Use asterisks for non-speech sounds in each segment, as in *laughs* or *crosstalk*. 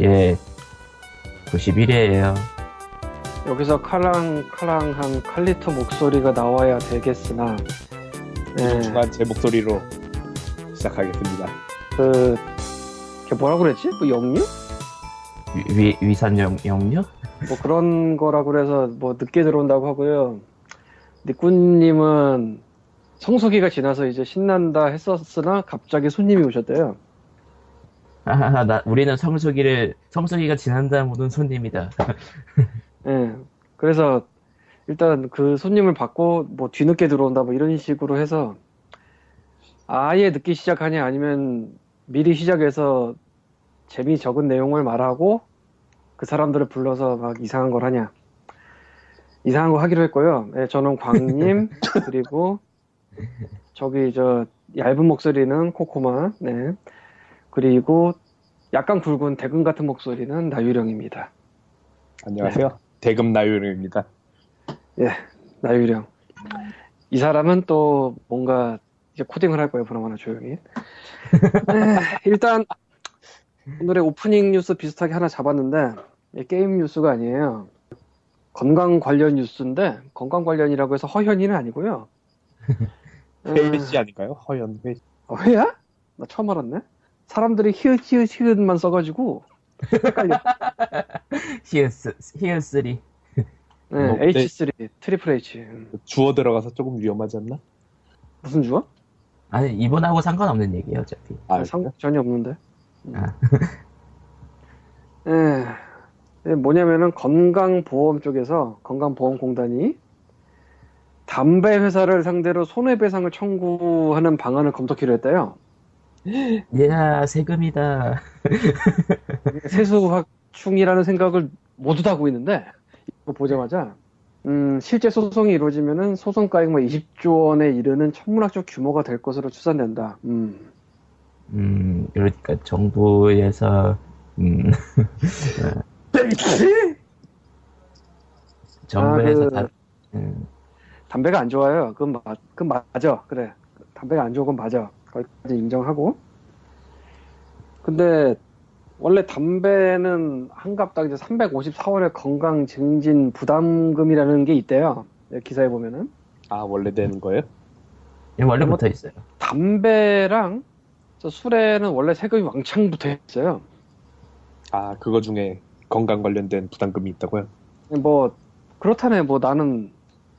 예. 91회에요. 여기서 칼랑칼랑한 칼리토 목소리가 나와야 되겠으나 예, 중간 제 목소리로 시작하겠습니다. 그 이게 뭐라 그랬지? 뭐 역류? 위, 위, 산 영, 영유? 뭐 그런 거라 그래서 뭐 늦게 들어온다고 하고요. 니꾼님은 성수기가 지나서 이제 신난다 했었으나 갑자기 손님이 오셨대요. 하하하, 나, 우리는 성수기를, 성수기가 지난다는 모든 손님이다. 예. 그래서 일단 그 손님을 받고 뭐 뒤늦게 들어온다 뭐 이런 식으로 해서 아예 늦게 시작하냐 아니면 미리 시작해서 재미 적은 내용을 말하고 그 사람들을 불러서 막 이상한 걸 하냐. 이상한 거 하기로 했고요. 예, 저는 광님 그리고 저기 저 얇은 목소리는 코코마. 네. 그리고 약간 굵은 대근 같은 목소리는 나유령입니다. 네. 안녕하세요. 대금 나유령입니다. 나유령. 이 사람은 또 뭔가 이제 코딩을 할 거예요, 보나마나 조용히. 에, 일단 오늘의 오프닝 뉴스 비슷하게 하나 잡았는데 이게 게임 뉴스가 아니에요. 건강 관련 뉴스인데 건강 관련이라고 해서 허현이는 아니고요. 에, 회씨 아닌가요? 허연 회. 어, 회야? 나 처음 알았네. 사람들이 히읗 히읗 히읗만 써가지고 헷갈려. 히어스, 히어스리. 네, 뭐, 네. H3 트리플 H 음, 주어 들어가서 조금 위험하지 않나? 무슨 주어? 아니, 이번하고 상관없는 얘기예요, 어차피. 아, 상관 전혀 없는데. 음. 아. 예. 예, 뭐냐면은 건강보험 쪽에서 건강보험공단이 담배 회사를 상대로 손해배상을 청구하는 방안을 검토키로 했대요. 이야, 예, 세금이다. 세수확충이라는 생각을 모두 다 하고 있는데 이거 보자마자 음, 실제 소송이 이루어지면은 소송가액 뭐 20조 원에 이르는 천문학적 규모가 될 것으로 추산된다. 음. 음, 그러니까 정부에서, 음, *laughs* 정부에서 아, 그- 다, 음, 담배가 안 좋아요. 그건, 마, 그건 맞아. 그래. 담배가 안 좋은 건 맞아. 거기까지 인정하고. 근데, 원래 담배는 한 갑당 이제 354원의 건강 증진 부담금이라는 게 있대요. 네, 기사에 보면은. 아 원래 되는 거예요? 이거 원래 붙어 있어요. 담배랑 저 술에는 원래 세금이 왕창 붙어 있어요. 아 그거 중에 건강 관련된 부담금이 있다고요? 뭐, 그렇다네. 뭐 나는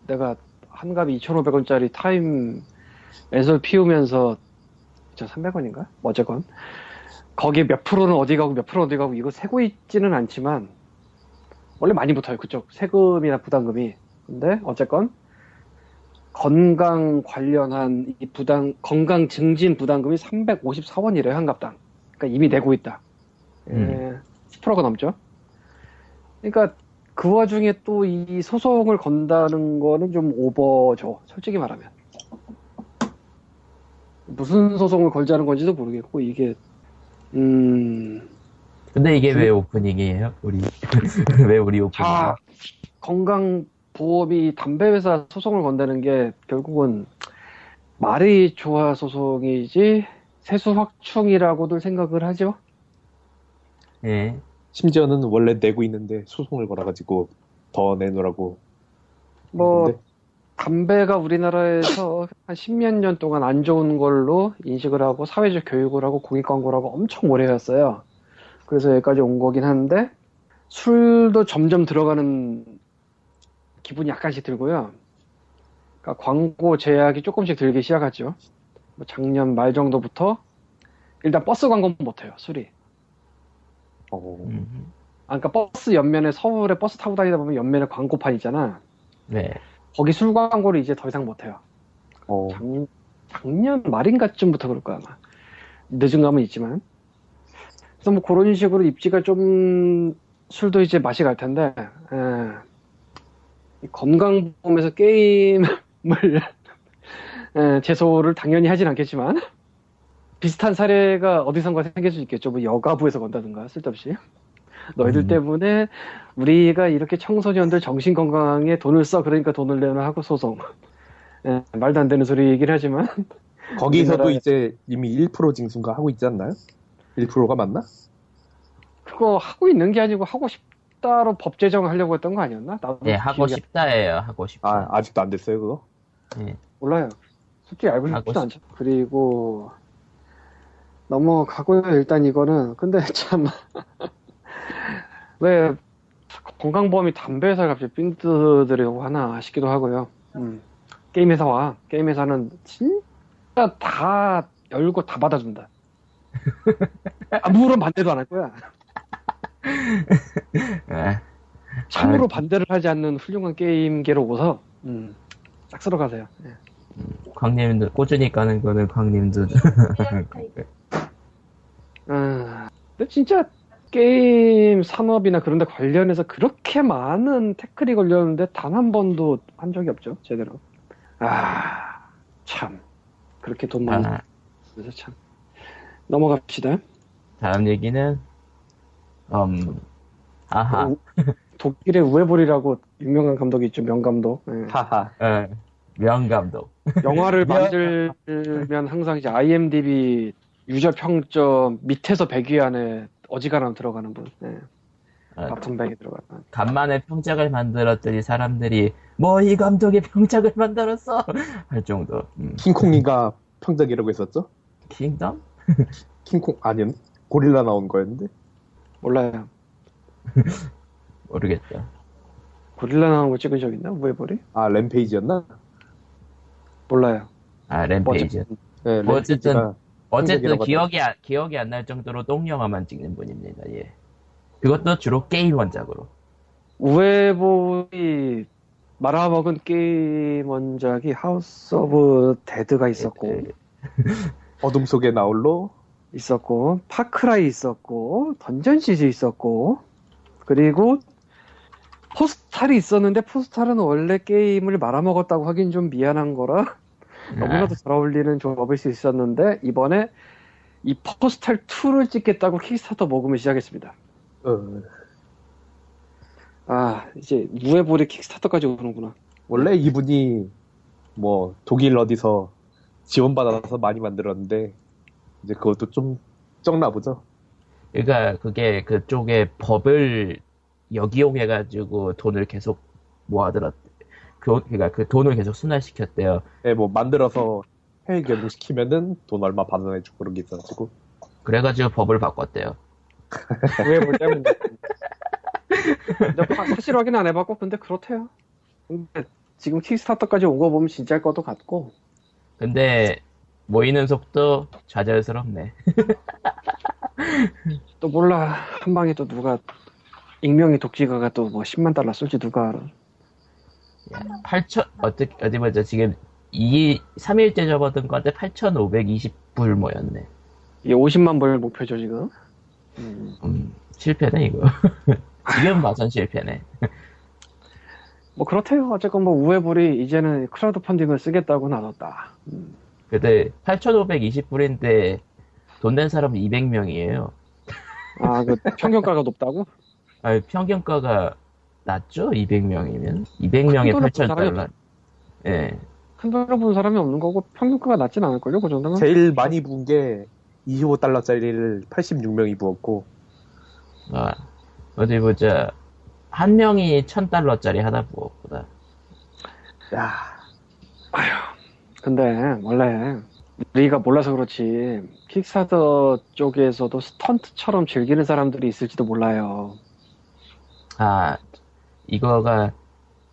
내가 한 갑이 2,500원짜리 타임 애설 피우면서 2,300원인가? 어쨌건. 거기에 몇 프로는 어디 가고 몇 프로는 어디 가고 이거 세고 있지는 않지만 원래 많이 붙어요. 그쪽 세금이나 부담금이. 근데 어쨌건 건강 관련한 이 부담, 건강 증진 부담금이 354원이래요. 한 갑당. 그러니까 이미 내고 있다. 예, 음. 10%가 넘죠. 그러니까 그 와중에 또 이 소송을 건다는 거는 좀 오버죠. 솔직히 말하면. 무슨 소송을 걸자는 건지도 모르겠고, 이게, 음, 근데 이게 왜 오프닝이에요? 우리, *laughs* 왜 우리 오프닝? 자, 건강보험이 담배회사 소송을 건다는 게 결국은 말이 좋아 소송이지 세수 확충이라고들 생각을 하죠. 예. 심지어는 원래 내고 있는데 소송을 걸어가지고 더 내놓으라고. 뭐 했는데 담배가 우리나라에서 한 십몇 년 동안 안 좋은 걸로 인식을 하고 사회적 교육을 하고 공익 광고라고 엄청 오래 했어요. 그래서 여기까지 온 거긴 한데 술도 점점 들어가는 기분이 약간씩 들고요. 그러니까 광고 제약이 조금씩 들기 시작하죠. 뭐 작년 말 정도부터 일단 버스 광고는 못해요. 술이. 어, 음, 아, 그러니까 버스 옆면에 서울에 버스 타고 다니다 보면 옆면에 광고판 있잖아. 네. 거기 술 광고를 이제 더 이상 못해요. 어, 작년, 작년 말인가쯤부터 그럴 거야, 아마. 늦은 감은 있지만. 그래서 뭐 그런 식으로 입지가 좀, 술도 이제 맛이 갈 텐데, 예. 이 건강보험에서 게임을, *laughs* 예, 제소를 당연히 하진 않겠지만, 비슷한 사례가 어디선가 생길 수 있겠죠. 뭐 여가부에서 건다든가, 쓸데없이. 너희들 음. 때문에 우리가 이렇게 청소년들 정신건강에 돈을 써, 그러니까 돈을 내놔 하고 소송. 예, 말도 안 되는 소리이긴 하지만 거기서도 우리나라에- 이제 이미 1% 징수인가 하고 있지 않나요? 1%가 맞나? 그거 하고 있는 게 아니고 하고 싶다로 법 제정하려고 했던 거 아니었나? 나도 네, 하고 기억이 안- 싶다예요. 하고 싶다. 아 아직도 안 됐어요 그거? 몰라요. 솔직히 알고 하고 싶지도 않죠. 그리고 넘어가고요. 일단 이거는 근데 *laughs* 참 왜 건강보험이 담배 회사를 갑자기 핀드들이려고 하나 싶기도 하고요. 음. 게임 회사와 게임 회사는 진짜 다 열고 다 받아준다. *laughs* 아무런 반대도 안 할 거야. 예. 참으로 반대를 하지 않는 훌륭한 게임계로 오서 음, 싹 쓸어가세요. 예. 광님도 꾸준히 까는 거는 광님도 아, 근데 진짜 게임 산업이나 그런 데 관련해서 그렇게 많은 태클이 걸렸는데 단 한 번도 한 적이 없죠, 제대로. 아, 참. 그렇게 돈 많이 아, 쓰면서 참. 넘어갑시다. 다음 얘기는 음 아하 우- 어, 독일의 우에볼이라고 유명한 감독이 있죠, 명감독. 예. 하하. 어, 명 감독 영화를 미안. 만들면 항상 이제 IMDb 유저 평점 밑에서 100위 안에 어지간하면 들어가는 분. 예. 어, 바쁜 100이 들어가는. 간만에 평작을 만들었더니 사람들이 뭐 이 감독이 평작을 만들었어 *laughs* 할 정도 음. 킹콩이가 평작이라고 했었죠? 킹덤? 킹콩 아니면 고릴라 나온 거였는데? 몰라요. 모르겠다 고릴라 나온 거 찍은 적 있나? 우에볼이? 아 램페이지였나? 몰라요. 아 램페이지 네, 뭐 어쨌든 램페이지가 어쨌든 평작이라고 기억이 안, 기억이 안 날 정도로 똥영화만 찍는 분입니다 예 그것도 주로 게임 원작으로 우에볼이 말아먹은 게임 원작이 하우스 오브 데드가 예, 있었고 그, 어둠 속의 나홀로 있었고 파크라이 있었고 던전 시즈 있었고 그리고 포스탈이 있었는데 포스탈은 원래 게임을 말아먹었다고 하긴 좀 미안한 거라 네. 예. 너무나도 잘 어울리는 조합일 수 있었는데 이번에 이 포스탈 2를 찍겠다고 킥스타터 모금을 시작했습니다. 어, 아 이제 우에볼이 킥스타터까지 오는구나. 원래 이분이 뭐 독일 어디서 지원받아서 많이 만들었는데 이제 그것도 좀 적나 보죠. 그러니까 그게 그쪽에 법을 역이용해가지고 돈을 계속 모아들었. 그, 그러니까 그 돈을 계속 순환시켰대요. 예, 뭐 만들어서 해외 결국 시키면은 돈 얼마 반환해주고 그런 게 있어가지고 그래가지고 법을 바꿨대요. 우에볼 때문에. 근데 파- 사실 확인 안 해봤고 근데 그렇대요. 근데 지금 킥스타터까지 온 거 보면 진짜일 것도 같고 근데 모이는 속도 좌절스럽네. 또 몰라 한 방에 또 누가 익명의 독지가가 또 뭐 10만 달러 쏠지 누가 알아. 8천 예. 어떻게 어디 보자 지금 이 3일째 접었던 건데 8,520불 모였네. 이게 50만 벌 목표죠 지금. 음, 음, 실패네 이거. *laughs* 지금 봐선 실패네. 뭐 그렇대요. 어쨌건 뭐 우에볼이 이제는 크라우드 펀딩을 쓰겠다고 나눴다. 음, 근데 8,520불인데 돈 낸 사람은 200명이에요. 아그 *laughs* 평균가가 높다고? 아니, 평균가가 낮죠? 200명이면? 200명에 큰 돈은 8,000달러. 예. 큰 돈을 본 사람이 없는 거고 평균가가 낮진 않을걸요 그 정도면. 제일 많이 부은 게 25달러짜리를 86명이 부었고 아, 어디 보자. 한 명이 1,000달러짜리 하다 보다. 야 근데 원래 우리가 몰라서 그렇지 킥스타터 쪽에서도 스턴트처럼 즐기는 사람들이 있을지도 몰라요. 아, 이거가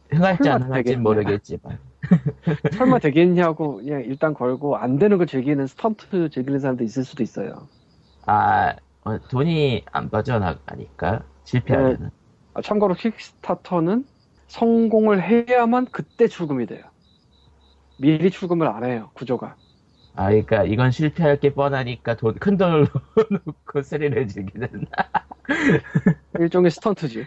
흥할지 안 설마 흥할지 되겠냐. 모르겠지만. 설마 되겠냐고 그냥 일단 걸고 안 되는 걸 즐기는 스턴트 즐기는 사람도 있을 수도 있어요. 아, 어, 돈이 안 빠져나가니까. 실패하면. 아, 참고로 킥스타터는 성공을 해야만 그때 출금이 돼요. 미리 출금을 안 해요 구조가. 아, 그러니까 이건 실패할 게 뻔하니까 돈, 큰 돈을 *laughs* 넣어놓고 스릴을 즐기는. 일종의 *laughs* 스턴트지.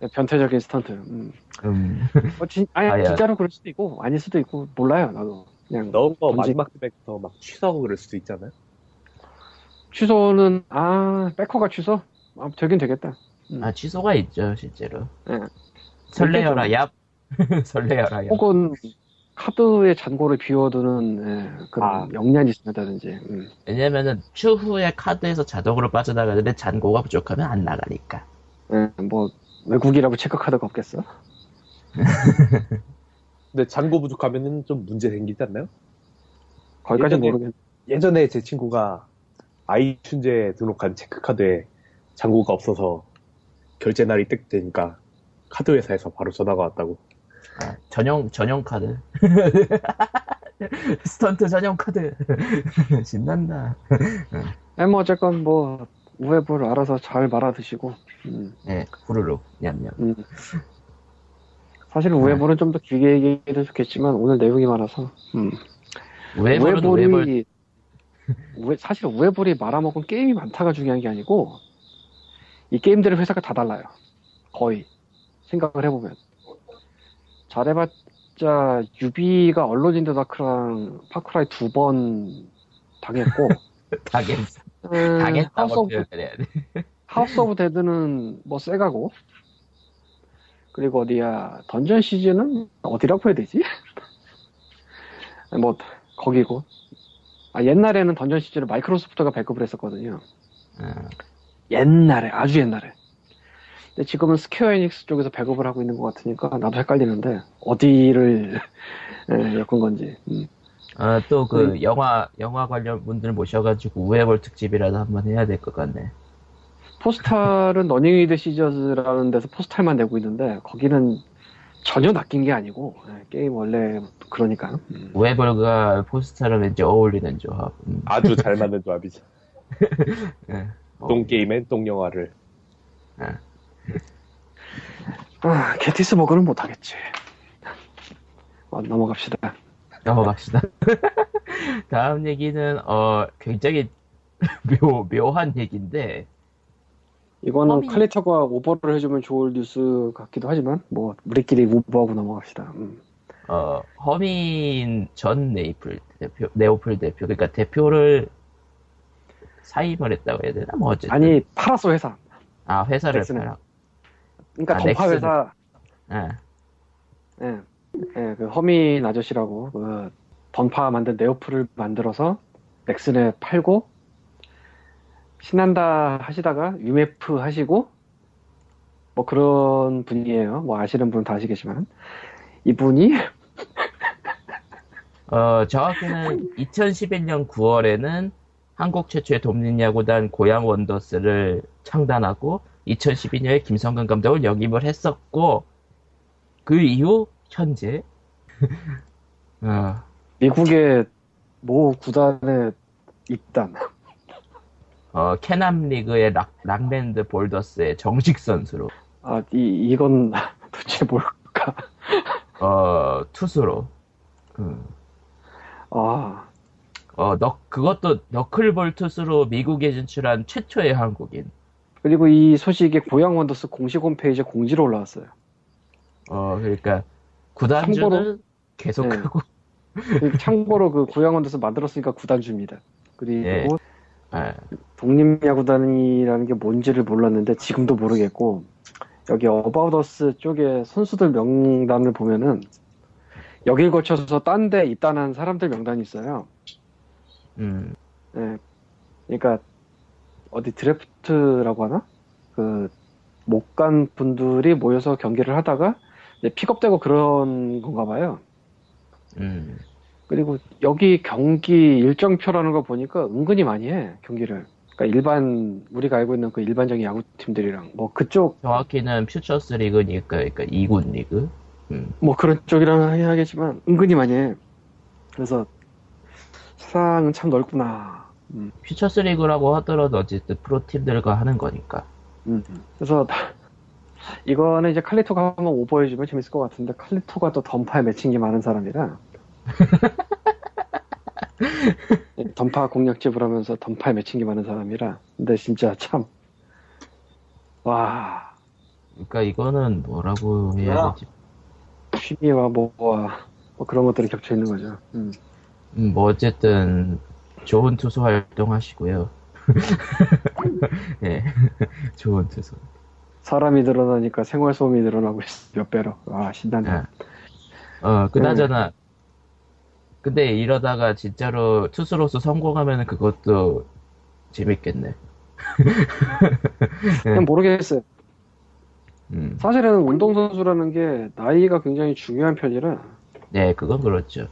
네, 변태적인 스턴트. 음. 음. 어, 진, 아니, 아, 예. 진짜로 그럴 수도 있고 아닐 수도 있고 몰라요 나도. 그냥 넣은 거 던지- 마지막 때부터 막 취소하고 그럴 수도 있잖아요. 취소는 아 백허가 취소? 아, 되긴 되겠다. 아, 취소가 네. 있죠, 실제로. 응. *laughs* 예. 설레어라, 얍. 설레어라, 얍. 혹은 카드의 잔고를 비워두는 예, 그런 아. 역량이 있다든지. 음. 왜냐면은 추후에 카드에서 자동으로 빠져나가는데 잔고가 부족하면 안 나가니까. 예, 뭐 외국이라고 체크카드가 없겠어? 근데 잔고 부족하면은 좀 문제 생기지 않나요? 거기까지 예전에- 모르겠. 예전에 제 친구가 아이튠즈에 등록한 체크카드에 잔고가 없어서 결제 날이 딱 되니까 카드 회사에서 바로 전화가 왔다고. 아, 전용 전용 카드. *laughs* 스턴트 전용 카드. *laughs* 신난다. 예, 뭐 어쨌건 뭐 우회부를 알아서 잘 말아 드시고. 음. 예, 후루룩 냠냠. 음. 사실 네. 우회부는 좀 더 길게 얘기해도 좋겠지만 오늘 내용이 많아서. 음. 네 웨벌은 우회볼이- 웨벌 우회- 사실 우회볼이 말아먹은 게임이 많다가 중요한 게 아니고 이 게임들의 회사가 다 달라요. 거의 생각을 해보면 잘해봤자 유비가 언론인 데다크랑 파크라이 두 번 당했고 당했 음, 하우스 당했다고 뭐 오브 표현해야 돼. 하우스 오브 데드는 뭐 세가고 그리고 어디야 던전 시즌은 어디라고 해야 되지? *laughs* 뭐 거기고 아 옛날에는 던전 시즌을 마이크로소프트가 발급을 했었거든요 어, 옛날에 아주 옛날에 근데 지금은 스퀘어 에닉스 쪽에서 발급을 하고 있는 것 같으니까 나도 헷갈리는데 어디를 *laughs* 예, 엮은 건지 음. 어, 또그 음. 영화 영화 관련 분들 모셔가지고 우회벌 특집이라도 한번 해야 될 것 같네. 포스탈은 러닝 위드 시저즈라는 데서 포스탈만 내고 있는데 거기는 전혀 낚인 게 아니고 예, 게임 원래 그러니까 우회벌과 포스터랑 왠지 어울리는 조합. 음. 아주 잘 맞는 *laughs* 조합이죠. 예. 똥 어. 게임엔 똥 영화를. 아, 게티스 버그는 못하겠지 어, 넘어갑시다 넘어갑시다. *laughs* 다음 얘기는 어 굉장히 *laughs* 묘 묘한 얘기인데 이거는 범인. 칼리터가 오버를 해주면 좋을 뉴스 같기도 하지만 뭐 우리끼리 오버하고 넘어갑시다 음. 어 허민 전 네이플 대표 네오플 대표 그러니까 대표를 사임을 했다고 해야 되나 뭐 어쨌든 아니 팔았어 회사 아 회사를 넥슨은. 팔아. 그러니까 아, 던파 넥슨. 회사 예. 예, 예, 그 허민 아저씨라고 그 던파 만든 네오프를 만들어서 넥슨에 팔고 신난다 하시다가 유메프 하시고 뭐 그런 분이에요. 뭐 아시는 분은 다 아시겠지만 이분이 어, 정확히는 2011년 9월에는 한국 최초의 독립야구단 고양 원더스를 창단하고 2012년에 김성근 감독을 역임을 했었고 그 이후 현재 *laughs* 어, 미국의 모 구단에 입단. 어, 캐남 리그의 락, 락랜드 볼더스의 정식 선수로 아, 이 이건 *laughs* 도대체 뭘까? 어, 투수로 음, 아, 어, 너, 그것도 너클볼 투수로 미국에 진출한 최초의 한국인 그리고 이 소식이 고양 원더스 공식 홈페이지에 공지로 올라왔어요. 어, 그러니까 구단주는 계속하고 참고로 그 고양 원더스 만들었으니까 구단주입니다. 그리고 예. 예. 독립야구단이라는 게 뭔지를 몰랐는데 지금도 모르겠고 여기 어바웃어스 쪽에 선수들 명단을 보면은 여길 거쳐서 딴 데 입단한 사람들 명단이 있어요. 음, 예. 그러니까 어디 드래프트라고 하나? 그 못 간 분들이 모여서 경기를 하다가 이제 픽업되고 그런 건가 봐요. 음. 그리고 여기 경기 일정표라는 거 보니까 은근히 많이 해 경기를. 그러니까 일반 우리가 알고 있는 그 일반적인 야구 팀들이랑 뭐 그쪽 정확히는 퓨처스 리그니까, 그러니까 2군 리그. 뭐 그런 쪽이랑 하긴 하겠지만 은근히 많이 해. 그래서 세상은 참 넓구나. 음. 퓨처스 리그라고 하더라도 어쨌든 프로팀들과 하는 거니까. 음. 그래서 이거는 이제 칼리토가 한번 오버해주면 재밌을 것 같은데 칼리토가 또 던파에 맺힌 게 많은 사람이라 네, 던파 공략집을 하면서 던파에 맺힌 게 많은 사람이라 근데 진짜 참와 그러니까 이거는 뭐라고 해야 뭐야? 되지? 취미와 뭐와 뭐 그런 것들이 겹쳐 있는 거죠. 음. 음, 뭐 어쨌든 좋은 투수 활동 *laughs* 하시고요. 예, *laughs* 좋은 투수. 사람이 네. 아, 늘어나니까 생활 소음이 늘어나고 있어 몇 배로 와 신난다. 예. 어, 그나저나 근데 이러다가 진짜로 투수로서 성공하면 그것도 재밌겠네. 그냥 모르겠어요. 음. 사실은 운동선수라는 게 나이가 굉장히 중요한 편이라 네, 그건 그렇죠.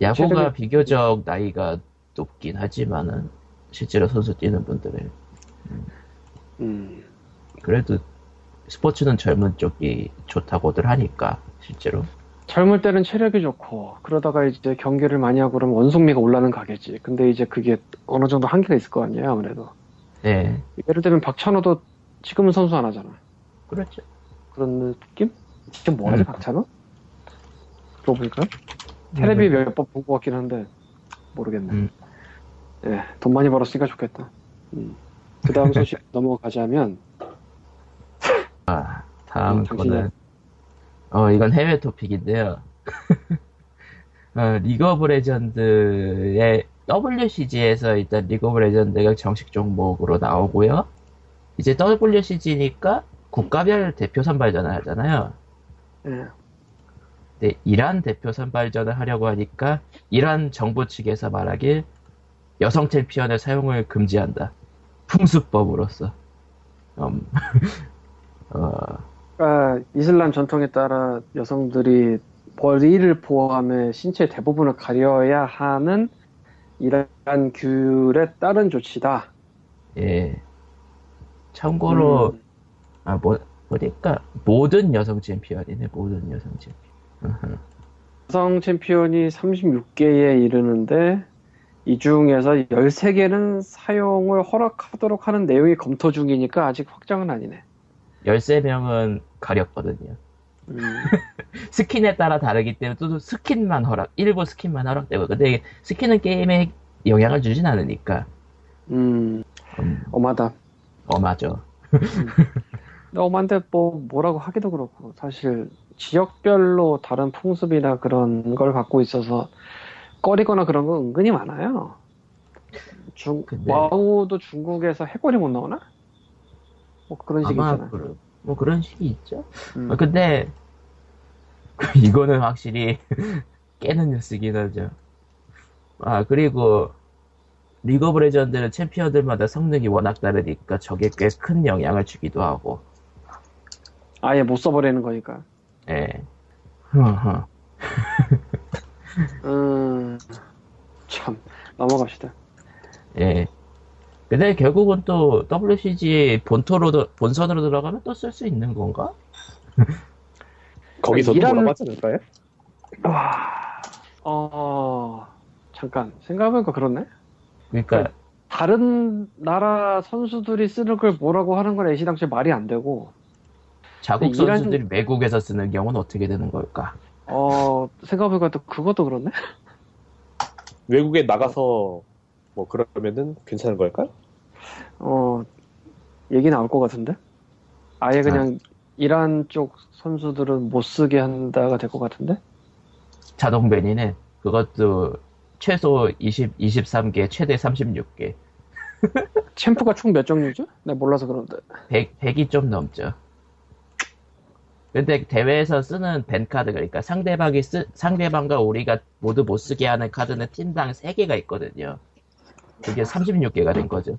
야구가 최근에- 비교적 나이가 높긴 하지만은 실제로 선수 뛰는 분들은 음, 그래도 스포츠는 젊은 쪽이 좋다고들 하니까 실제로. 젊을 때는 체력이 좋고 그러다가 이제 경기를 많이 하고 그러면 원숭미가 올라는 가겠지. 근데 이제 그게 어느 정도 한계가 있을 거 아니에요 아무래도. 네, 예를 들면 박찬호도 지금은 선수 안 하잖아. 그렇죠. 그런 느낌? 지금 뭐하지 음. 박찬호? 들어보니까 테레비 몇 번 보고 왔긴 한데 모르겠네. 음. 예, 돈 많이 벌었으니까 좋겠다. 그 다음 소식 넘어가자면 다음 거는 음, 당신이요. 어 이건 해외 토픽인데요. *laughs* 어, 리그 오브 레전드의 WCG에서 일단 리그 오브 레전드가 정식 종목으로 나오고요. 이제 WCG니까 국가별 대표 선발전을 하잖아요. 예, 근데 이란 대표 선발전을 하려고 하니까 이란 정부 측에서 말하길 여성 챔피언의 사용을 금지한다. 풍수법으로서. 음, *laughs* 어, 그러니까 이슬람 전통에 따라 여성들이 머리를 포함해 신체 대부분을 가려야 하는 이러한 규율에 따른 조치다. 예. 참고로, 음, 아, 뭐, 보니까, 모든 여성 챔피언이네, 모든 여성 챔피언. 여성 챔피언이 36개에 이르는데 이 중에서 13개는 사용을 허락하도록 하는 내용이 검토 중이니까 아직 확정은 아니네. 13명은 가렸거든요. 음, 스킨에 따라 다르기 때문에 또 스킨만 허락, 일부 스킨만 허락되고, 근데 이게 스킨은 게임에 영향을 주진 않으니까. 음, 음, 엄하다. 엄하죠. 엄한데 뭐 뭐라고 하기도 그렇고 사실 지역별로 다른 풍습이나 그런 걸 갖고 있어서 꺼리거나 그런 거 은근히 많아요. 중 근데- 와우도 중국에서 해골이 못 나오나? 뭐 그런 아마, 식이잖아. 그, 뭐 그런 식이 있죠. 음. 아, 근데, *laughs* 이거는 확실히 *laughs* 깨는 뉴스긴 하죠. 아, 그리고, 리그 오브 레전드는 챔피언들마다 성능이 워낙 다르니까 저게 꽤 큰 영향을 주기도 하고, 아예 못 써버리는 거니까. 예. 허허. 음, 참 넘어갑시다. 예. 근데 결국은 또 WCG 본토로, 들- 본선으로 들어가면 또 쓸 수 있는 건가? 거기서도 이란- 물어봤지 않을까요? 와, 어 잠깐 생각해보니까 그렇네. 그러니까, 다른 나라 선수들이 쓰는 걸 뭐라고 하는 건 애시당초 말이 안 되고 자국 이란- 선수들이 외국에서 쓰는 경우는 어떻게 되는 걸까? 어 생각해보니까 또 그것도 그렇네. 외국에 나가서 뭐 그러면은 괜찮은 걸까요? 어 얘기 나올 것 같은데 아예 그냥 이란 쪽 선수들은 못 쓰게 한다가 될 것 같은데 자동 벤이네. 그것도 최소 20, 23개, 최대 36개. 챔프가 총 몇 종류죠? 내가 몰라서 그런데 100, 100이 좀 넘죠. 근데 대회에서 쓰는 벤 카드 그러니까 상대방이 쓰, 상대방과 우리가 모두 못 쓰게 하는 카드는 팀당 3개가 있거든요. 그게 36개가 된 거죠.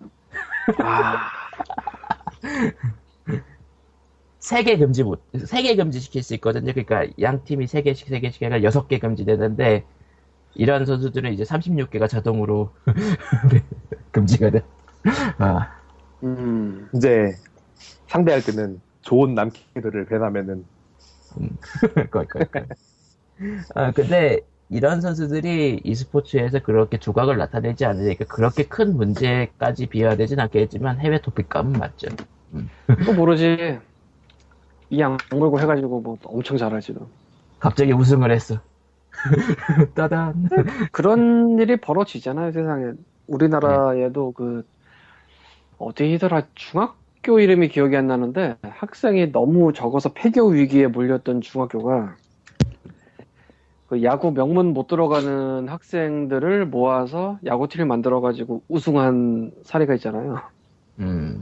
*laughs* 아 3개 금지 못, 3개 금지시킬 수 있거든요. 그러니까 양 팀이 3개씩 3개씩 해가 6개 금지되는데 이런 선수들은 이제 36개가 자동으로 *laughs* 네, 금지가 돼. 아. 음, 이제 상대할 때는 좋은 남캐들을 배나면은 그러니까. 아, 근데 이런 선수들이 e스포츠에서 그렇게 조각을 나타내지 않으니까 그렇게 큰 문제까지 비화되진 않겠지만 해외 토픽감은 맞죠. 또 모르지 이 양 물고 해가지고 뭐 엄청 잘하지도 갑자기 우승을 했어. *laughs* 따단. 그런 일이 벌어지잖아요 세상에 우리나라에도 그 어디더라 중학교 이름이 기억이 안 나는데 학생이 너무 적어서 폐교 위기에 몰렸던 중학교가 그 야구 명문 못 들어가는 학생들을 모아서 야구팀을 만들어 가지고 우승한 사례가 있잖아요. 음,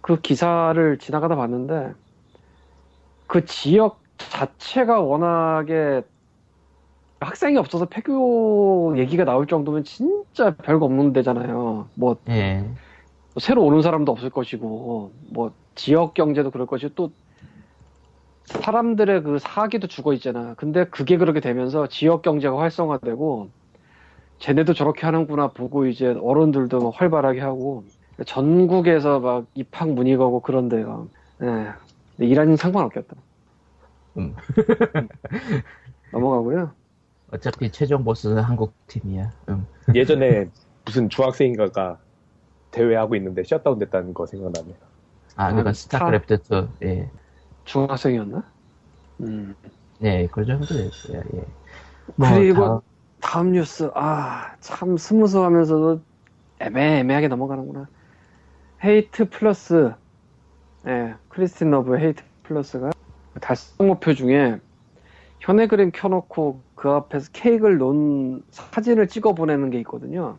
그 기사를 지나가다 봤는데 그 지역 자체가 워낙에 학생이 없어서 폐교 얘기가 나올 정도면 진짜 별거 없는 데잖아요. 뭐 예. 새로 오는 사람도 없을 것이고 뭐 지역 경제도 그럴 것이고 또 사람들의 그 사기도 죽어 있잖아. 근데 그게 그렇게 되면서 지역 경제가 활성화되고 쟤네도 저렇게 하는구나 보고 이제 어른들도 막 활발하게 하고 전국에서 막 입학 문의가 오고 그런데요. 예. 근데 이란은 상관없겠다. 음. *laughs* 넘어가고요. 어차피 최종 보스는 한국 팀이야. 음. *laughs* 예전에 무슨 중학생인가가 대회하고 있는데 셧다운 됐다는 거 생각나네요. 아, 그건 아, 스타크래프트 2. 예. 중학생이었나? 음. 예, 그 정도 됐어요. 예. 그리고 다음 뉴스 아 참 스무스하면서도 애매 애매하게 넘어가는구나. 헤이트 플러스 예 크리스틴 러브 헤이트 플러스가 달성 목표 중에 현해 그림 켜놓고 그 앞에서 케이크를 놓은 사진을 찍어 보내는 게 있거든요.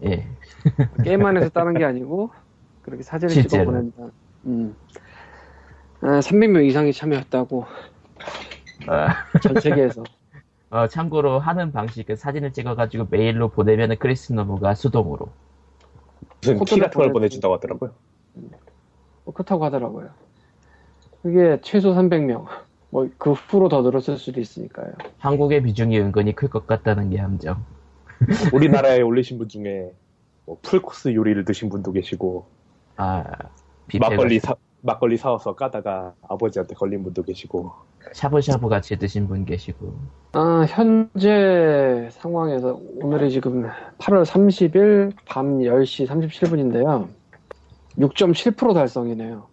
다음- 예. 게임 안에서 따는 게 아니고 그렇게 사진을 찍어 실제로. 보낸다. 음. 아, 300명 이상이 참여했다고 아. 전 세계에서. 어, 참고로 하는 방식은 사진을 찍어가지고 메일로 보내면 크리스 너브가 수동으로. 무슨 키 포토를 같은 걸 보내주- 보내준다고 하더라고요. 뭐 그렇다고 하더라고요. 그게 최소 300명. 뭐 그 후로 더 늘었을 수도 있으니까요. 한국의 비중이 은근히 클 것 같다는 게 함정. 우리나라에 올리신 분 중에 뭐 풀코스 요리를 드신 분도 계시고 아, 뷔페가 막걸리 사 막걸리 사와서 까다가 아버지한테 걸린 분도 계시고 샤브샤브 같이 드신 분 계시고. 아, 현재 상황에서 오늘이 지금 8월 30일 밤 10시 37분인데요. 6.7% 달성이네요.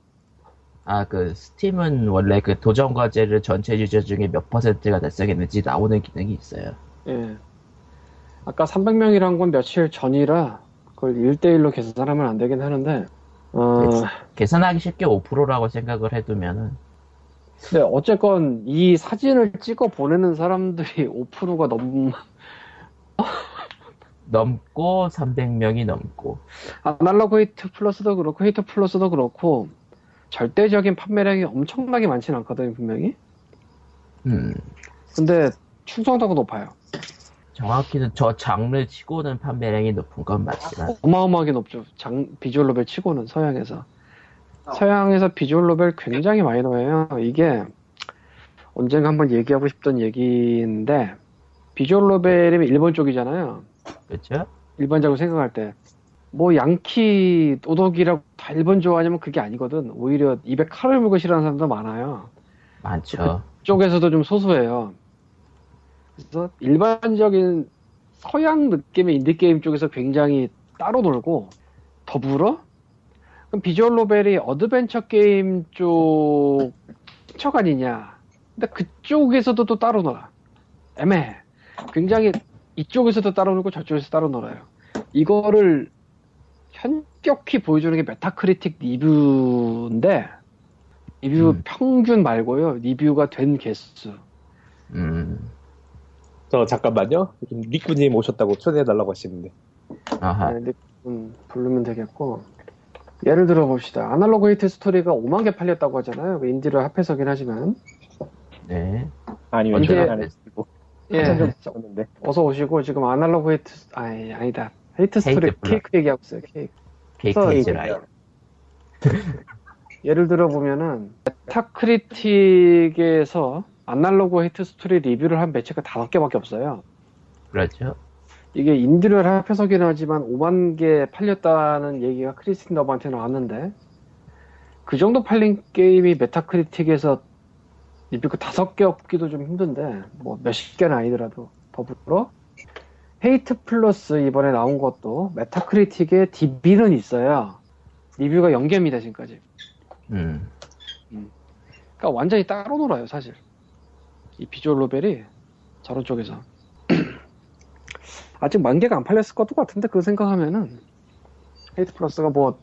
아, 그 스팀은 원래 그 도전 과제를 전체 유저 중에 몇 퍼센트가 달성했는지 나오는 기능이 있어요. 예. 아까 300명이란 건 며칠 전이라 그걸 1대1로 계산하면 안 되긴 하는데, 어, 그치. 계산하기 쉽게 5%라고 생각을 해두면은 근데 어쨌건 이 사진을 찍어 보내는 사람들이 5%가 넘, 넘고 300명이 넘고. 아날로그 헤이트 플러스도 그렇고 헤이트 플러스도 그렇고 절대적인 판매량이 엄청나게 많지는 않거든요 분명히 음, 근데 충성도가 높아요 정확히는 저 장르 치고는 판매량이 높은 건 맞지만. 어마어마하게 높죠 장, 비주얼 노벨 치고는 서양에서 서양에서 비주얼 노벨 굉장히 많이 넣어요 이게 언젠가 한번 얘기하고 싶던 얘기인데 비주얼 노벨이면 일본 쪽이잖아요 그렇죠? 일반적으로 생각할 때 뭐 양키 도덕이라고 다 일본 좋아하냐면 그게 아니거든 오히려 입에 칼을 물고 싫어하는 사람도 많아요 많죠. 쪽에서도 좀 소소해요. 그래서 일반적인 서양 느낌의 인디게임 쪽에서 굉장히 따로 놀고 더불어 그럼 비주얼 노벨이 어드벤처 게임 쪽 척 아니냐. 근데 그쪽에서도 또 따로 놀아. 애매해. 굉장히 이쪽에서도 따로 놀고 저쪽에서 따로 놀아요. 이거를 현격히 보여주는 게 메타크리틱 리뷰인데 리뷰 음. 평균 말고요. 리뷰가 된 개수. 음, 저 잠깐만요. 지금 리꾸님 오셨다고 초대해달라고 하시는데 아하. 네, 음, 부르면 되겠고 예를 들어 봅시다. 아날로그 히트 스토리가 5만 개 팔렸다고 하잖아요. 그 인디를 합해서긴 하지만 네. 아니면 언제- 저는 안 했고 예, 썼는데 어서 오시고 지금 아날로그 히트 스- 아니 아니다. 헤이트 스토리 헤이트 블럭. 케이크 얘기하고 있어요. 케이크. 케이크 그래서 이즈 라이. 예를 들어 보면은 메타크리틱에서 아날로그 히트 스토리 리뷰를 한 매체가 다섯 개밖에 없어요. 그렇죠. 이게 인디를 합해서긴 하지만 5만 개 팔렸다는 얘기가 크리스틴 너브한테 나왔는데 그 정도 팔린 게임이 메타크리틱에서 리뷰가 다섯 개 없기도 좀 힘든데 뭐 몇십 개는 아니더라도 더불어 헤이트 플러스 이번에 나온 것도 메타크리틱에 DB는 있어요 리뷰가 0개입니다 지금까지 음. 그러니까 완전히 따로 놀아요 사실 이 비주얼 노벨이 저런 쪽에서 *clears throat* 아직 만 개가 안 팔렸을 것도 같은데 그 생각하면은 헤이트 플러스가 뭐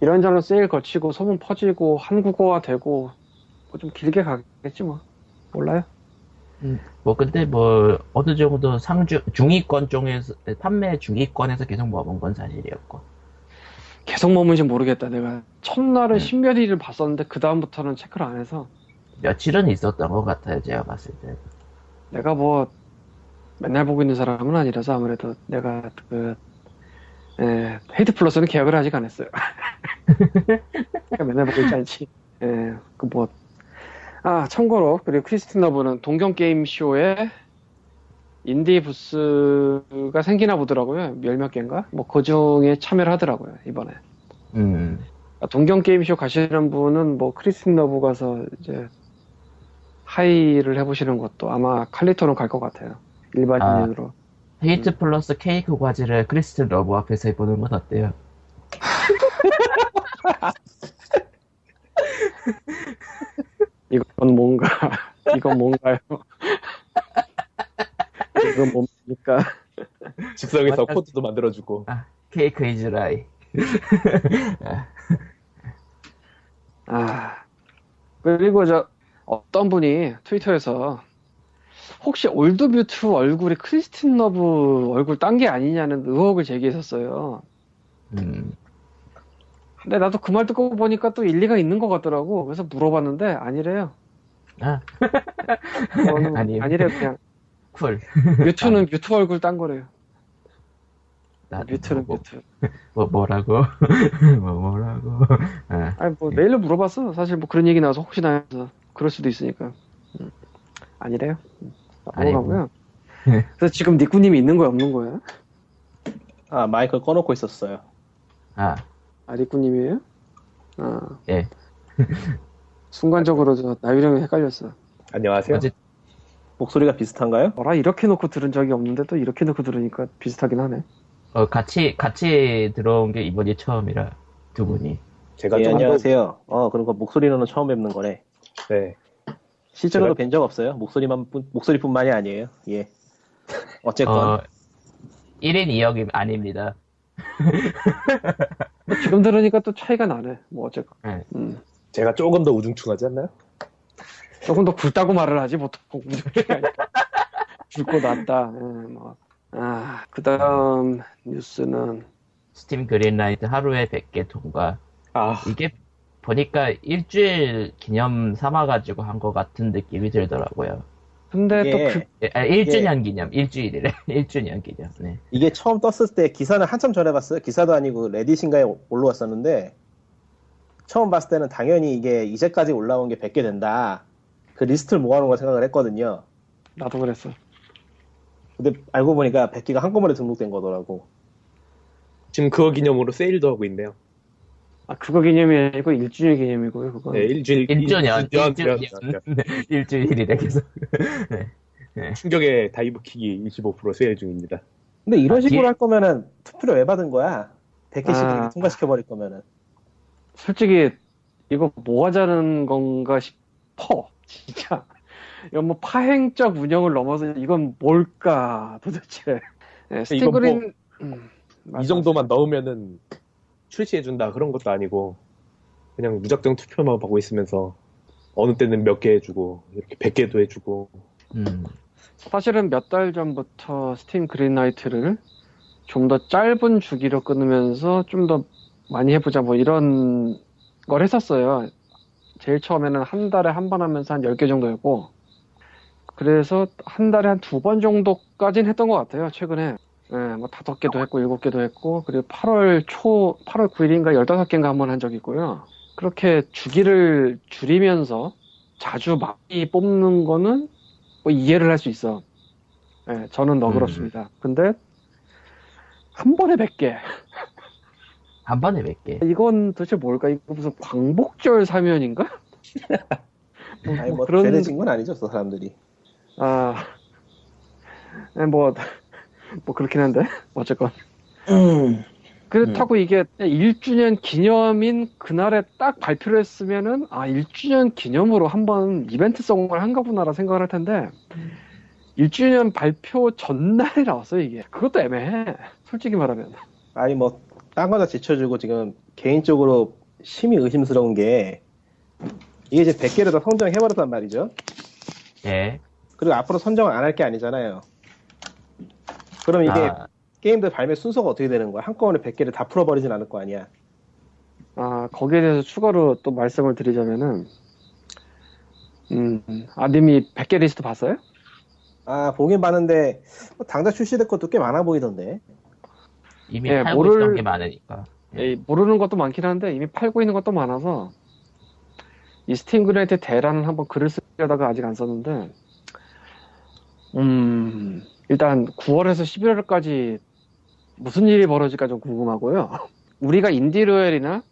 이런저런 세일 거치고 소문 퍼지고 한국어화 되고 뭐 좀 길게 가겠지 뭐 몰라요 뭐 근데 뭐 어느 정도 상주 중위권 쪽에서 네, 판매 중위권에서 계속 머문 건 사실이었고. 계속 머문지 모르겠다 내가 첫날은 음. 십몇 일을 봤었는데 그 다음부터는 체크를 안 해서 며칠은 있었던 것 같아요, 제가 봤을 때. 내가 뭐 맨날 보고 있는 사람은 아니라서 아무래도 내가 그 에, 헤이트 플러스는 계약을 아직 안 했어요. *laughs* 그러니까 맨날 보고 있지 않지. 예, 그 뭐. 아, 참고로, 그리고 크리스티너브는 동경게임쇼에 인디 부스가 생기나 보더라고요. 열몇 개인가? 뭐, 그 중에 참여를 하더라고요, 이번에. 음. 아, 동경 게임쇼 가시는 분은 뭐 크리스틴 러브 가서 이제 하이를 해보시는 것도 아마 칼리토는 갈 것 같아요. 일반인으로. 헤이트 플러스 케이크 과제를 크리스틴 러브 앞에서 해보는 건 어때요? 이건 뭔가, *laughs* 이건 뭔가요? 이건 뭡니까? 집성에서 맞아. 코트도 만들어주고 케이크 이즈라이. 아. 그리고 저 어떤 분이 트위터에서 혹시 올드뷰트 얼굴이 크리스틴 러브 얼굴 딴 게 아니냐는 의혹을 제기했었어요. 음. 근데 나도 그 말 듣고 보니까 또 일리가 있는 것 같더라고. 그래서 물어봤는데 아니래요. 아, 그거는 *laughs* 아니에요. 아니래요. 그냥 쿨. 뮤트는 뮤트 얼굴 딴 거래요. 나도 뮤트는 뭐, 뮤트. 뭐, 뭐라고? *laughs* 뭐, 뭐라고? 아, 아니 뭐 메일로 물어봤어. 사실 뭐 그런 얘기 나와서 혹시나 해서 그럴 수도 있으니까. 음. 아니래요. 음. 아니고. 넘어가고요. 네. 그래서 지금 니꾸님이 있는 거야 없는 거야? 아 마이크 꺼놓고 있었어요. 아, 아 니꾸님이에요? 아 예. 순간적으로 저 나유령이 헷갈렸어. 안녕하세요. 어제- 목소리가 비슷한가요? 뭐라 이렇게 놓고 들은 적이 없는데 또 이렇게 놓고 들으니까 비슷하긴 하네. 어, 같이, 같이 들어온 게 이번이 처음이라, 두 분이. 제가 예 좀 안녕하세요. 어 그런 거 목소리로는 처음 뵙는 거네. 더- 네. 실제로도 뵌 적 없어요. 목소리만 뿐- 목소리뿐만이 아니에요. 예. *laughs* 어쨌건 아, 어, 1인 2역이 아닙니다. 또 지금 들으니까 또 차이가 나네. 뭐 어쨌건. 네. 음. 제가 조금 더 우중충하지 않나요? 조금 더 굵다고 말을 하지 보통 *laughs* 굵고 낫다. 예, 뭐. 아 그다음 뉴스는 스팀 그린라이트 하루에 100개 통과. 아 이게 보니까 일주일 기념 삼아가지고 한 것 같은 느낌이 들더라고요. 근데 예. 또 그, 예, 아, 1주년 기념, 1주일이래. *laughs* 1주년 기념. 네. 이게 처음 떴을 때 기사는 한참 전에 봤어요. 기사도 아니고 레딧인가에 올라왔었는데 처음 봤을 때는 당연히 이게 이제까지 올라온 게 100개 된다. 그 리스트를 모아놓은 걸 생각을 했거든요. 나도 그랬어. 근데 알고 보니까 100개가 한꺼번에 등록된 거더라고. 지금 그거 기념으로 세일도 하고 있네요. 아 그거 기념이 아니고 일주일 기념이고요. 그거. 네, 일주일 1주년, 일주년 1주년. *laughs* 1주일이래 계속. 네. 충격의 다이브킥이 25% 세일 중입니다. 근데 이런 아, 식으로 뒤에- 할 거면은 투표를 왜 받은 거야? 100개씩 아. 이렇게 통과시켜버릴 거면은. 솔직히 이거 뭐 하자는 건가 싶어. 진짜. 이건 뭐 파행적 운영을 넘어서 이건 뭘까 도대체. 예, 이건 뭐- 스티그린 음, 맞아. 이 정도만 넣으면은 출시해준다 그런 것도 아니고 그냥 무작정 투표만 하고 있으면서 어느 때는 몇 개 해주고 이렇게 100개도 해주고 음. 사실은 몇 달 전부터 스팀 그린라이트를 좀 더 짧은 주기로 끊으면서 좀 더 많이 해보자 뭐 이런 걸 했었어요. 제일 처음에는 한 달에 한 번 하면서 한 10개 정도였고 그래서 한 달에 한 두 번 정도까지는 했던 것 같아요. 최근에 예, 뭐 다섯 개도 했고 일곱 개도 했고 그리고 8월 초 8월 9일인가 15개인가 한 번 한 적이 있고요. 그렇게 주기를 줄이면서 자주 많이 뽑는 거는 뭐 이해를 할 수 있어. 예, 저는 너그럽습니다. 근데 한 번에 100개. 한 번에 100개. 이건 도대체 뭘까? 이거 무슨 광복절 사면인가? 뭐, 아니 뭐 뭐 그런 죄를 진건 아니죠, 저 사람들이. 아, 네, 뭐, 뭐 그렇긴 한데 어쨌건. 음. 그렇다고 이게 1주년 기념인 그날에 딱 발표를 했으면은 아 1주년 기념으로 한번 이벤트성을 한가 보나라 생각을 할 텐데 1주년 발표 전날에 나왔어요 이게 그것도 애매해 솔직히 말하면 아니 뭐 딴 거다 제쳐주고 지금 개인적으로 심히 의심스러운 게 이게 이제 100개를 다 선정해버렸단 말이죠. 예. 그리고 앞으로 선정을 안 할 게 아니잖아요. 그럼 이게 아, 게임들 발매 순서가 어떻게 되는 거야? 한꺼번에 100개를 다 풀어버리진 않을 거 아니야. 아, 거기에 대해서 추가로 또 말씀을 아, 드리자면은, 음, 아님이 100개 리스트 봤어요? 아 보긴 봤는데 뭐 당장 출시될 것도 꽤 많아 보이던데. 이미 예, 팔고 모를- 있던 게 많으니까. 예, 모르는 것도 많긴 한데 이미 팔고 있는 것도 많아서 이 스팀 그레이트 대란을 한번 글을 쓰려다가 아직 안 썼는데 음 일단 9월에서 11월까지 무슨 일이 벌어질까 좀 궁금하고요. *laughs* 우리가 인디로엘이나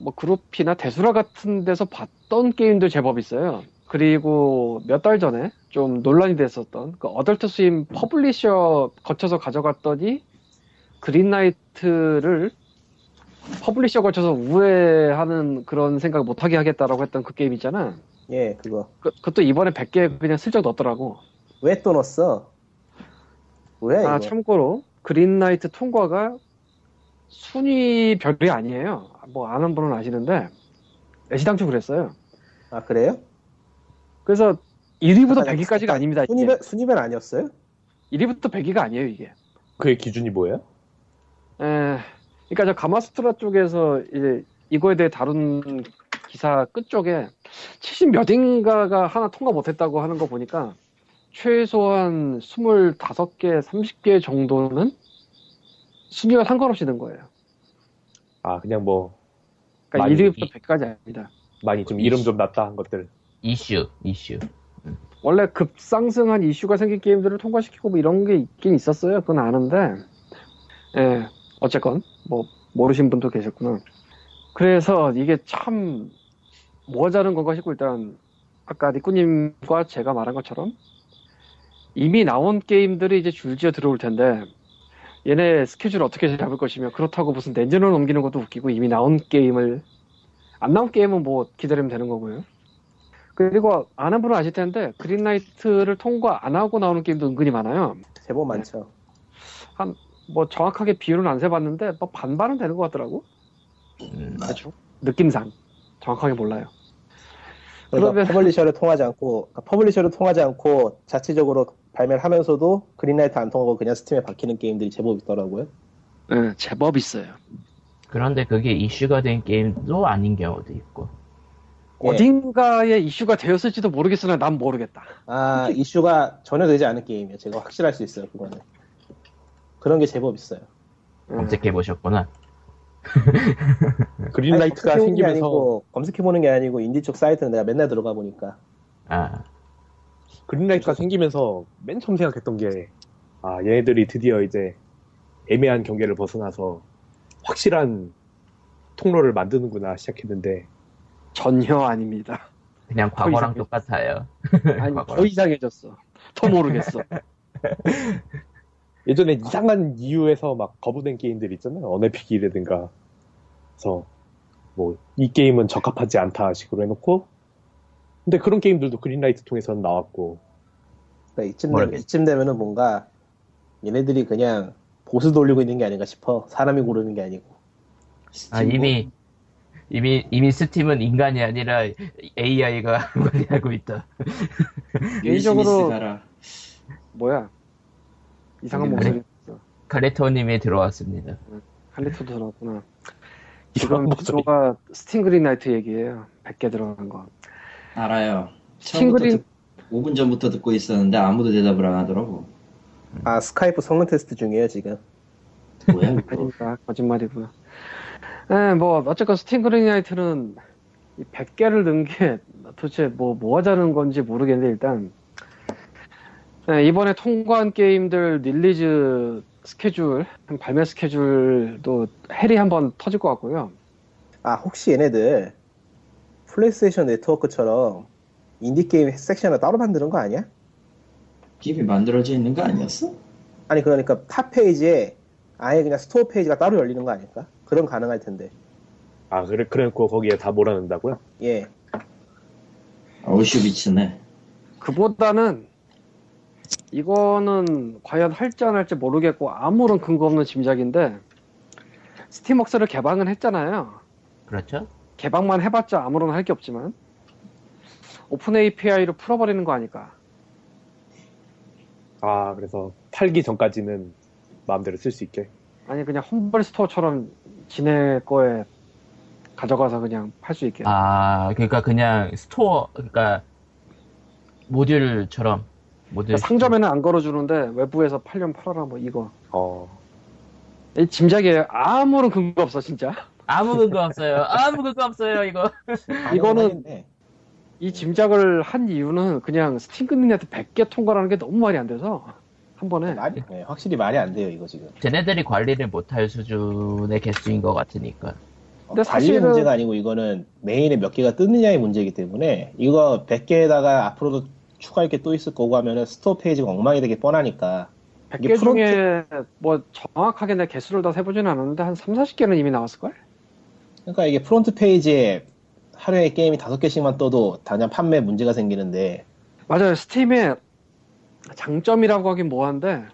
뭐 그룹이나 대수라 같은 데서 봤던 게임도 제법 있어요. 그리고 몇 달 전에 좀 논란이 됐었던 그 어덜트 스임 퍼블리셔 거쳐서 가져갔더니 그린나이트를 퍼블리셔 거쳐서 우회하는 그런 생각 못하게 하겠다라고 했던 그 게임 있잖아. 예 그거 그, 그것도 이번에 100개 그냥 슬쩍 넣었더라고. 왜 또 넣었어? 왜 아, 네, 이거? 참고로 그린라이트 통과가 순위 별이 아니에요. 뭐 아는 분은 아시는데 애시당초 그랬어요. 아 그래요? 그래서 1위부터 약간 100위까지가 아닙니다. 이게. 순위별 순위별 아니었어요? 1위부터 100위가 아니에요, 이게. 그의 기준이 뭐예요? 에, 그러니까 저 가마스트라 쪽에서 이제 이거에 대해 다룬 기사 끝 쪽에 70몇 인가가 하나 통과 못했다고 하는 거 보니까 최소한 25개, 30개 정도는 순위와 상관없이 든 거예요. 아 그냥 뭐 그러니까 많이 1위부터 100까지 아닙니다. 많이 좀 이름 좀 났다 한 것들. 네. 이슈, 이슈. 원래 급상승한 이슈가 생긴 게임들을 통과시키고 뭐 이런 게 있긴 있었어요. 그건 아는데, 예, 어쨌건, 뭐, 모르신 분도 계셨구나. 그래서 이게 참, 뭐 하자는 건가 싶고, 일단, 아까 니꾸님과 제가 말한 것처럼, 이미 나온 게임들이 이제 줄지어 들어올 텐데, 얘네 스케줄 어떻게 잡을 것이며, 그렇다고 무슨 내년을 넘기는 것도 웃기고, 이미 나온 게임을, 안 나온 게임은 뭐 기다리면 되는 거고요. 그리고 아는 분은 아실 텐데 그린라이트를 통과 안 하고 나오는 게임도 은근히 많아요. 제법 네. 많죠. 뭐 정확하게 비율은 안 세봤는데 뭐 반반은 되는 것 같더라고. 음, 대충 느낌상 정확하게 몰라요. 그래서 그러면- 그러니까 퍼블리셔를 통하지 않고 그러니까 퍼블리셔를 통하지 않고 자체적으로 발매를 하면서도 그린라이트 안 통하고 그냥 스팀에 박히는 게임들이 제법 있더라고요. 예, 제법 있어요. 그런데 그게 이슈가 된 게임도 아닌 경우도 있고. 예. 어딘가에 이슈가 되었을지도 모르겠으나 난 모르겠다. 아 이슈가 전혀 되지 않은 게임이에요. 제가 확실할 수 있어요 그거는. 그런 게 제법 있어요. 예. 검색해 보셨구나. 그린라이트가 아니, 검색해보는 게 생기면서 아니고, 검색해보는 게 아니고 인디 쪽 사이트는 내가 맨날 들어가 보니까 아, 그린라이트가 생기면서 맨 처음 생각했던 게 아 얘네들이 드디어 이제 애매한 경계를 벗어나서 확실한 통로를 만드는구나 시작했는데 전혀 아닙니다. 그냥 과거랑 이상해. 똑같아요. 아니 더 이상해졌어. 더 모르겠어. 예전에 이상한 이유에서 막 거부된 게임들 있잖아요. 언에픽이라든가. 그래서 뭐 이 게임은 적합하지 않다 식으로 해놓고 근데 그런 게임들도 그린라이트 통해서는 나왔고 그러니까 이쯤 되면, 모르겠네. 이쯤 되면은 뭔가 얘네들이 그냥 보수 돌리고 있는 게 아닌가 싶어. 사람이 고르는 게 아니고. 아, 이미, 이미, 이미 스팀은 인간이 아니라 AI가 관리하고 *laughs* 있다. 개인적으로- 윌 스미스 가라. 뭐야? 이상한 아니, 아니. 목소리. 카레토님이 들어왔습니다. 할리토도 들어왔구나. 이런 지금 목소리. 주소가 스팅그린나이트 얘기예요. 100개 들어간 거. 알아요. 처음부터 싱글인- 듣, 5분 전부터 듣고 있었는데 아무도 대답을 안 하더라고. 아 스카이프 성능 테스트 중이에요 지금. 뭐야 *laughs* 이거? 아닙니다. 거짓말이고요. 예, 뭐 어쨌건 스팅그린나이트는 100개를 넣은 게 도대체 뭐, 뭐 하자는 건지 모르겠는데 일단 예, 이번에 통과한 게임들 릴리즈 스케줄, 발매 스케줄도 해리 한번 터질 것 같고요. 아 혹시 얘네들 플레이스테이션 네트워크처럼 인디 게임 섹션을 따로 만드는 거 아니야? 게임이 만들어져 있는 거 아니었어? 아니 그러니까 탑 페이지에 아예 그냥 스토어 페이지가 따로 열리는 거 아닐까? 그럼 가능할 텐데. 아 그래 그래놓고 거기에 다 몰아넣는다고요? 예. 아우슈비츠네. 그보다는 이거는 과연 할지 안 할지 모르겠고 아무런 근거 없는 짐작인데 스팀웍스를 개방은 했잖아요. 그렇죠? 개방만 해봤자 아무런 할 게 없지만 오픈 API로 풀어버리는 거 아닐까? 아 그래서 팔기 전까지는 마음대로 쓸 수 있게 아니 그냥 홈블 스토어처럼 지네 거에 가져가서 그냥 팔 수 네. 있게. 아, 그러니까 그냥 스토어, 그러니까 모듈처럼 모델 그러니까 상점에는 안 걸어주는데 외부에서 팔면 팔아라 뭐 이거 어, 이 짐작이에요 아무런 근거 없어 진짜 아무 근거 없어요. 아무 근거 없어요 이거. 이거는- 네. 이 짐작을 한 이유는 그냥 스팀 끊는애한테 100개 통과라는 게 너무 말이 안 돼서 한 번에 말이 네, 확실히 말이 안 돼요 이거 지금. 쟤네들이 관리를 못할 수준의 개수인 것 같으니까. 어, 근데 관리 사실은- 문제가 아니고 이거는 메인에 몇 개가 뜨느냐의 문제이기 때문에 이거 100개에다가 앞으로도 추가할 게 또 있을 거고 하면은 스토어 페이지가 엉망이 되게 뻔하니까 이게 100개 중에 뭐 정확하게 내 개수를 다 세보진 않았는데 한 3, 40개는 이미 나왔을걸? 그러니까 이게 프론트 페이지에 하루에 게임이 다섯 개씩만 떠도 당장 판매 문제가 생기는데 맞아요. 스팀의 장점이라고 하긴 뭐한데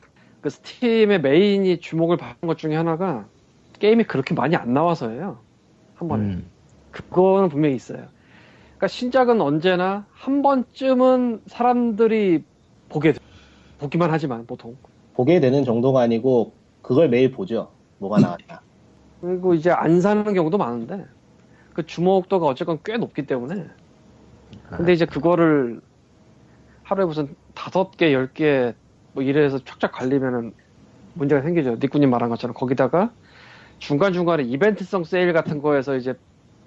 그 스팀의 메인이 주목을 받은 것 중에 하나가 게임이 그렇게 많이 안 나와서예요. 한 번에. 음. 그거는 분명히 있어요. 그러니까 신작은 언제나 한 번쯤은 사람들이 보게 돼. 보기만 하지만 보통. 보게 되는 정도가 아니고 그걸 매일 보죠. 뭐가 나왔나. 그리고 이제 안 사는 경우도 많은데 그 주목도가 어쨌건 꽤 높기 때문에 근데 이제 그거를 하루에 무슨 다섯 개, 열 개, 뭐 이래서 쫙쫙 갈리면은 문제가 생기죠. 니꾸님 말한 것처럼. 거기다가 중간중간에 이벤트성 세일 같은 거에서 이제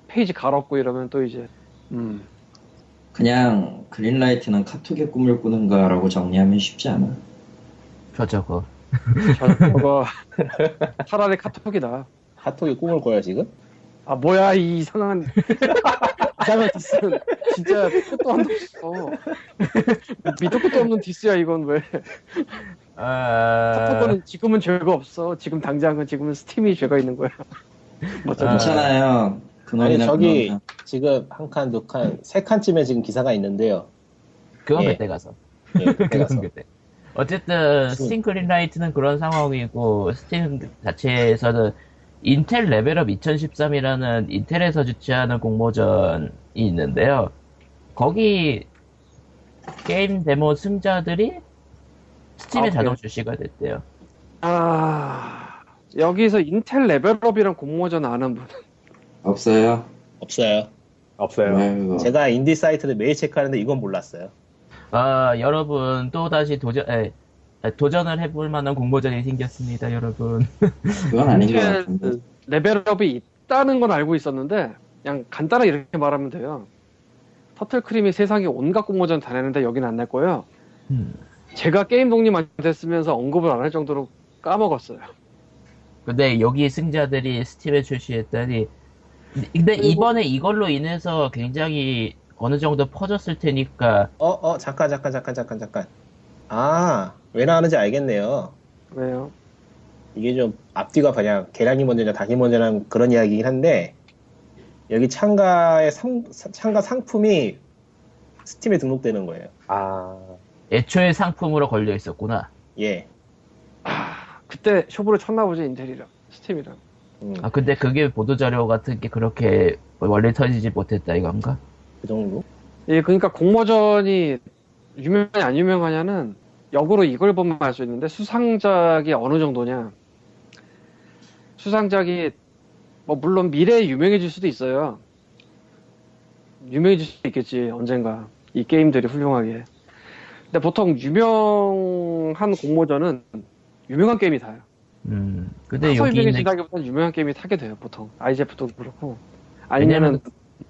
페이지 갈았고 이러면 또 이제, 음, 그냥 그린라이트는 카톡의 꿈을 꾸는가라고 정리하면 쉽지 않아. 저 저거. 저거 차라리 카톡이다. 카톡이 꿈을 꿔요 지금? 아, 뭐야, 이 이상한, *laughs* 이상한 디스는 진짜 끝도 한도 없어. 밑도 끝도 없는 디스야, 이건 왜. 아, 카톡은 지금은 죄가 없어. 지금 당장은 지금은 스팀이 죄가 있는 거야. 뭐 어쩌- 아. 괜찮아요. 근원이나 아니, 저기- 근원이나. 지금 한 칸, 두 칸, 세 칸쯤에 지금 기사가 있는데요. 그건 예. 그때 가서. *laughs* 예, 그때 가서. 그건 그때. 어쨌든 그- 스팀클린라이트는 그런 상황이고 스팀 자체에서는 인텔 레벨업 2013이라는 인텔에서 주최하는 공모전이 있는데요. 거기 게임 데모 승자들이 스팀에 아, 그래요? 자동 출시가 됐대요. 아, 여기서 인텔 레벨업이랑 공모전 아는 분. 없어요. 없어요. 네. 없어요. 네. 뭐야, 그거. 제가 인디 사이트를 매일 체크하는데 이건 몰랐어요. 아, 여러분 또 다시 도전 에, 에, 도전을 해볼 만한 공모전이 생겼습니다, 여러분. 그건 아닌 것 인텔 같은데. 레벨업이 있다는 건 알고 있었는데, 그냥 간단하게 이렇게 말하면 돼요. 터틀크림이 세상에 온갖 공모전 다 내는데 여긴 안 낼 거예요. 음. 제가 게임 독립한테 쓰면서 언급을 안 할 정도로 까먹었어요. 근데 여기 승자들이 스팀에 출시했다니. 근데 그리고- 이번에 이걸로 인해서 굉장히 어느 정도 퍼졌을 테니까 어, 어, 잠깐, 잠깐, 잠깐, 잠깐, 잠깐. 아, 왜 나오는지 알겠네요. 왜요? 이게 좀 앞뒤가 그냥 계량이 먼저냐 닭이 먼저냐 그런 이야기긴 한데 여기 참가의 상, 사- 참가 상품이 스팀에 등록되는 거예요. 아, 애초에 상품으로 걸려 있었구나. 예. 그때 쇼부를 쳤나 보지, 인텔이랑. 스팀이랑. 음, 아 근데 그게 보도 자료 같은 게 그렇게 원래 터지지 못했다 이건가? 그 정도? 예, 그러니까 공모전이 유명하냐 안 유명하냐는 역으로 이걸 보면 알 수 있는데 수상작이 어느 정도냐. 수상작이 뭐 물론 미래에 유명해질 수도 있어요. 유명해질 수도 있겠지 언젠가 이 게임들이 훌륭하게. 근데 보통 유명한 공모전은 유명한 게임이 타요. 음. 근데 타서 여기 있는 유명해진다기보다는 유명한 게임이 타게 돼요 보통. IGF도 그렇고. 왜냐면 아니면은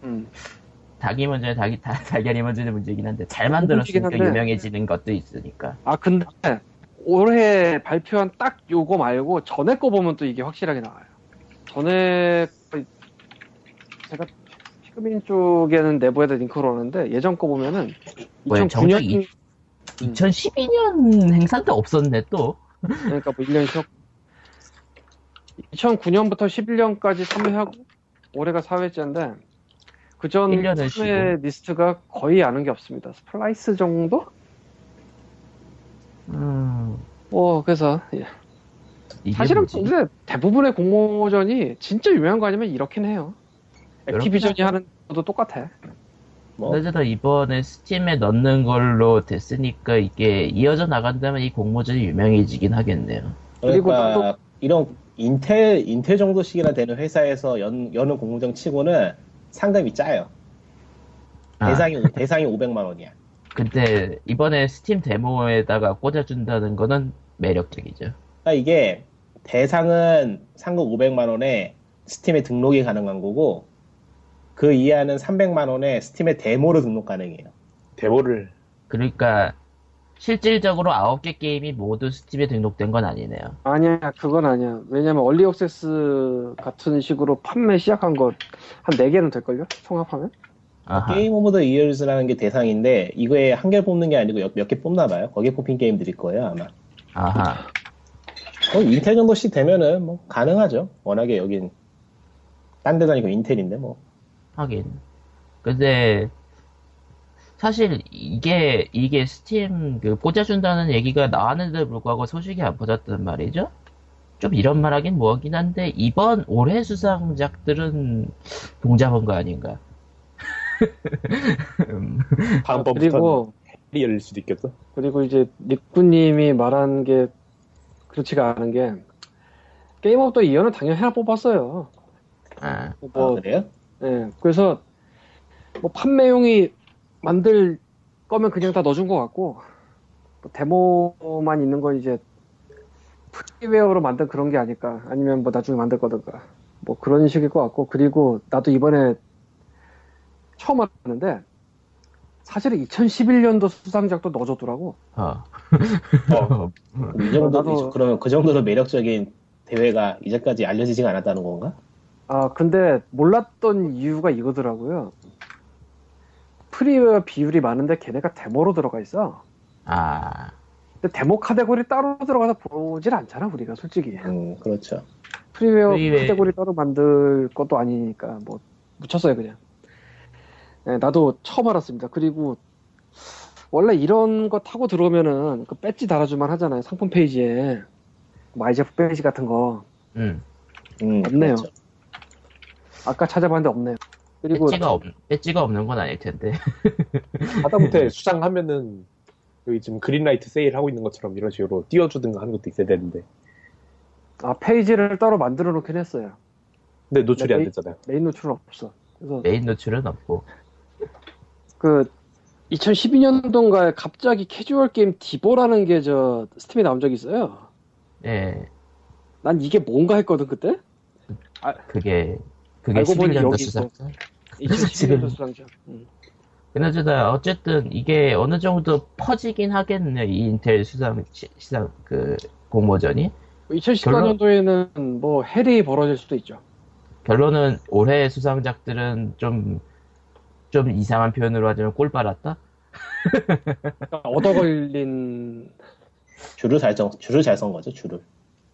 음. 닭이 먼저 닭이 다, *laughs* 달걀이 먼저는 문제긴 한데 잘 음, 문제긴 만들었으니까 한데. 유명해지는 것도 있으니까. 아 근데 올해 발표한 딱 요거 말고 전에 거 보면 또 이게 확실하게 나와요. 전에 거- 제가 피그민 쪽에는 내부에다 링크를 오는데 예전 거 보면은 뭐야, 정작 이- 2009년 음. 2012년 행사 때 없었네 또. 그러니까 뭐 1년 쉬었 2009년부터 11년까지 참여하고 올해가 4회째인데 그전 1년을 참여 리스트가 거의 아는 게 없습니다. 스플라이스 정도? 음. 뭐 그래서 예. 이게 사실은 뭐지? 근데 대부분의 공모전이 진짜 유명한 거 아니면 이렇긴 해요. 그렇죠. 액티비전이 하는 것도 똑같아. 뭐 어쨌든 이번에 스팀에 넣는 걸로 됐으니까 이게 이어져 나간다면 이 공모전이 유명해지긴 하겠네요. 그리고 그러니까 또- 이런 인텔 인텔 정도씩이나 되는 회사에서 연 여는 공모전 치고는 상금이 짜요. 아, 대상이 대상이 500만 원이야. 근데 이번에 스팀 데모에다가 꽂아준다는 거는 매력적이죠. 그러니까 이게 대상은 상금 500만 원에 스팀에 등록이 가능한 거고 그 이하는 300만 원에 스팀에 데모로 등록 가능해요. 데모를 그러니까 실질적으로 9개 게임이 모두 스팀에 등록된 건 아니네요. 아니야, 그건 아니야. 왜냐면 얼리 억세스 같은 식으로 판매 시작한 거 한 4개는 될걸요? 통합하면? 아하. 게임 오브 더 이어즈라는 게 대상인데 이거에 한 개 뽑는 게 아니고 몇 개 뽑나 봐요. 거기에 뽑힌 게임들일 거예요 아마. 아하. 뭐 인텔 정도씩 되면은 뭐 가능하죠. 워낙에 여긴 딴 데도 아니고 인텔인데 뭐. 하긴. 근데 사실 이게 이게 스팀 그 꽂아준다는 얘기가 나왔는데도 불구하고 소식이 안 퍼졌단 말이죠. 좀 이런 말하긴 뭐하긴 한데 이번 올해 수상작들은 동잡은 거 아닌가. 음, 다음 번부터 는 그리고, 리 열릴 수도 있겠어. 그리고 이제 닉구님이 말한 게 그렇지가 않은 게 게임 업더 이어는 당연히 하나 뽑았어요. 아, 아, 뭐, 그래요? 예, 그래서 뭐 판매용이 만들 거면 그냥 다 넣어준 것 같고 뭐 데모만 있는 건 이제 프리웨어로 만든 그런 게 아닐까 아니면 뭐 나중에 만들 거든가 뭐 그런 식일 것 같고 그리고 나도 이번에 처음 알았는데 사실은 2011년도 수상작도 넣어줬더라고 어. 어. 이 정도 음. 나도- 그러면 그 정도로 매력적인 대회가 이제까지 알려지지가 않았다는 건가? 아, 근데 몰랐던 이유가 이거더라고요. 프리웨어 비율이 많은데 걔네가 데모로 들어가 있어. 아, 근데 데모 카테고리 따로 들어가서 보질 않잖아, 우리가 솔직히. 음, 그렇죠. 프리웨어 프리웨어. 카테고리 따로 만들 것도 아니니까 뭐 묻혔어요, 그냥. 네, 나도 처음 알았습니다. 그리고 원래 이런 거 타고 들어오면은 그 배지 달아주만 하잖아요. 상품 페이지에. 마이제프 페이지 같은 거. 음. 음, 없네요. 그렇죠. 아까 찾아봤는데 없네요. 그리고 배지가 없, 배지가 없는 건 아닐 텐데. 네. 하다못해 수상하면은 여기 지금 그린라이트 세일 하고 있는 것처럼 이런 식으로 띄워주든가 하는 것도 있어야 되는데. 아, 페이지를 따로 만들어 놓긴 했어요. 근데 노출이 안 네, 됐잖아요. 메인 노출은 없어. 그래서 메인 노출은 없고. 그 2012년도인가에 갑자기 캐주얼 게임 디보라는 게 저 스팀에 나온 적이 있어요. 예, 난 이게 뭔가 했거든 그때. 그게, 그게 알고 보니 11년도 여기 수상. 2012년도 수상작. 음. 그나저나 어쨌든 이게 어느 정도 퍼지긴 하겠네 이 인텔 수상 시- 시상 그 공모전이 2014년도에는 뭐 해리 벌어질 수도 있죠. 결론은 올해 수상작들은 좀 좀 이상한 표현으로 하자면 꼴 빨았다 그러니까 얻어 걸린 줄을 잘 정, 줄을 잘 선 거죠, 줄을.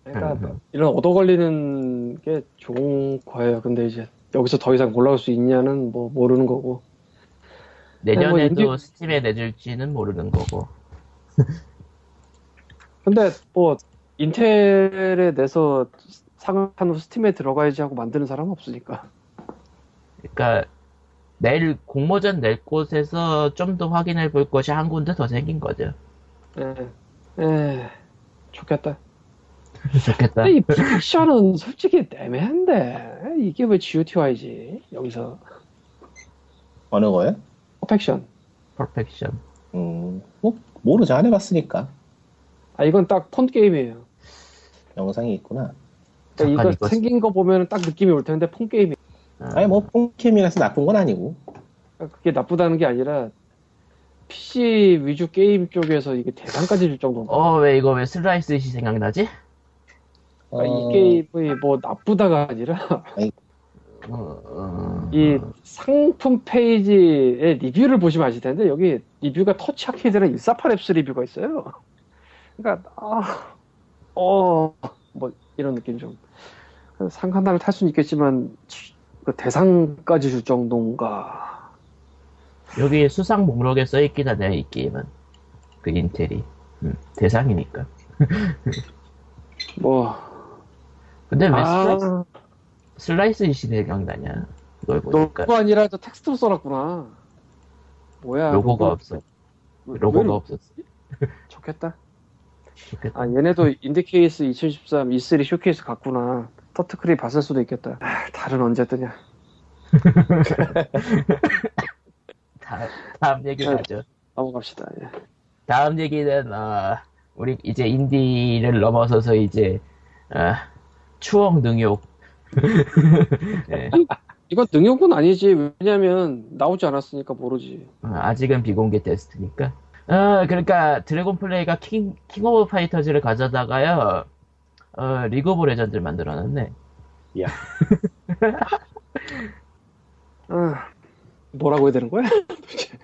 그러니까 이런 얻어 걸리는 게 좋은 거예요. 근데 이제 여기서 더 이상 올라올 수 있냐는 뭐 모르는 거고. 내년에도 뭐 인디- 스팀에 내줄지는 모르는 거고 근데 뭐 인텔에 내서 상을 한 후 스팀에 들어가야지 하고 만드는 사람은 없으니까. 그러니까 내일 공모전 낼 곳에서 좀 더 확인해 볼 것이 한 군데 더 생긴 거죠 예. 예. 네. 좋겠다. 좋겠다 근데 이 픽션은 솔직히 애매한데 이게 왜 GOTY지 여기서 어느 거요? 퍼펙션. 퍼펙션 음, 뭐, 모르죠. 안 해봤으니까. 아 이건 딱 폰 게임이에요. 영상이 있구나. 그러니까 잠깐 이거 이거- 생긴 거 보면 딱 느낌이 올 텐데 폰 게임이. 아니, 뭐, 폰캠이라서 나쁜 건 아니고. 그러니까 그게 나쁘다는 게 아니라 PC 위주 게임 쪽에서 이게 대상까지 줄 정도. 어 왜 이거 왜 슬라이스 이 생각나지? 어, 아, 그러니까 이 게임이 뭐 나쁘다가 아니라 어, 어, 이 상품 페이지의 리뷰를 보시면 아실 텐데 여기 리뷰가 터치 아케이드랑 148 앱스 리뷰가 있어요. 그러니까 아어뭐 이런 느낌 좀 상한단을 탈 수는 있겠지만 그 대상까지 줄 정도인가 여기 수상 목록에 써 있긴 하네요, 이 게임은. 그 인텔이. 음, 대상이니까. 뭐 근데 왜 슬라이스, 아, 슬라이스 이시 생각나냐? 이걸 보니까. 로고가 아니라 저 텍스트로 써놨구나. 뭐야 로고가 로고. 없어. 로고가 왜 없었어. 좋겠다. 좋겠다. 아 얘네도 인디케이스 2013 E3 쇼케이스 갔구나. 터트크리 봤을 수도 있겠다. 아, 다른 언제 뜨냐. 다, 다음 얘기로 아. 가죠. 넘어갑시다. 예. 다음 얘기는 어, 우리 이제 인디를 넘어서서 이제 어, 추억 능욕 *laughs* 예, 이건 능욕은 아니지. 왜냐면 나오지 않았으니까 모르지. 어, 아직은 비공개 테스트니까 어, 그러니까 드래곤 플레이가 킹, 킹 오브 파이터즈를 가져다가요 어, 리그 오브 레전드를 만들어놨네 아, 뭐라고 해야 되는 거야? 도대체.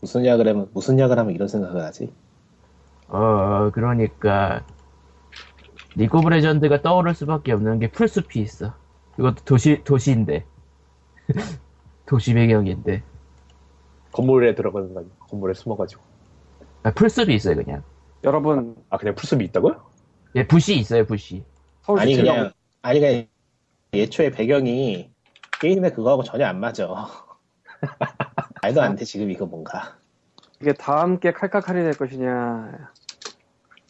무슨 약을 하면 무슨 약을 하면 이런 생각을 하지? 어 그러니까 리그 오브 레전드가 떠오를 수밖에 없는 게 풀숲이 있어 이것도 도시, 도시인데 *laughs* 도시 배경인데 건물에 들어가는 거 아니야? 건물에 숨어가지고. 아, 풀숲이 있어요 그냥 *laughs* 여러분 아, 그냥 풀숲이 있다고요? 예, 부시 있어요, 부시. 서울 아니 시청- 그냥 아니 그냥 예초에 배경이 게임의 그거하고 전혀 안 맞아. *laughs* 말도 안 돼 지금 이거 뭔가. 이게 다 함께 칼칼칼이 될 것이냐.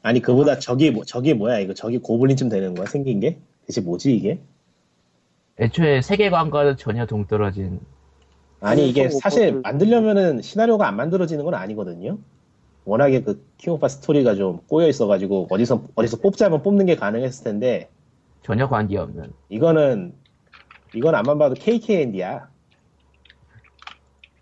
아니 그보다 저기 뭐 저기 뭐야 이거 저기 고블린쯤 되는 거야 생긴 게 대체 뭐지 이게? 애초에 세계관과는 전혀 동떨어진. 아니 이게 그래서 사실 그것을- 만들려면은 시나리오가 안 만들어지는 건 아니거든요. 워낙에 그 킹오파 스토리가 좀 꼬여 있어가지고 어디서 어디서 뽑자면 뽑는 게 가능했을 텐데 전혀 관계없는. 이거는 이건 안만 봐도 KKND야.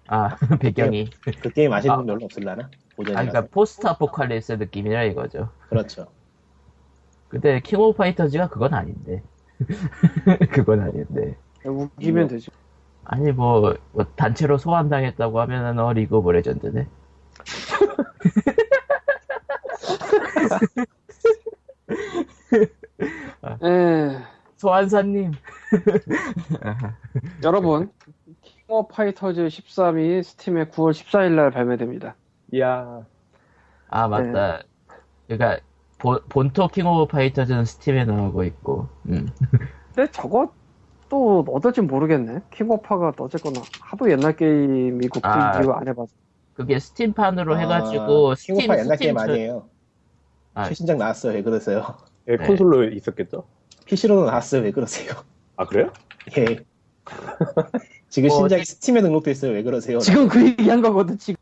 아, *laughs* 배경이. 그 게임 아시는 분 아. 별로 없을라나? 아, 고전이라서. 그러니까 포스트 아포칼립스 느낌이라 이거죠. 그렇죠. 근데 킹 오브 파이터즈가 그건 아닌데. *laughs* 그건 아닌데. 우기면 되지. 아니, 뭐, 뭐 단체로 소환당했다고 하면은, 어, 리그 오브 레전드네. 예. 소환사님. *laughs* 여러분, 킹오 파이터즈 13이 스팀에 9월 14일 날 발매됩니다. 이야, 아, 맞다. 그러니까, 본, 본토 킹 오브 파이터즈는 스팀에 나오고 있고, 음. 근데 저거 또 어떨지 모르겠네. 킹오파가 어쨌거나 하도 옛날 게임이고 그 아. 이후 안 해봐서. 그게 스팀판으로 아, 해가지고, 스팀, 킹오파 옛날 스팀 게임 저- 아니에요. 아. 최신작 나왔어요. 왜 그러세요? *laughs* 예, 네. 콘솔로 있었겠죠? PC로도 나왔어요. 왜 그러세요? 아, 그래요? 예. 지금 뭐, 신작이 스팀에 등록돼 있어요. 왜 그러세요? 지금 그 얘기한 거거든. 지금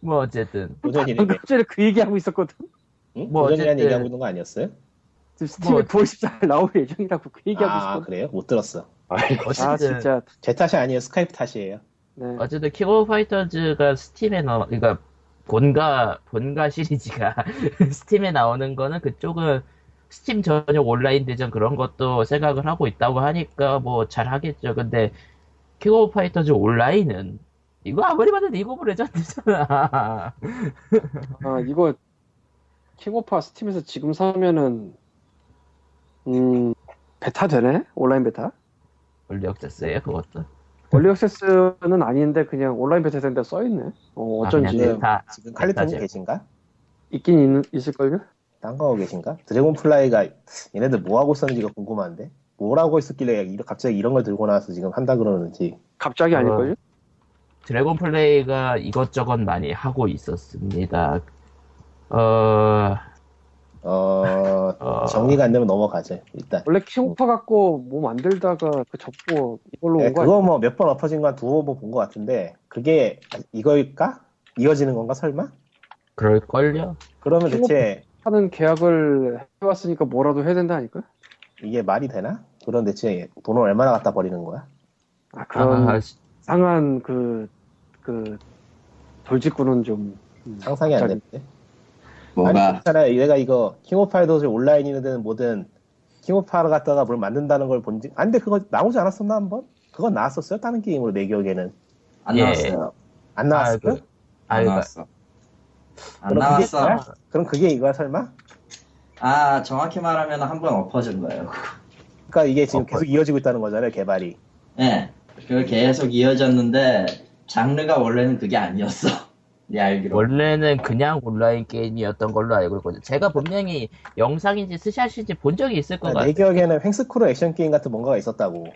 뭐, 어쨌든. 고전이라는 방금 게, 전에 그 얘기하고 있었거든. 응? 뭐 고전이라는 어쨌든- 얘기하고 있는 거 아니었어요? 지금 스팀에 뭐. 9월 14일 나올 예정이라고 그 얘기하고 아 있었거든. 그래요? 못 들었어. 아, 어쨌든, 아 진짜. 제 탓이 아니에요. 스카이프 탓이에요. 네. 어쨌든 킹 오브 파이터즈가 스팀에 나 그러니까 본가 본가 시리즈가 *laughs* 스팀에 나오는 거는 그쪽은 스팀 전용 온라인 대전 그런 것도 생각을 하고 있다고 하니까 뭐 잘 하겠죠. 근데 킹 오브 파이터즈 온라인은 이거 아무리 봐도 리그 오브 레전드잖아. *laughs* 아 이거 킹오파 스팀에서 지금 사면은 음 베타 되네? 온라인 베타? 원래 역대어요 그것도. 원리 액세스는 아닌데 그냥 온라인 베타 된다 써 있네. 어 아, 어쩐지 그냥 다 지금 칼리토님 탓이에요. 계신가? 있긴 있, 있을걸요? 딴 거 하고 계신가? 드래곤플라이가 얘네들 뭐 하고 있었는지가 궁금한데 뭐라고 있었길래 이런- 갑자기 이런 걸 들고 나와서 지금 한다 그러는지 갑자기 아닐걸요? 드래곤 플레이가 이것저것 많이 하고 있었습니다. 어, 어 어 정리가 안 되면 넘어가죠 일단 원래 킹오파 갖고 뭐 만들다가 그 접고 이걸로 네, 온 거 그거 뭐 몇 번 엎어진 거 한 두어 번 본 것 같은데 그게 이거일까? 이어지는 건가 설마? 그럴걸요? 그러면 대체 하는 계약을 해왔으니까 뭐라도 해야 된다 아닐까요? 이게 말이 되나? 그럼 대체 돈을 얼마나 갖다 버리는 거야? 아 그런 아, 상한 그 그 돌직구는 좀 음, 상상이 안 갑자기. 되는데 아니 뭐가 괜찮아요 내가 이거 킹오파이더즈 온라인 이든 뭐든 킹오파를 갖다가 뭘 만든다는 걸 본지 아 근데 그거 나오지 않았었나 한번? 그건 나왔었어요? 다른 게임으로 내 기억에는 안 예. 나왔어요. 안 나왔을걸? 아, 그- 아, 안 그러니까 나왔어. 안 그럼 그게 나왔어. 뭐야? 그럼 그게 이거야 설마? 아 정확히 말하면 한 번 엎어진 거예요. 그러니까 이게 지금 어, 계속 이어지고 있다는 거잖아요 개발이 예. 그 계속 이어졌는데 장르가 원래는 그게 아니었어. *laughs* 내 그러니까 알기로. 원래는 그냥 온라인 게임이었던 걸로 알고 있거든요. 제가 분명히 영상인지 스샷인지 본 적이 있을 것 그러니까 내 같아요. 기억에는 횡스크롤 액션 게임 같은 뭔가가 있었다고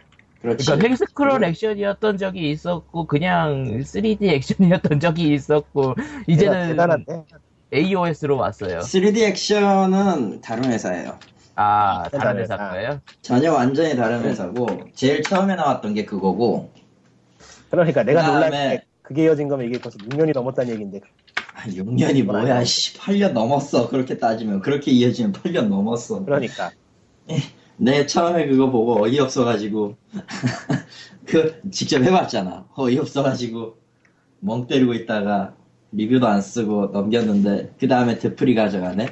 그렇지. 그러니까 횡스크롤 액션이었던 적이 있었고 그냥 3D 액션이었던 *laughs* 적이 있었고 얘가 이제는 대단한데 AOS로 왔어요. 3D 액션은 다른 회사예요. 아 대단해. 다른 회사 거예요? 전혀 완전히 네. 다른 회사고 제일 처음에 나왔던 게 그거고 그러니까 내가 놀란 그다음에- 게 그게 이어진 거면 이게 벌써 6년이 넘었다는 얘기인데 아, 6년이 뭐야, 씨. 8년 넘었어. 그렇게 따지면. 그렇게 이어지면 8년 넘었어. 그러니까 네, 처음에 그거 보고 어이없어가지고. *laughs* 그, 직접 해봤잖아. 어이없어가지고. 멍 때리고 있다가 리뷰도 안 쓰고 넘겼는데, 그 다음에 드풀이 가져가네?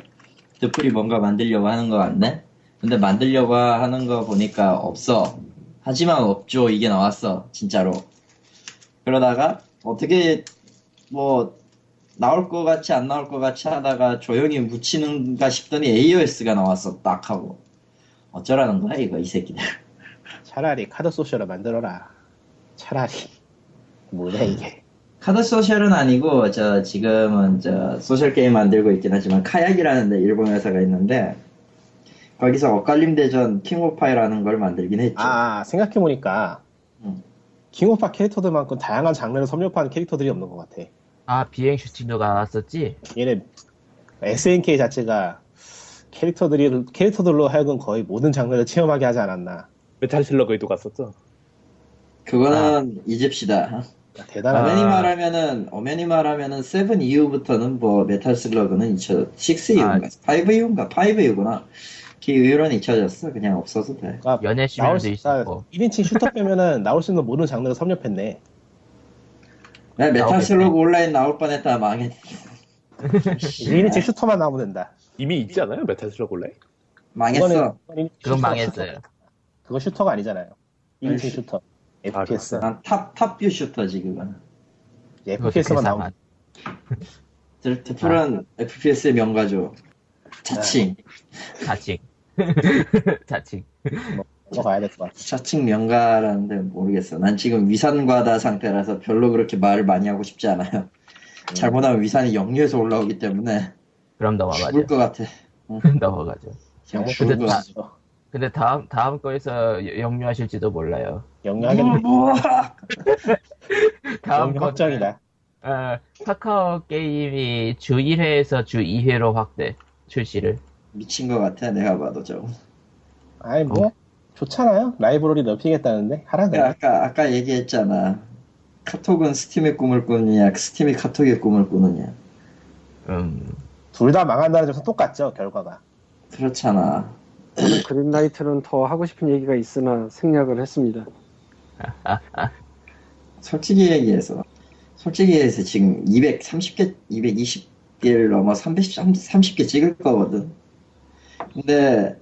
드풀이 뭔가 만들려고 하는 거 같네? 근데 만들려고 하는 거 보니까 없어. 하지만 없죠. 이게 나왔어. 진짜로. 그러다가 어떻게 뭐 나올 것 같이 안 나올 것 같이 하다가 조용히 묻히는가 싶더니 AOS가 나왔어 딱 하고 어쩌라는 거야 이거 이 새끼들 차라리 카드 소셜을 만들어라 차라리 *laughs* 뭐냐 이게 카드 소셜은 아니고 저 지금은 저 소셜 게임 만들고 있긴 하지만 카약이라는 데 일본 회사가 있는데 거기서 엇갈림 대전 킹오파이라는 걸 만들긴 했죠 아 생각해보니까 음. 킹오파 캐릭터들만큼 다양한 장르를 섭렵한 캐릭터들이 없는 것 같아 아 비행 슈팅도가 나왔었지? 얘네 SNK 자체가 캐릭터들이 캐릭터들로 하여금 거의 모든 장르를 체험하게 하지 않았나 *laughs* 메탈 슬러그에도 갔었죠. 그거는 잊읍시다 그러니까 대단한 엄연히 아. 말하면은 엄연히 말하면은 세븐 이후부터는 뭐 메탈 슬러그는 잊혀 6 아. 이후인가 5 이후인가 5 이후구나 그 이후로는 잊혀졌어 그냥 없어도 돼 그러니까 아, 연애 시간도 나올 수 있었고 1인칭 슈터 빼면은 나올 수 있는 모든 장르를 섭렵했네 네, 메탈 나오겠네. 슬러그 온라인 나올 뻔했다 망했 음. 1인칭 슈터만 나오면 된다 이미 있지 않아요? 메탈 슬러그 온라인? 망했어 그건 그건 슈터, 망했어요. 슈터. 그거 슈터가 아니잖아요 1인칭 아니, 슈터 아, FPS 난탑 탑뷰 슈터지 그거는 그것도 계산 FPS만 예, 나오면 안- 드- 아. 드풀은 FPS의 명가죠 네. 자칭 자칭 *laughs* 자칭 넘어가야 될 것 같아 자칭 명가라는데 모르겠어 난 지금 위산과다 상태라서 별로 그렇게 말을 많이 하고 싶지 음. 않아요 잘못하면 위산이 역류해서 올라오기 때문에 그럼 *laughs* 죽을 넘어가죠 것 같아 넘어가죠 그냥 영어 죽을 것 다- 같아 죠 근데 다음 다음 거에서 여- 역류하실지도 몰라요 뭐, 영유하겠네 음, 다음 영유 거 확정이다 어, 카카오 게임이 주 1회에서 주 2회로 확대 출시를 미친 것 같아 내가 봐도 저거 아이 음. 뭐 좋잖아요 라이브러리 넓히겠다는데 하라네 내가 아까 아까 얘기했잖아 카톡은 스팀의 꿈을 꾸느냐 스팀이 카톡의 꿈을 꾸느냐 음, 둘 다 망한다는 점은 똑같죠 결과가 그렇잖아 저는 그린라이트는 더 하고 싶은 얘기가 있으나 생략을 했습니다. 솔직히 얘기해서 솔직히 얘기해서 지금 230개 220개를 넘어 330개 찍을 거거든 근데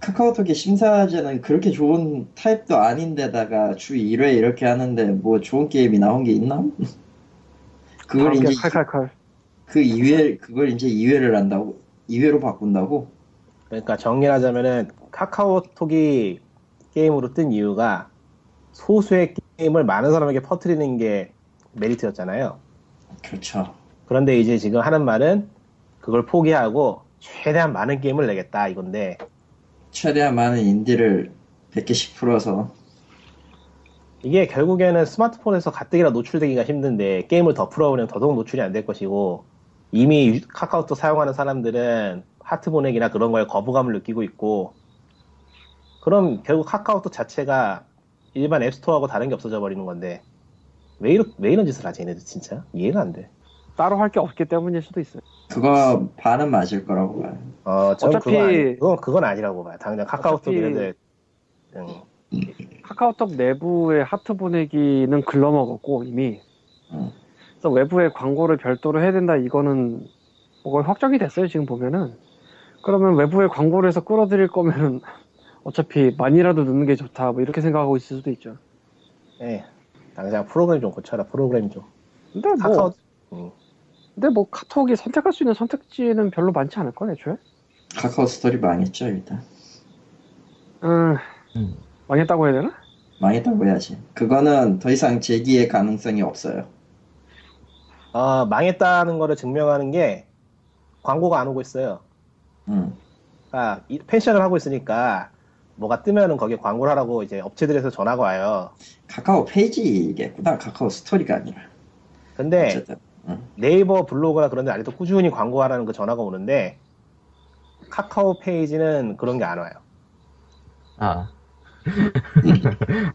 카카오톡의 심사제는 그렇게 좋은 타입도 아닌데다가 주 1회 이렇게 하는데 뭐 좋은 게임이 나온 게 있나? 그걸 다음 게 이제 칼칼칼. 그 2회 그걸 이제 2회를 한다고 2회로 바꾼다고? 그러니까 정리하자면은 카카오톡이 게임으로 뜬 이유가 소수의 게임을 많은 사람에게 퍼뜨리는 게 메리트였잖아요. 그렇죠. 그런데 이제 지금 하는 말은 그걸 포기하고 최대한 많은 게임을 내겠다 이건데 최대한 많은 인디를 100개씩 풀어서 이게 결국에는 스마트폰에서 가뜩이나 노출되기가 힘든데 게임을 더 풀어오면 더더욱 노출이 안 될 것이고 이미 유- 카카오톡 사용하는 사람들은 하트 보내기나 그런 거에 거부감을 느끼고 있고 그럼 결국 카카오톡 자체가 일반 앱스토어하고 다른 게 없어져 버리는 건데 왜, 이러, 왜 이런 짓을 하지 얘네들 진짜 이해가 안 돼. 따로 할 게 없기 때문일 수도 있어요. 그거 반은 맞을 거라고 봐요. 어, 전 어차피- 그건, 아니, 그건, 그건 아니라고 봐요. 당장 카카오톡 어차피- 얘네들 응, 카카오톡 내부의 하트 보내기는 글러먹었고 이미 음. 그래서 외부의 광고를 별도로 해야 된다 이거는 뭐 거의 확정이 됐어요 지금 보면은 그러면 외부의 광고를 해서 끌어들일 거면은 *laughs* 어차피 많이라도 넣는 게 좋다 뭐 이렇게 생각하고 있을 수도 있죠 예. 당장 프로그램 좀 고쳐라 프로그램 좀. 근데 뭐 카카오 응. 근데 뭐 카톡이 선택할 수 있는 선택지는 별로 많지 않을 거 애초에 카카오 스토리 망했죠 일단. 음, 음. 망했다고 해야 되나? 망했다고 해야지. 그거는 더 이상 재기의 가능성이 없어요. 어, 망했다는 거를 증명하는 게 광고가 안 오고 있어요. 음. 그러니까 이- 펜션을 하고 있으니까 뭐가 뜨면은 거기에 광고를 하라고 이제 업체들에서 전화가 와요. 카카오 페이지겠구나. 카카오 스토리가 아니라. 근데 어쨌든 네이버 블로그나 그런 데 아직도 꾸준히 광고하라는 그 전화가 오는데 카카오 페이지는 그런 게 안 와요. 아 *laughs*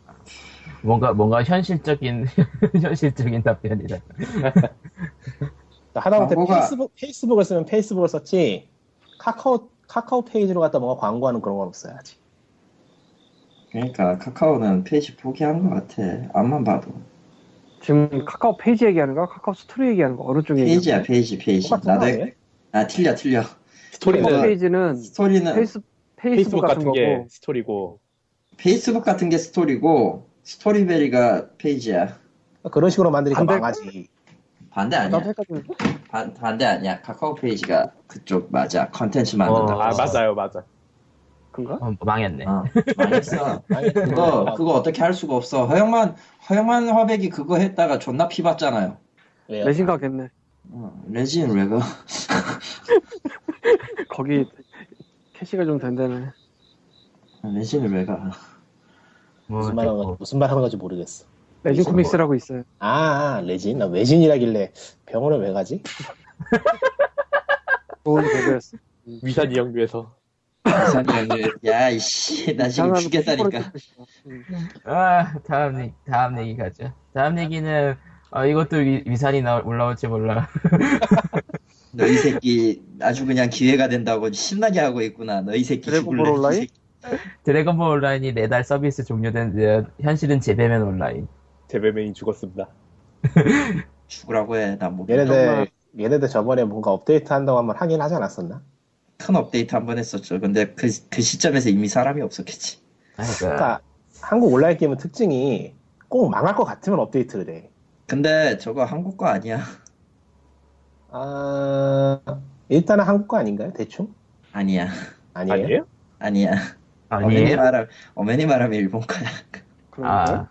뭔가 뭔가 현실적인 *laughs* 현실적인 답변이다. 그러니까 하다못해 광고가- 페이스북, 페이스북을 쓰면 페이스북을 썼지 카카오 카카오 페이지로 갖다 뭔가 광고하는 그런 건 없어요 아직. 그러니까 카카오는 페이지 포기한 것 같아. 앞만 봐도 지금 카카오 페이지 얘기하는 거, 카카오 스토리 얘기하는 거 어느 쪽 얘기야? 페이지야 페이지 페이지. 똑같은 거 나대 아니에요? 아 틀려 틀려. 카카오 페이지는- 페이지는 스토리는 페이스... 페이스 아, 페이스북 페이스북 같은 같은 거고 게 스토리고 북 같은 게 스토리고 스토리베리가 페이지야. 그러니까 그런 식으로 만드니까 반대- 망하지. 반대 아니야. 나도 헷갈리는데 반, 반대 아니야. 카카오 페이지가 그쪽 맞아. 컨텐츠 만든다. 어, 아 어. 맞아요 맞아 그런가? 어, 망했네. 아, 어, 망했어. 아니, 그거 그거 어떻게 할 수가 없어. 허영만 허영만 화백이 그거 했다가 존나 피봤잖아요. 왜요? 내 생각했네. *laughs* 어, 레진 왜가 거기 캐시가 좀 된다네. *laughs* 레진 왜가 뭐, 무슨 말하는 건지 뭐, 무슨 말하는 건지 모르겠어. 레진 뭐- 코믹스라고 있어요. 아 아, 레진 나 외진이라길래 병원에 왜 가지? 좋은 대회였어. 위산 이영류에서 *laughs* 야 이씨 나 지금 죽겠다니까. 아, 다음 얘기, 다음 얘기 가죠. 다음 얘기는 어, 이것도 위, 위산이 나, 올라올지 몰라. *laughs* 너 이 새끼 아주 그냥 기회가 된다고 신나게 하고 있구나. 너 이 새끼 드래곤볼 죽을래. 이 온라인? 새끼. 드래곤볼 온라인이 네 내달 서비스 종료된 데 현실은 재배면 온라인. 제베맨이 죽었습니다 죽으라고 해. 나뭐 얘네들 정말. 얘네들 저번에 뭔가 업데이트 한다고 한번 하긴 하지 않았었나? 큰 업데이트 한 번 했었죠. 근데 그, 그 시점에서 이미 사람이 없었겠지. 그러니까 그러니까 한국 온라인 게임은 특징이 꼭 망할 것 같으면 업데이트를 해. 근데 저거 한국 거 아니야. 아 일단은 한국 거 아닌가요? 대충? 아니야. 아니에요? 아니에요? 아니야. 어머니 아니에요? 말하 어머니 말하면 일본 거야. 그런가? 아,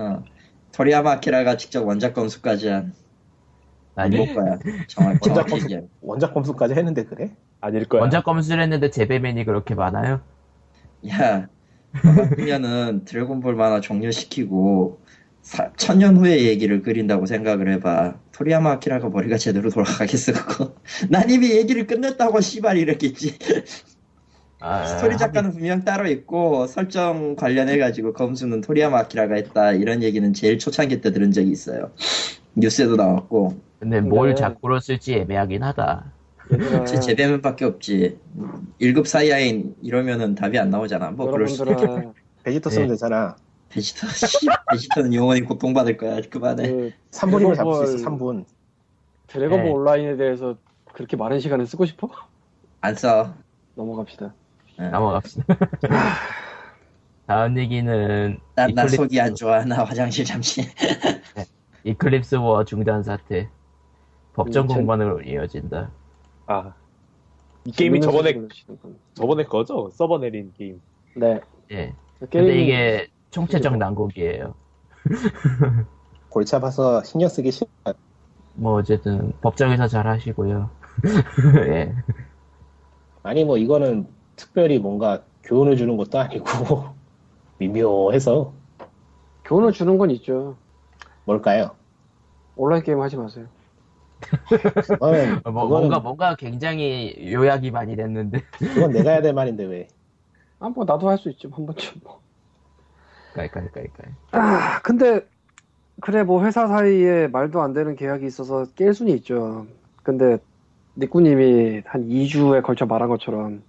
어. 토리야마 아키라가 직접 원작 검수까지 한 아니 일본 거야. *laughs* 정확, 원작 정확히 검수 얘기하면. 원작 검수까지 했는데 그래? 아닐 거야 원작 검수를 했는데 재배맨이 그렇게 많아요? 야, 너 같으면은 드래곤볼 만화 종료시키고 사- 천년 후의 얘기를 그린다고 생각을 해봐. 토리야마 아키라가 머리가 제대로 돌아가겠어 그거. *laughs* 난 이미 얘기를 끝냈다고 씨발 이랬겠지. 아, 스토리 작가는 분명 따로 있고 설정 관련해 가지고 검수는 토리야마 아키라가 했다 이런 얘기는 제일 초창기 때 들은 적이 있어요. 뉴스에도 나왔고 근데 뭘 근데- 자꾸로 쓸지 애매하긴 하다. 얘들아, 제 제대면밖에 없지. 1급 사이아인 이러면은 답이 안 나오잖아. 뭐 그럴 수. 여러분들아 베지터 네. 쓰면 되잖아. 베지터 *laughs* 씨, 베지터는 영원히 고통받을 거야 그만해. 그 3분이면 잡을 그걸- 수 있어. 3분. 드래곤볼 네. 온라인에 대해서 그렇게 많은 시간을 쓰고 싶어? *laughs* 안 써. 넘어갑시다. 넘어갑시다. *laughs* 다음 얘기는 나, 나 이클립스, 속이 안 좋아. 나 화장실 잠시. 이클립스 워 중단 사태. 법정 음, 전- 공방으로 이어진다. 아이 게임이 저번에 재밌는 소식을 주시는군. 저번에 거죠? 서버 내린 게임 네. 예. 근데 게임이 이게 총체적 난국이에요. 골치 아파서 신경 쓰기 싫어. 뭐 어쨌든 법정에서 잘 하시고요. *laughs* 예. 아니 뭐 이거는 특별히 뭔가 교훈을 주는 것도 아니고 *laughs* 미묘해서 교훈을 주는 건 있죠. 뭘까요? 온라인 게임 하지 마세요. 그거는, *laughs* 뭐, 그거는 뭔가 뭔가 굉장히 요약이 많이 됐는데. 그건 내가 해야 될 말인데 왜? 아, 뭐, 나도 할 수 있지, 한 번쯤. 뭐. *laughs* 깔깔깔깔. 아, 근데, 그래, 뭐, 회사 사이에 말도 안 되는 계약이 있어서 깰 수는 있죠. 근데, 니꾸님이 한 2주에 걸쳐 말한 것처럼,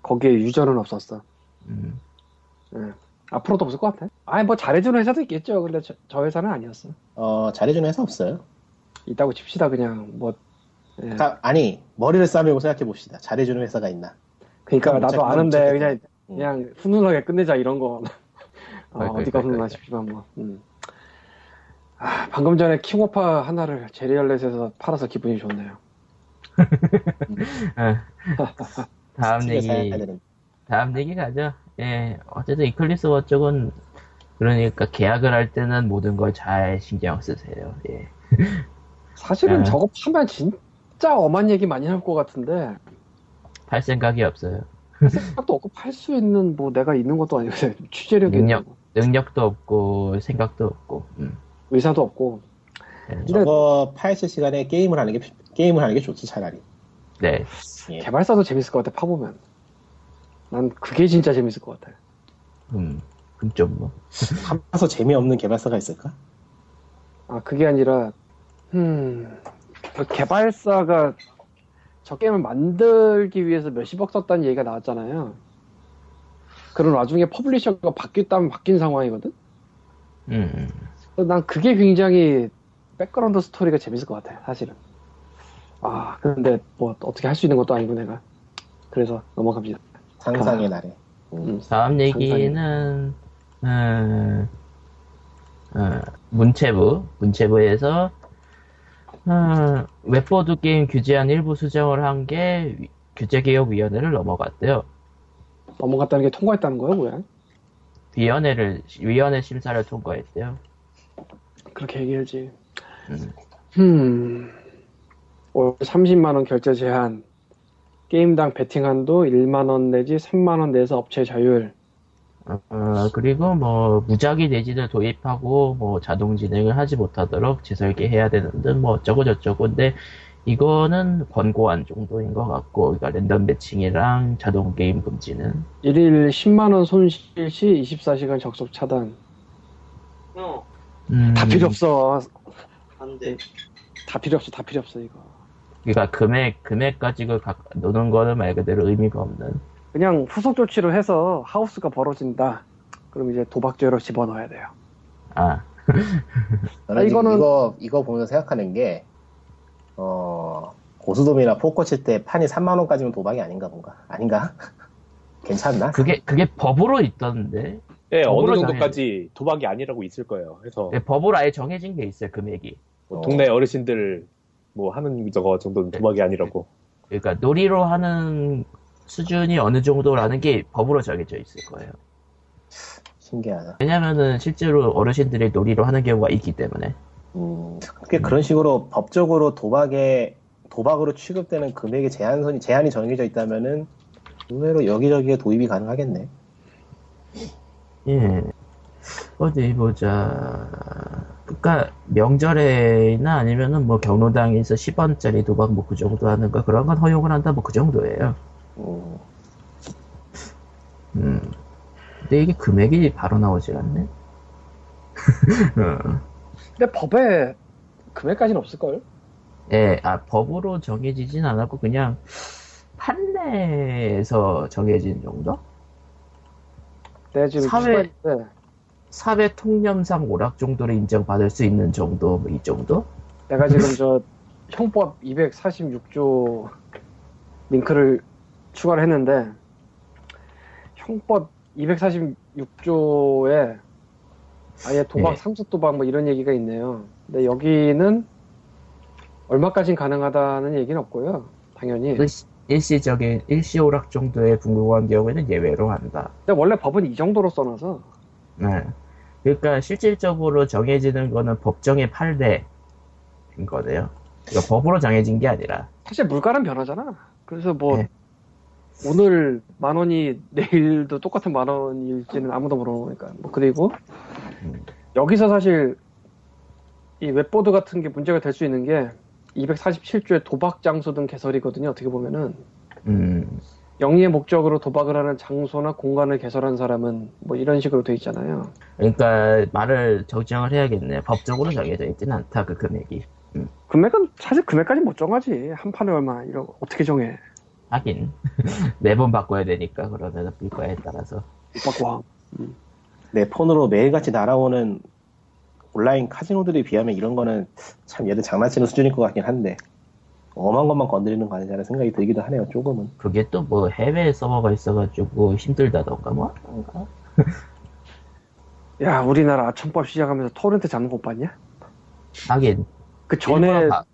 거기에 유저는 없었어. 음. 앞으로도 없을 것 같아. 아니, 뭐, 잘해주는 회사도 있겠죠. 근데 저, 저 회사는 아니었어. 어 잘해주는 회사 없어요. 있다고 칩시다, 그냥. 뭐, 예. 다- 아니 머리를 싸매고 생각해 봅시다. 잘해주는 회사가 있나? 그러니까 그럼 나도 어쨌든 아는데 어쨌든. 그냥 음. 그냥 훈훈하게 끝내자 이런 거 *laughs* 어, 그래, 그래, 디가 훈훈하 그래. 싶지만 뭐 음. 아, 방금 전에 킹오파 하나를 제리얼렛에서 팔아서 기분이 좋네요 예. 다음 스팀에서 얘기. 해야 되는. 다음 얘기 가죠. 예, 어쨌든 이클립스 워 쪽은 그러니까 계약을 할 때는 모든 걸 잘 신경 쓰세요. 예. 사실은 아. 저거 파면 진짜 엄한 얘기 많이 할 것 같은데 팔 생각이 없어요. 생각도 없고 팔 수 있는 뭐 내가 있는 것도 아니고 *laughs* 그냥 취재력이 능력. 있는 거. 능력도 없고 생각도 없고. 음. 의사도 없고 근데 저거 파헤칠 시간에 게임을 하는 게 게임을 하는 게 좋지 차라리. 네. 예. 개발사도 재밌을 것 같아 파보면 난 그게 진짜 재밌을 것 같아 음. 그럼 좀 뭐. 담아서 재미없는 개발사가 있을까? 아 그게 아니라 음, 그 개발사가 저 게임을 만들기 위해서 몇십억 썼다는 얘기가 나왔잖아요. 그런 와중에 퍼블리셔가 바뀌었다면 바뀐 상황이거든. 음. 그래서 난 그게 굉장히 백그라운드 스토리가 재밌을 것 같아 사실은. 아 근데 뭐 어떻게 할 수 있는 것도 아니고 내가 그래서 넘어갑니다. 상상의 나래. 다음 얘기는 어, 어, 문체부 문체부에서 어, 웹보드 게임 규제안 일부 수정을 한 게 규제개혁위원회를 넘어갔대요. 넘어갔다는 게 통과했다는 거야 뭐야? 위원회를 위원회 심사를 통과했대요. 그렇게 얘기하지. 음. 음. 올 30만 원 결제 제한. 게임당 베팅 한도 1만 원 내지 3만 원 내에서 업체 자율. 어, 어, 그리고 뭐 무작위 내진을 도입하고 뭐 자동 진행을 하지 못하도록 재설계해야 되는 등 뭐 어쩌고 저쩌고 근데 이거는 권고안 정도인 것 같고 그러니까 랜덤 매칭이랑 자동 게임 금지는 1일 10만 원 손실 시 24시간 접속 차단. 어, 음, 다 필요 없어. 안 돼. 다 필요 없어. 다 필요 없어 이거. 그러니까 금액 금액 가지고 각- 노는 거는 말 그대로 의미가 없는 그냥 후속 조치로 해서 하우스가 벌어진다. 그럼 이제 도박죄로 집어넣어야 돼요. 아 저는 지금 아, 이거는- 이거 이거 보면서 생각하는 게 어, 고수돔이나 포커 칠 때 판이 3만 원까지면 도박이 아닌가 뭔가 아닌가? *laughs* 괜찮나? 그게 그게 법으로 있던데 예, 어느 더불어지 정도까지 도박이 아니라고 있을 거예요. 그래서 네, 법으로 아예 정해진 게 있어요 금액이 뭐 동네 어르신들 뭐 하는 저거 정도는 도박이 아니라고. 그러니까 놀이로 하는 수준이 어느 정도라는 게 법으로 정해져 있을 거예요. 신기하다. 왜냐면은 실제로 어르신들이 놀이로 하는 경우가 있기 때문에 음, 그게 그런 식으로 법적으로 도박에 도박으로 취급되는 금액의 제한선이 제한이 정해져 있다면은 의외로 여기저기에 도입이 가능하겠네. 예 어디 보자 그러니까 명절에나 아니면은 뭐 경로당에서 10원짜리 도박 뭐 그 정도 하는 거 그런 건 허용을 한다 뭐 그 정도예요 음, 음 근데 이게 금액이 바로 나오질 않네 *laughs* 어. 근데 법에 금액까지는 없을 걸? 예, 아 법으로 정해지진 않았고 그냥 판례에서 정해진 정도? 내가 지금 사회- 추가했는데 사회 통념상 오락 정도로 인정받을 수 있는 정도 뭐이 정도? 내가 지금 저 형법 246조 링크를 추가를 했는데 형법 246조에 아예 도박, 예. 상습 도박 뭐 이런 얘기가 있네요. 근데 여기는 얼마까진 가능하다는 얘기는 없고요. 당연히. 근데 일시, 일시적인 일시 오락 정도의 불구한 경우에는 예외로 한다. 원래 법은 이 정도로 써놔서 네. 그러니까 실질적으로 정해지는 거는 법정의 판례인 거네요. 그러니까 법으로 정해진 게 아니라. 사실 물가는 변하잖아. 그래서 뭐 예. 오늘 만 원이 내일도 똑같은 만 원일지는 아무도 모르는 거니까. 뭐 그리고 음. 여기서 사실 이 웹보드 같은 게 문제가 될 수 있는 게 247조의 도박 장소 등 개설이거든요. 어떻게 보면은 음. 영리의 목적으로 도박을 하는 장소나 공간을 개설한 사람은 뭐 이런 식으로 돼 있잖아요. 그러니까 말을 정정을 해야겠네. 요 법적으로 정해져 있지는 않다 그 금액이. 금액은 사실 금액까지 못 정하지. 한 판에 얼마 이런 거 어떻게 정해? 하긴 *laughs* 네 매번 바꿔야 되니까 그러면 물가에 따라서. 못 받고 와. 내 폰으로 매일같이 날아오는 온라인 카지노들에 비하면 이런 거는 참 얘들 장난치는 수준일 것 같긴 한데 엄한 것만 건드리는 거 아니냐는 생각이 들기도 하네요. 조금은. 어, 그게 또 뭐 해외 서버가 있어가지고 힘들다던가 뭐. 그런가? 야 우리나라 아첨법 시작하면서 토렌트 잡는 거 못 봤냐? 하긴 아, 그 전에 일본은 바-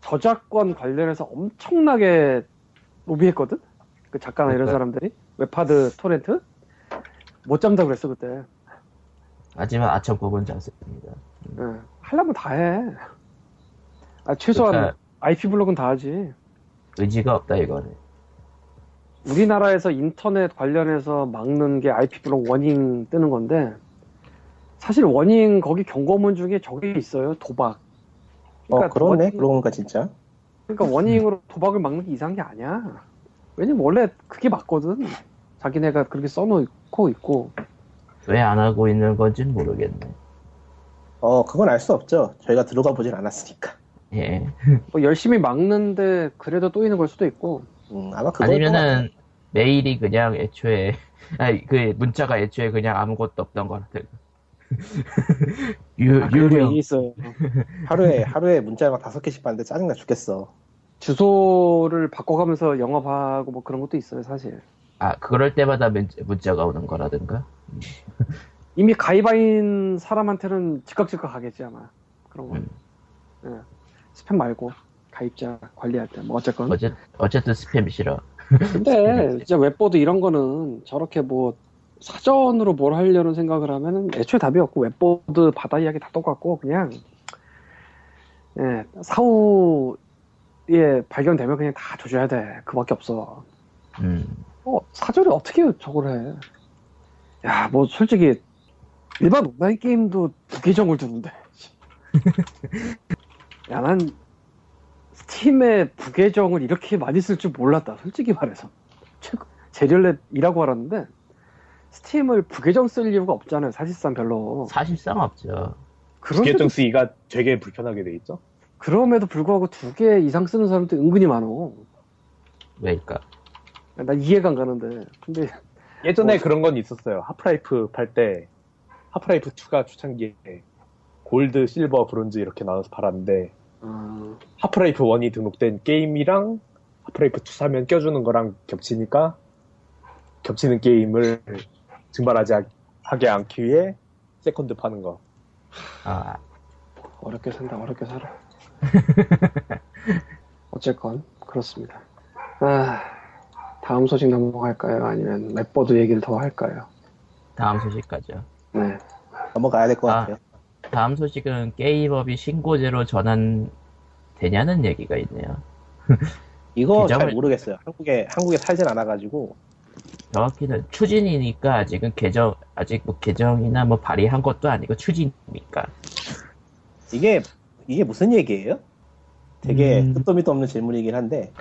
저작권 관련해서 엄청나게 로비했거든? 그 작가나 이런 그러니까요. 네. 사람들이? 웹하드 토렌트? 못 잠다 그랬어, 그때. 하지만 아첨법은 잘씁니다 예. 하려면 다 해. 아, 최소한 그러니까- IP 블록은 다 하지. 의지가 없다 이거는. 우리나라에서 인터넷 관련해서 막는 게 IP 블록 워닝 뜨는 건데, 사실 워닝 거기 경고문 중에 저게 있어요. 도박. 어 그러네. 워닝- 그러고 보니까 진짜. 그러니까 워닝으로 도박을 막는 게 이상한 게 아니야. 왜냐면 원래 그게 맞거든. 자기네가 그렇게 써놓고 있고. 왜 안 하고 있는 건지 는 모르겠네. 어, 그건 알 수 없죠. 저희가 들어가 보진 않았으니까. 예. 뭐 열심히 막는데 그래도 또 있는 걸 수도 있고 음, 아마 그거 아니면은 메일이 그냥 애초에 *laughs* 아니 그 문자가 애초에 그냥 아무것도 없던 것 같아요. *laughs* 유 아, 그런 거 유령 있어요. 하루에 하루에 문자 막 다섯 개씩 받는데 짜증나 죽겠어. 주소를 바꿔가면서 영업하고 뭐 그런 것도 있어요 사실. 아 그럴 때마다 문- 문자가 오는 거라든가 이미 가입한 사람한테는 즉각즉각 하겠지 아마 그런 거. 음. 예. 스팸 말고 가입자 관리할 때 뭐 어쨌건. 어쨌 어쨌든 스팸이 싫어. 근데 진짜 웹보드 이런 거는 저렇게 뭐 사전으로 뭘 하려는 생각을 하면은 애초에 답이 없고 웹보드 바다 이야기 다 똑같고 그냥 예 사후에 발견되면 그냥 다 조져야 돼 그밖에 없어 음 어 사전에 어떻게 저걸 해야 뭐 솔직히 일반 온라인 게임도 무기정을 두는데 *laughs* 야 난 스팀에 부계정을 이렇게 많이 쓸 줄 몰랐다 솔직히 말해서 최고 제렬넷이라고 알았는데 스팀을 부계정 쓸 이유가 없잖아요 사실상 별로 사실상 없죠. 그럼에도, 계정 쓰기가 되게 불편하게 돼 있죠. 그럼에도 불구하고 두 개 이상 쓰는 사람도 은근히 많어 왜일까? 난 이해가 안 가는데 근데 예전에 어. 그런 건 있었어요. 하프라이프 팔 때 하프라이프 2가 초창기에 골드, 실버, 브론즈 이렇게 나눠서 팔았는데 어, 하프라이프 1이 등록된 게임이랑 하프라이프 2 사면 껴주는 거랑 겹치니까 겹치는 게임을 증발하지 않- 하게 않기 위해 세컨드 파는 거. 아 어렵게 산다 어렵게 살아 어쨌건 그렇습니다 아, 다음 소식 넘어갈까요 아니면 맵보드 얘기를 더 할까요 다음 소식까지요. 네 넘어가야 될 것 아. 같아요. 다음 소식은 게임업이 신고제로 전환되냐는 얘기가 있네요. 이거 기점을- 잘 모르겠어요. 한국에 한국에 살진 않아가지고 정확히는 추진이니까 아직은 개정 아직 뭐 개정이나 뭐 발의한 것도 아니고 추진이니까 이게 이게 무슨 얘기예요? 되게 음. 끝도 밑도 없는 질문이긴 한데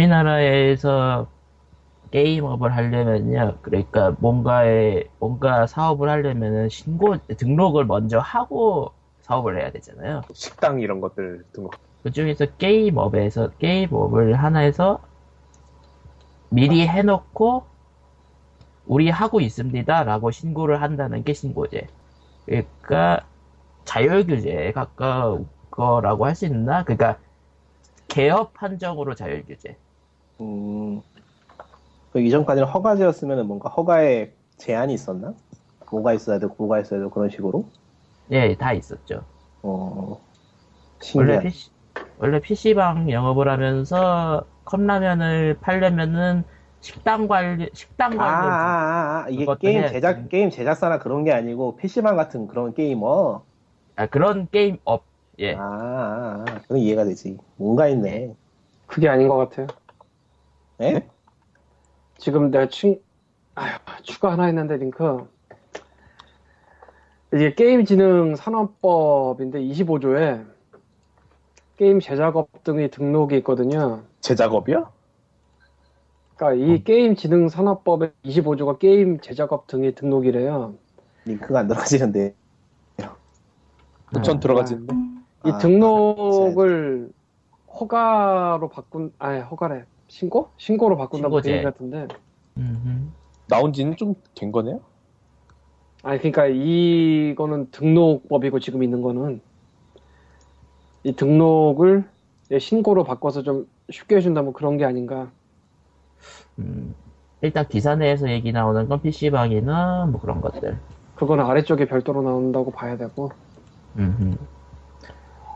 우리나라에서 게임업을 하려면요 그러니까 뭔가에 뭔가 사업을 하려면은 신고 등록을 먼저 하고 사업을 해야 되잖아요 식당 이런 것들 등록. 그중에서 게임업에서 게임업을 하나 해서 미리 해놓고 우리 하고 있습니다라고 신고를 한다는 게 신고제. 그러니까 자율 규제에 가까운 거라고 할 수 있나? 그러니까 개업 한정으로 자율 규제. 음, 그 이전까지는 허가제였으면 뭔가 허가에 제한이 있었나? 뭐가 있어야 되고 뭐가 있어야 되고 그런 식으로 예, 다 있었죠. 어 원래 신기한 PC 원래 PC방 영업을 하면서 컵라면을 팔려면은 식당 관리 식당 아, 관리 아, 아, 아, 이게 그것도 음. 게임 해야지. 제작 게임 제작사나 그런 게 아니고 PC방 같은 그런 게이머 아, 그런 게임 업. 예. 아, 아, 아 그런 이해가 되지 뭔가 있네 그게 아닌 것 같아요 네. 예? 지금 내가 친 아휴, 추가 하나 했는데 링크 이게 게임진흥산업법인데 25조에 게임 제작업 등의 등록이 있거든요 제작업이요? 그러니까 이 게임진흥산업법의 25조가 게임 제작업 등의 등록이래요 링크가 안 들어가시는데 전 음, 들어가지는데. 아, 네, 이 아, 등록을 허가로 바꾼, 아니, 허가래. 신고? 신고로 바꾼다고 신고제. 그 얘기 같은데. 음. 나온 지는 좀 된 거네요? 아니, 그러니까 이거는 등록법이고 지금 있는 거는 이 등록을 예, 신고로 바꿔서 좀 쉽게 해준다면 뭐 그런 게 아닌가. 음, 일단 기사 내에서 얘기 나오는 건 PC방이나 뭐 그런 것들. 그거는 아래쪽에 별도로 나온다고 봐야 되고. 음흠.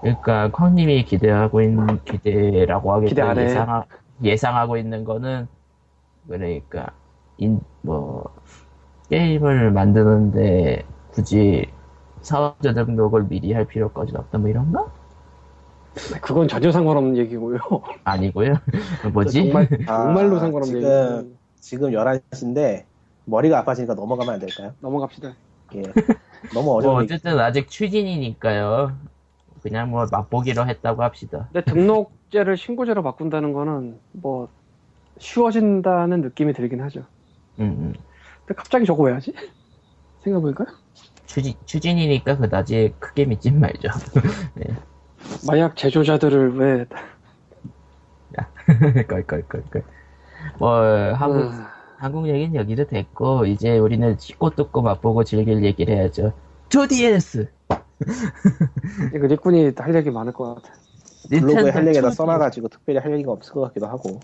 그러니까 콩님이 기대하고 있는 기대라고 하겠죠. 기대 아래. 예상하, 예상하고 있는 거는 그러니까 인, 뭐 게임을 만드는데 굳이 사업자 등록을 미리 할 필요까지는 없다 뭐 이런 거? 그건 전혀 상관없는 얘기고요. 아니고요. *laughs* 뭐지? *laughs* 정말, 아, 정말로 상관없는 지금- 얘기고. 지금 11시인데 머리가 아파지니까 넘어가면 안 될까요? 넘어갑시다. *laughs* 예. 너무 뭐 어려운 얘기 어쨌든 아직 추진이니까요. 그냥 뭐 맛보기로 했다고 합시다. 근데 등록제를 신고제로 바꾼다는 거는 뭐 쉬워진다는 느낌이 들긴 하죠. 음, 음. 근데 갑자기 저거 왜 하지? *laughs* 생각해보니까 추진, 추진이니까 그다지 크게 믿진 말죠. *laughs* 마약 제조자들을 왜 껄껄껄껄. 뭐, 한국, 음. 아, 한국 얘기는 여기도 됐고, 이제 우리는 씻고 뜯고 맛보고 즐길 얘기를 해야죠. 2DS! 이거 리꾼이 할 얘기 많을 것 같아. 블로그에 할 얘기다 2DS. 써놔가지고 특별히 할 얘기가 없을 것 같기도 하고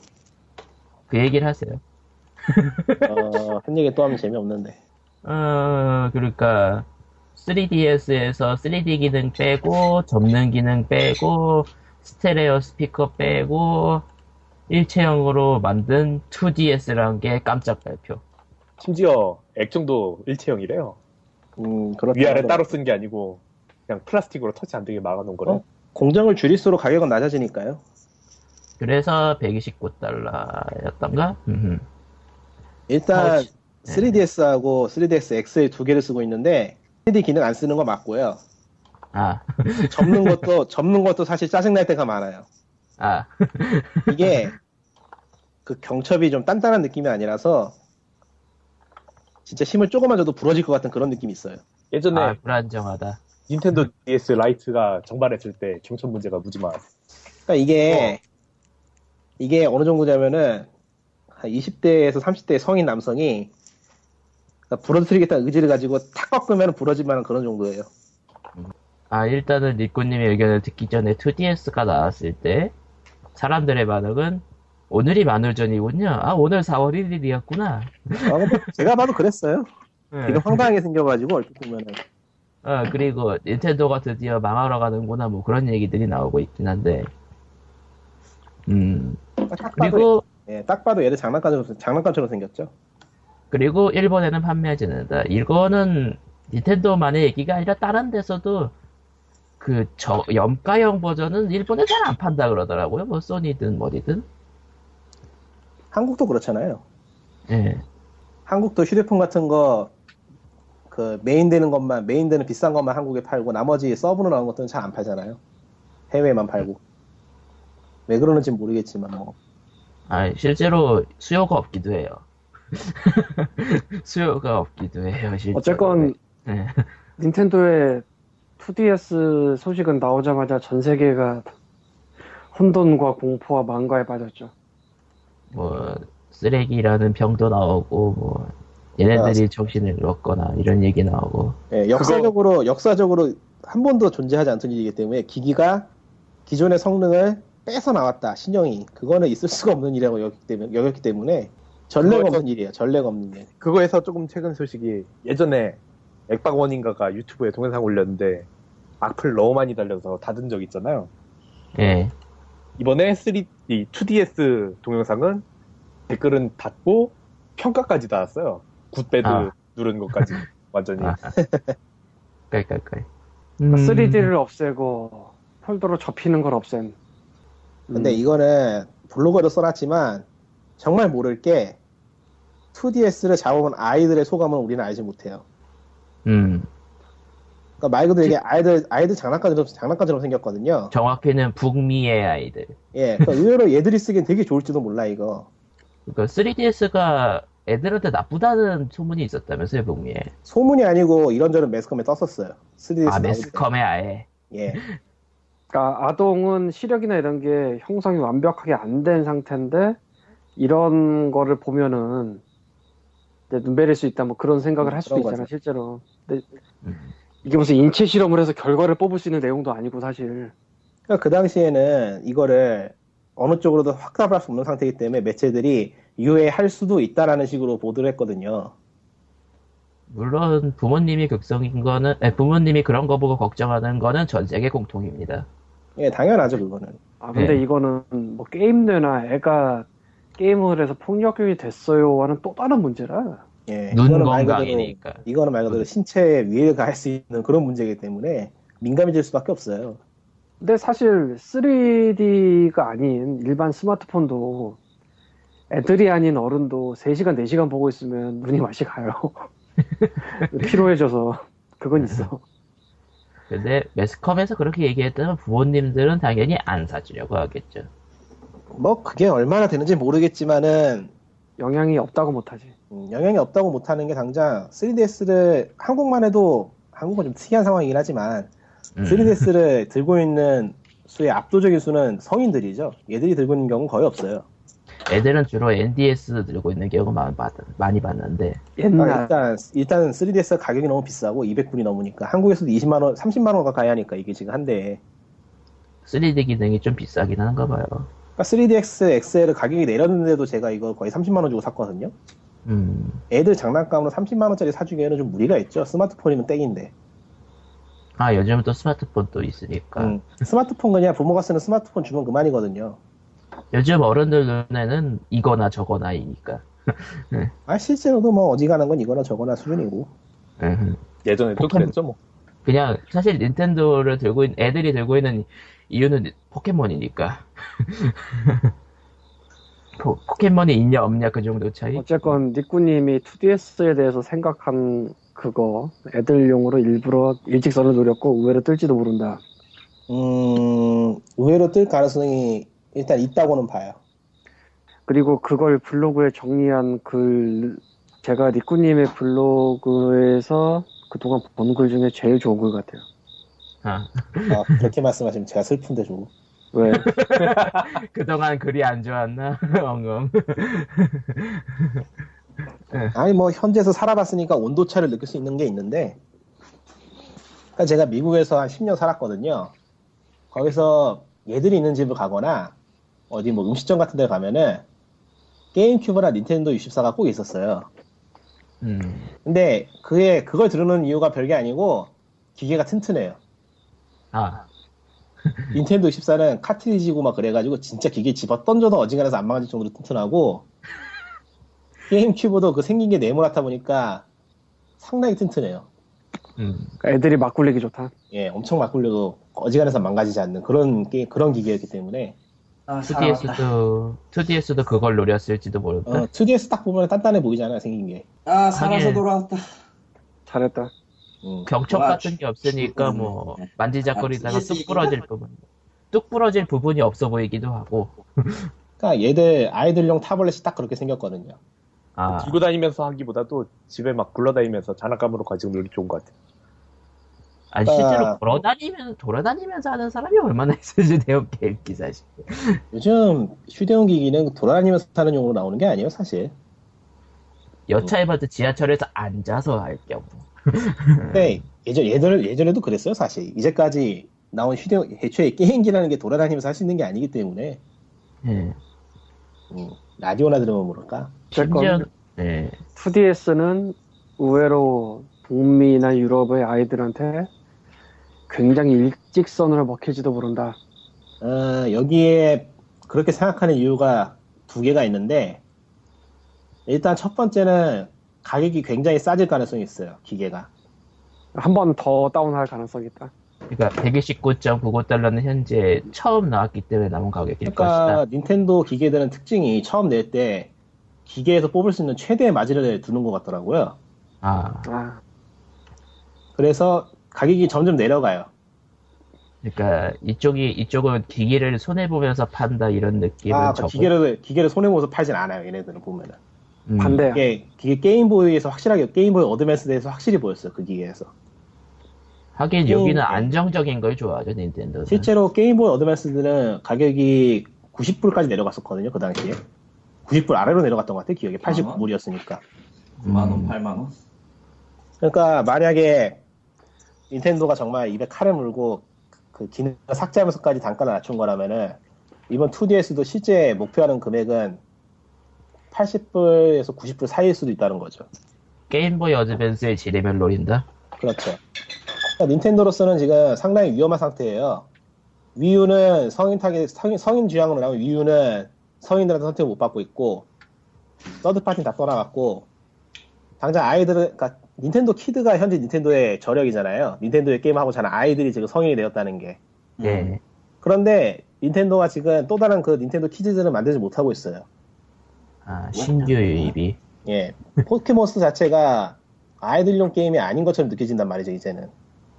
그 얘기를 하세요. 어, 한 얘기 또 하면 재미없는데 어, 그러니까, 3DS에서 3D 기능 빼고, 접는 기능 빼고, 스테레오 스피커 빼고, 일체형으로 만든 2DS라는 게 깜짝 발표. 심지어 액정도 일체형이래요. 음 그렇다 위아래 하더라도 따로 쓴 게 아니고 그냥 플라스틱으로 터치 안 되게 막아놓은 거래. 어? 공정을 줄일수록 가격은 낮아지니까요 그래서 129달러였던가? 일단 어, 지- 네. 3DS하고 3DS XL 두 개를 쓰고 있는데 3D 기능 안 쓰는 거 맞고요 아, 접는 *laughs* 것도 접는 것도 사실 짜증날 때가 많아요 아, 이게 그 경첩이 좀 단단한 느낌이 아니라서 진짜 힘을 조금만 줘도 부러질 것 같은 그런 느낌이 있어요. 예전에 아, 불안정하다. 닌텐도 DS 라이트가 정발했을 때 경천 문제가 무지 많았어. 그러니까 이게 이게 어느 정도냐면은 한 20대에서 30대 의 성인 남성이 그러니까 부러뜨리겠다는 의지를 가지고 탁 꺾으면 부러질 만한 그런 정도예요. 아, 일단은 니꾸님의 의견을 듣기 전에 2DS가 나왔을 때, 사람들의 반응은, 오늘이 만월전이군요. 아, 오늘 4월 1일이었구나. 아, 근데 제가 봐도 그랬어요. 이게 황당하게 생겨가지고 얼핏 보면은 어, 그리고 닌텐도가 드디어 망하러 가는구나, 뭐 그런 얘기들이 나오고 있긴 한데. 음, 딱 봐도 그리고, 예, 딱 봐도 얘들 장난감처럼 장난감처럼 생겼죠. 그리고 일본에는 판매하지 않는다. 이거는 닌텐도만의 얘기가 아니라 다른 데서도 그, 저, 염가형 버전은 일본에 잘 안 판다 그러더라고요. 뭐, 소니든 뭐든. 한국도 그렇잖아요. 예. 한국도 휴대폰 같은 거, 그, 메인 되는 것만, 메인 되는 비싼 것만 한국에 팔고, 나머지 서브로 나온 것들은 잘 안 팔잖아요. 해외에만 팔고. 왜 그러는지 모르겠지만, 뭐. 아, 실제로 수요가 없기도 해요. *laughs* 수요가 없기도 해요, 실제로. 어쨌건 네. *laughs* 닌텐도의 2DS 소식은 나오자마자 전 세계가 혼돈과 공포와 망가에 빠졌죠. 뭐 쓰레기라는 병도 나오고 뭐 얘네들이 정신을 잃었거나 이런 얘기 나오고 예, 역사적으로, 역사적으로 한 번도 존재하지 않던 일이기 때문에, 기기가 기존의 성능을 빼서 나왔다, 신형이. 그거는 있을 수가 없는 일이라고 여겼기 때문에, 여겼기 때문에 전례가 그거에서- 없는 일이에요, 전례가 없는 일. 그거에서 조금 최근 소식이 예전에 액박원인가가 유튜브에 동영상 올렸는데 악플 너무 많이 달려서 닫은 적 있잖아요. 예 이번에 3D, 2DS 동영상은 댓글은 닫고 평가까지 달았어요. 굿배드 아. 누른 것까지 네. 완전히. 아. 깔깔깔 그러니까 음, 3D를 없애고 폴더로 접히는 걸 없앤. 음. 근데 이거는 블로그에도 써놨지만, 정말 모를 게, 2DS를 잡아본 아이들의 소감은 우리는 알지 못해요. 음 그러니까 말 그대로 이게 아이들 아이들 장난감처럼 장난감처럼 생겼거든요. 정확히는 북미의 아이들 예, *laughs* 그러니까 의외로 얘들이 쓰기엔 되게 좋을지도 몰라 이거. 그러니까 3DS가 애들한테 나쁘다는 소문이 있었다면서요 북미에 소문이 아니고 이런저런 매스컴에 떴었어요. 3DS 아 나올 때. 매스컴에 아예 예, 그러니까 아동은 시력이나 이런 게 형성이 완벽하게 안 된 상태인데 이런 거를 보면은 이제 눈 베릴 수 있다 뭐 그런 생각을 할 수도 그런 있잖아 거죠. 실제로. 근데 음. 이게 무슨 인체 실험을 해서 결과를 뽑을 수 있는 내용도 아니고 사실. 그러니까 그 당시에는 이거를 어느 쪽으로도 확답을 할 수 없는 상태이기 때문에 매체들이 유해할 수도 있다라는 식으로 보도를 했거든요. 물론 부모님이 극성인 거는 아니, 부모님이 그런 거 보고 걱정하는 거는 전 세계 공통입니다 예, 당연하죠 그거는. 아 근데 네. 이거는 뭐 게임뇌나 애가 게임을 해서 폭력이 됐어요와는 또 다른 문제라. 예, 눈 이거는 말 그대로- 건강이니까 이거는 말 그대로 신체에 위해를 가할 수 있는 그런 문제이기 때문에 민감해질 수밖에 없어요. 근데 사실 3D가 아닌 일반 스마트폰도 애들이 아닌 어른도 3시간, 4시간 보고 있으면 눈이 맛이 *laughs* 가요. 피로해져서. 네. 그건 있어. 근데 매스컴에서 그렇게 얘기했다면 부모님들은 당연히 안 사주려고 하겠죠. 뭐 그게 얼마나 되는지 모르겠지만은 영향이 없다고 못하지. 음, 영향이 없다고 못하는 게 당장 3DS를 한국만 해도 한국은 좀 특이한 상황이긴 하지만 음. 3DS를 들고 있는 수의 압도적인 수는 성인들이죠. 얘들이 들고 있는 경우는 거의 없어요. 애들은 주로 NDS 들고 있는 경우 많이, 봤, 많이 봤는데 그러니까 옛날 일단 일단 3DS 가격이 너무 비싸고 200불이 넘으니까 한국에서도 20만 원, 30만 원 가까이 하니까 이게 지금 한 대에 3D 기능이 좀 비싸긴 한가 봐요. 그러니까 3DX XL 가격이 내렸는데도 제가 이거 거의 30만 원 주고 샀거든요. 음, 애들 장난감으로 30만 원짜리 사주기에는 좀 무리가 있죠. 스마트폰이면 땡인데. 아 요즘 또 스마트폰 또 있으니까 음, 스마트폰 그냥 부모가 쓰는 스마트폰 주면 그만이거든요. 요즘 어른들 눈에는 이거나 저거나이니까. 아 실제로도 뭐 어지간한 건 이거나 저거나 수준이고. 음. 예전에 또 보통- 그랬죠 뭐. 그냥 사실 닌텐도를 들고 있는 애들이 들고 있는 이유는 포켓몬이니까. *laughs* 포, 포켓몬이 있냐 없냐 그 정도 차이. 어쨌건 니꾸님이 2DS에 대해서 생각한 그거 애들용으로 일부러 일직선을 노렸고 의외로 뜰지도 모른다. 음, 의외로 뜰 가능성이 일단 있다고는 봐요. 그리고 그걸 블로그에 정리한 글 제가 니꾸님의 블로그에서 그동안 본 글 중에 제일 좋은 글 같아요. 아, *laughs* 아, 그렇게 *laughs* 말씀하시면 제가 슬픈데 좀. *laughs* 왜 그동안 글이 안 좋았나? *laughs* 엉엉. 아니 뭐 현지에서 살아봤으니까 온도 차를 느낄 수 있는 게 있는데 그러니까 제가 미국에서 한 10년 살았거든요. 거기서 얘들이 있는 집을 가거나 어디 뭐 음식점 같은 데 가면은 게임큐브나 닌텐도 64가 꼭 있었어요. 음. 근데 그게 그걸 들으는 이유가 별게 아니고 기계가 튼튼해요. 아, 닌텐도 64는 카트리지고 막 그래가지고 진짜 기계 집어 던져도 어지간해서 안 망가질 정도로 튼튼하고 게임 큐브도 그 생긴 게 네모나다 보니까 상당히 튼튼해요. 음. 애들이 막 굴리기 좋다. 예, 엄청 막 굴려도 어지간해서 망가지지 않는 그런 게 그런 기계였기 때문에 아, 살아났다. 2DS도 2DS도 그걸 노렸을지도 어, 모른다. 2DS 딱 보면 단단해 보이잖아요 생긴 게. 아, 살아서 하긴. 돌아왔다. 잘했다. 음. 경첩 와, 같은 게 없으니까 죽- 뭐 죽- 만지작거리다가 아, 뚝 TS 부러질 부분, 뚝 부러질 부분이 없어 보이기도 하고. 그러니까 얘들 아이들용 타블렛이 딱 그렇게 생겼거든요. 아, 들고 다니면서 하기보다도 집에 막 굴러다니면서 장난감으로 가지고 놀기 좋은 것 같아요. 아니 실제로 아. 돌아다니면 돌아다니면서 하는 사람이 얼마나 있을지 대형 게임 기사실. 요즘 휴대용 기기는 돌아다니면서 타는 용으로 나오는 게 아니에요 사실. 여차에 봐도 지하철에서 앉아서 할 경우. 근데 예전 예전 예전에도 그랬어요 사실. 이제까지 나온 휴대용 애초에 게임기라는 게 돌아다니면서 할 수 있는 게 아니기 때문에 예. 음, 라디오나 들으면 모를까? 심지어 어쨌건 예. 2DS는 의외로 북미나 유럽의 아이들한테 굉장히 일직선으로 먹힐지도 모른다. 어, 여기에 그렇게 생각하는 이유가 두 개가 있는데 일단 첫 번째는 가격이 굉장히 싸질 가능성이 있어요 기계가 한 번 더 다운할 가능성이 있다. 그러니까 129.99달러는 현재 처음 나왔기 때문에 남은 가격일 그러니까 것이다. 닌텐도 기계들은 특징이 처음 낼 때 기계에서 뽑을 수 있는 최대의 마진을 두는 것 같더라고요 아, 아, 그래서 가격이 점점 내려가요 그러니까 이쪽이 이쪽은 기기를 손해 보면서 판다 이런 느낌은 아, 적고. 기계를, 기계를 손해보면서 팔진 않아요 얘네들은 보면은 음, 반대야. 이게, 이게 게임보이에서 확실하게 게임보이 어드밴스에서 확실히 보였어요 그 기계에서 하긴 게임- 여기는 안정적인 걸 좋아하죠 닌텐도는. 음, 네. 실제로 게임보이 어드밴스들은 가격이 90불까지 내려갔었거든요, 그 당시에. 90불 아래로 내려갔던 것 같아요, 기억에. 89불이었으니까. 9만원, 8만원. 그러니까 만약에 닌텐도가 정말 입에 칼을 물고 그 기능 삭제하면서까지 단가를 낮춘 거라면은 이번 2DS도 실제 목표하는 금액은 80불에서 90불 사이일 수도 있다는 거죠. 게임보이 어드밴스의 지뢰면 노린다. 그렇죠. 그러니까 닌텐도로서는 지금 상당히 위험한 상태예요. 위유는 성인 타겟, 성인, 성인 주향으로 나온 위유는 성인들한테 선택을 못 받고 있고, 서드파티는 다 떠나갔고, 당장 아이들은, 그러니까 닌텐도 키드가 현재 닌텐도의 저력이잖아요. 닌텐도의 게임하고 자는 아이들이 지금 성인이 되었다는 게. 예. 그런데 닌텐도가 지금 또 다른 그 닌텐도 키즈들을 만들지 못하고 있어요. 아, 신규 유입이. 예. 포켓몬스터 자체가 아이들용 게임이 아닌 것처럼 느껴진단 말이죠, 이제는.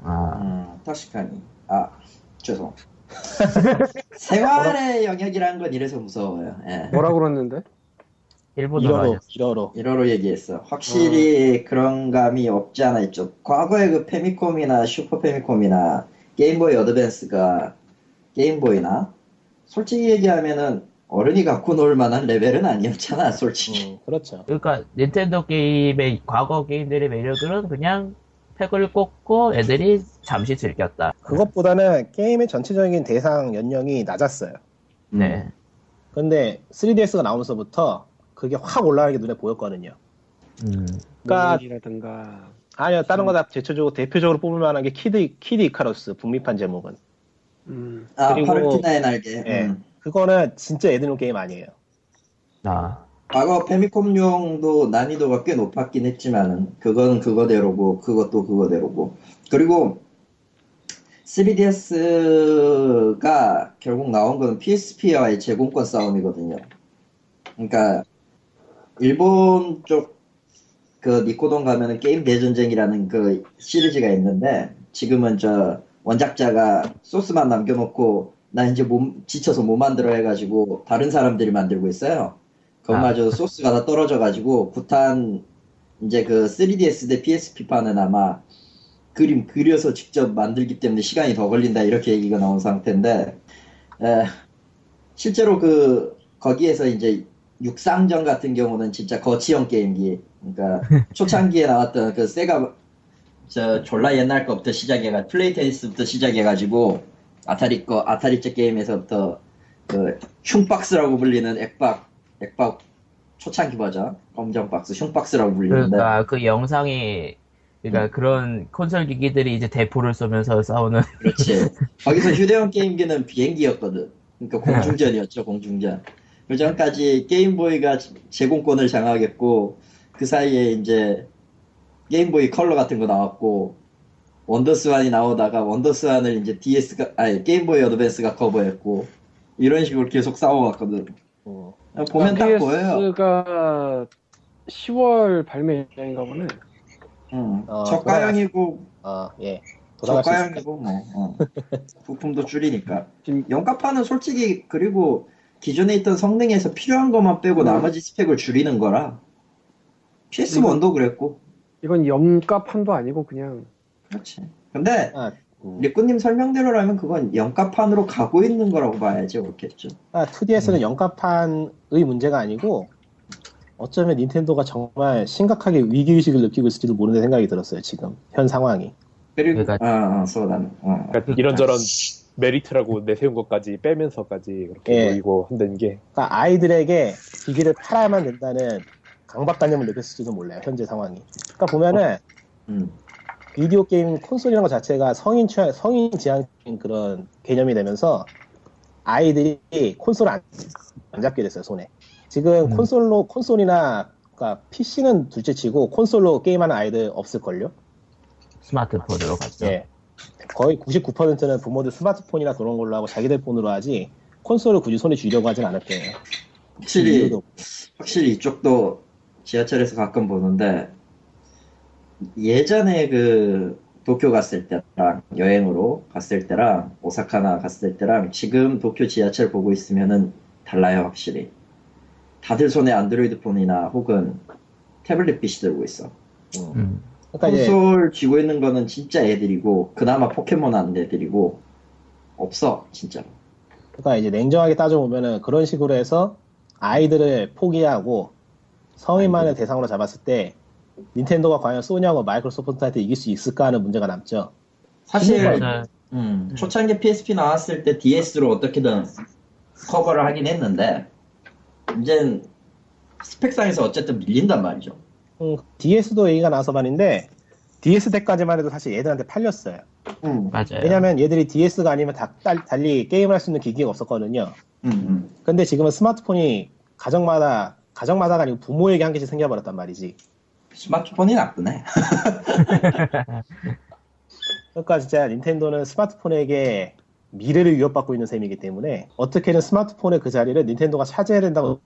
아, 음, 터시카니. 아, *laughs* 죄송. 생활의 영역이라는 건 이래서 무서워요. 예. 뭐라 그랬는데? 일본어로 이러로 하셨어. 이러로 이러로 얘기했어. 확실히 그런 감이 없지 않아 있죠. 과거에 그 페미콤이나 슈퍼 페미콤이나 게임보이 어드밴스가 게임보이나 솔직히 얘기하면은 어른이 갖고 놀 만한 레벨은 아니었잖아, 솔직히. 음, 그렇죠. 그러니까 닌텐도 게임의 과거 게임들의 매력은 그냥 팩을 꽂고 애들이 잠시 즐겼다. 그것보다는 게임의 전체적인 대상 연령이 낮았어요. 음. 네. 근데 3DS가 나오면서부터 그게 확 올라가는 게 눈에 보였거든요. 음. 그러니까- 논문이라든가 아니요, 음. 다른 거 다 제쳐주고 대표적으로 뽑을 만한 게 키드, 키드 이카로스, 북미판 제목은. 음, 아, 그리고- 파르티나의 날개. 예. 음. 그거는 진짜 애들용 게임 아니에요. 아. 과거 페미콤용도 난이도가 꽤 높았긴 했지만은 그건 그거대로고 그것도 그거대로고 그리고 3DS가 결국 나온 건 PSP와의 제공권 싸움이거든요. 그러니까 일본 쪽 그 니코동 가면은 게임 대전쟁이라는 그 시리즈가 있는데 지금은 저 원작자가 소스만 남겨놓고 나 이제 몸 지쳐서 못 만들어 해가지고 다른 사람들이 만들고 있어요. 그것마저 소스가 다 떨어져가지고 구탄 이제 그 3DS 대 PSP 판은 아마 그림 그려서 직접 만들기 때문에 시간이 더 걸린다 이렇게 얘기가 나온 상태인데 에, 실제로 그 거기에서 이제 육상전 같은 경우는 진짜 거치형 게임기 *laughs* 그러니까 초창기에 나왔던 그 세가 저 졸라 옛날 거부터 시작해가 플레이 테니스부터 시작해가지고 아타리 거 아타리제 게임에서부터 그 흉박스라고 불리는 액박 액박 초창기 버전 검정 박스 흉박스라고 불리는데 네. 그러니까 그 영상이 그러니까 그런 콘솔 기기들이 이제 대포를 쏘면서 싸우는 *laughs* 그렇지. *laughs* 거기서 휴대용 게임기는 비행기였거든. 그러니까 공중전이었죠, 공중전. 그 전까지 게임보이가 제공권을 장악했고, 그 사이에 이제 게임보이 컬러 같은 거 나왔고, 원더스완이 나오다가 원더스완을 이제 DS가, 아니, 게임보이 어드밴스가 커버했고, 이런 식으로 계속 싸워왔거든. 음. 보면 그러니까 딱 보여요. PS가 10월 아, 발매 예정인가 보네. 응. 어, 저가형이고, 아, 예. 돌아갈 수 있을까? 저가형이고, 뭐, 어. 부품도 줄이니까. 지금 영가판은 솔직히 그리고 기존에 있던 성능에서 필요한 것만 빼고 음. 나머지 스펙을 줄이는 거라 PS1도 그랬고 이건 염가판도 아니고 그냥 그렇지 근데 아, 음. 리꾸님 설명대로라면 그건 영가판으로 가고 있는 거라고 봐야지 그렇겠죠 아, 2DS는 음. 영가판의 문제가 아니고 어쩌면 닌텐도가 정말 심각하게 위기의식을 느끼고 있을지도 모르는 생각이 들었어요, 지금. 현 상황이. 그리고 그러니까- 아, 아 소단 아. 그러니까 이런저런 메리트라고 내세운 것까지 빼면서까지 이렇게 예. 보이고 한다는 게 그러니까 아이들에게 기기를 팔아야만 된다는 강박관념을 느꼈을지도 몰라요, 현재 상황이. 그러니까 보면은 음. 비디오 게임 콘솔이라는 것 자체가 성인 취향, 성인 지향적인 그런 개념이 되면서 아이들이 콘솔을 안, 안 잡게 됐어요 손에. 지금 음. 콘솔로 콘솔이나 그러니까 PC는 둘째치고 콘솔로 게임하는 아이들 없을걸요. 스마트폰으로 네. 갔죠. 예. 거의 99%는 부모들 스마트폰이나 그런 걸로 하고 자기들 폰으로 하지 콘솔을 굳이 손에 쥐려고 하진 않을 거예요. 확실히 이유도 없고. 확실히 이쪽도 지하철에서 가끔 보는데 예전에 그 도쿄 갔을 때랑 여행으로 갔을 때랑 오사카나 갔을 때랑 지금 도쿄 지하철 보고 있으면은 달라요 확실히 다들 손에 안드로이드 폰이나 혹은 태블릿 PC 들고 있어 음. 음. 그러니까 이제 콘솔 쥐고 있는 거는 진짜 애들이고 그나마 포켓몬 안 애들이고 없어 진짜 그러니까 이제 냉정하게 따져보면은 그런 식으로 해서 아이들을 포기하고 성인만을 대상으로 잡았을 때 닌텐도가 과연 소니하고 마이크로소프트한테 이길 수 있을까 하는 문제가 남죠. 사실 저는 음, 초창기 PSP 나왔을 때 DS로 어떻게든 커버를 하긴 했는데 이젠 스펙상에서 어쨌든 밀린단 말이죠. 음, DS도 얘기가 나와서 말인데 DS 때까지만 해도 사실 얘들한테 팔렸어요. 음, 맞아요. 왜냐면 얘들이 DS가 아니면 다, 달- 달리 게임을 할 수 있는 기기가 없었거든요. 음, 음. 근데 지금은 스마트폰이 가정마다 가정마다가 아니고 부모에게 한 개씩 생겨버렸단 말이지. 스마트폰이 나쁘네. 그러니까 진짜 닌텐도는 스마트폰에게 미래를 위협받고 있는 셈이기 때문에 어떻게든 스마트폰의 그 자리를 닌텐도가 차지해야 된다고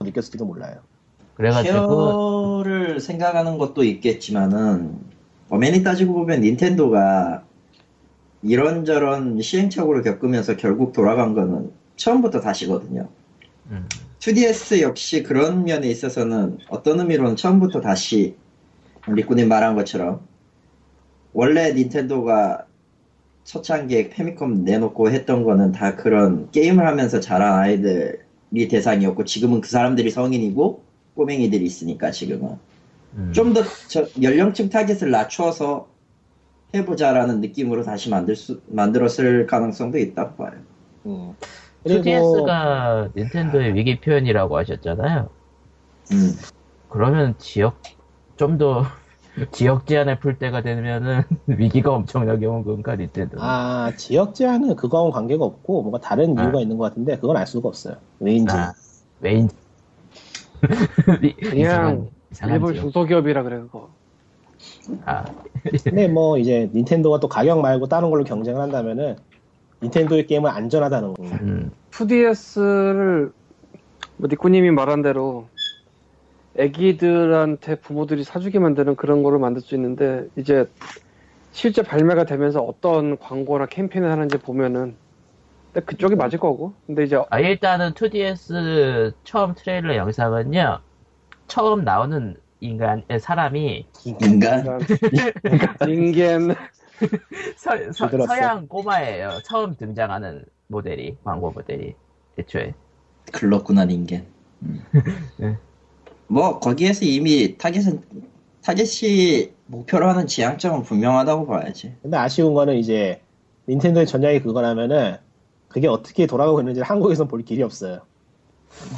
느꼈을지도 몰라요. 그래가지고 케어를 생각하는 것도 있겠지만은 엄연히 따지고 보면 닌텐도가 이런저런 시행착오를 겪으면서 결국 돌아간 거는 처음부터 다시거든요. 음. 2DS 역시 그런 면에 있어서는 어떤 의미로는 처음부터 다시 리꾸님 말한 것처럼 원래 닌텐도가 초창기에 패미컴 내놓고 했던 거는 다 그런 게임을 하면서 자란 아이들이 대상이었고 지금은 그 사람들이 성인이고 꼬맹이들이 있으니까 지금은 음. 좀 더 연령층 타겟을 낮춰서 해보자라는 느낌으로 다시 만들 수 만들었을 가능성도 있다고 봐요. 음. 2DS가 닌텐도의 위기 표현이라고 하셨잖아요. 음. 그러면 지역 좀 더 *laughs* 지역 제한을 풀 때가 되면은 *laughs* 위기가 엄청나게 온 건가 닌텐도. 아 지역 제한은 그거하고 관계가 없고 뭔가 다른 아. 이유가 있는 것 같은데 그건 알 수가 없어요. 왜인지. 아, *laughs* 메인. 그냥 일본 중소기업이라 그래 그거. 아, 근데 뭐 이제 닌텐도가 또 가격 말고 다른 걸로 경쟁을 한다면은 닌텐도의 게임은 안전하다는 거. 음, 2DS를 뭐 니꾸님이 말한 대로 애기들한테 부모들이 사주게 만드는 그런 거를 만들 수 있는데 이제 실제 발매가 되면서 어떤 광고나 캠페인을 하는지 보면은 근데 그쪽이 맞을 거고 근데 *laughs* 이제 아, 일단은 2DS 처음 트레일러 영상은요, 처음 나오는 인간, 에, 사람이 인간 인간 서, 서, 부드럽소. 서양 꼬마예요. 처음 등장하는 모델이, 광고 모델이. 애초에. 글렀구나 인간. 음. 네. 뭐 거기에서 이미 타겟은 타겟이 목표로 하는 지향점은 분명하다고 봐야지. 근데 아쉬운 거는 이제 닌텐도의 전략이 그거라면은 그게 어떻게 돌아가고 있는지 를 한국에서 볼 길이 없어요.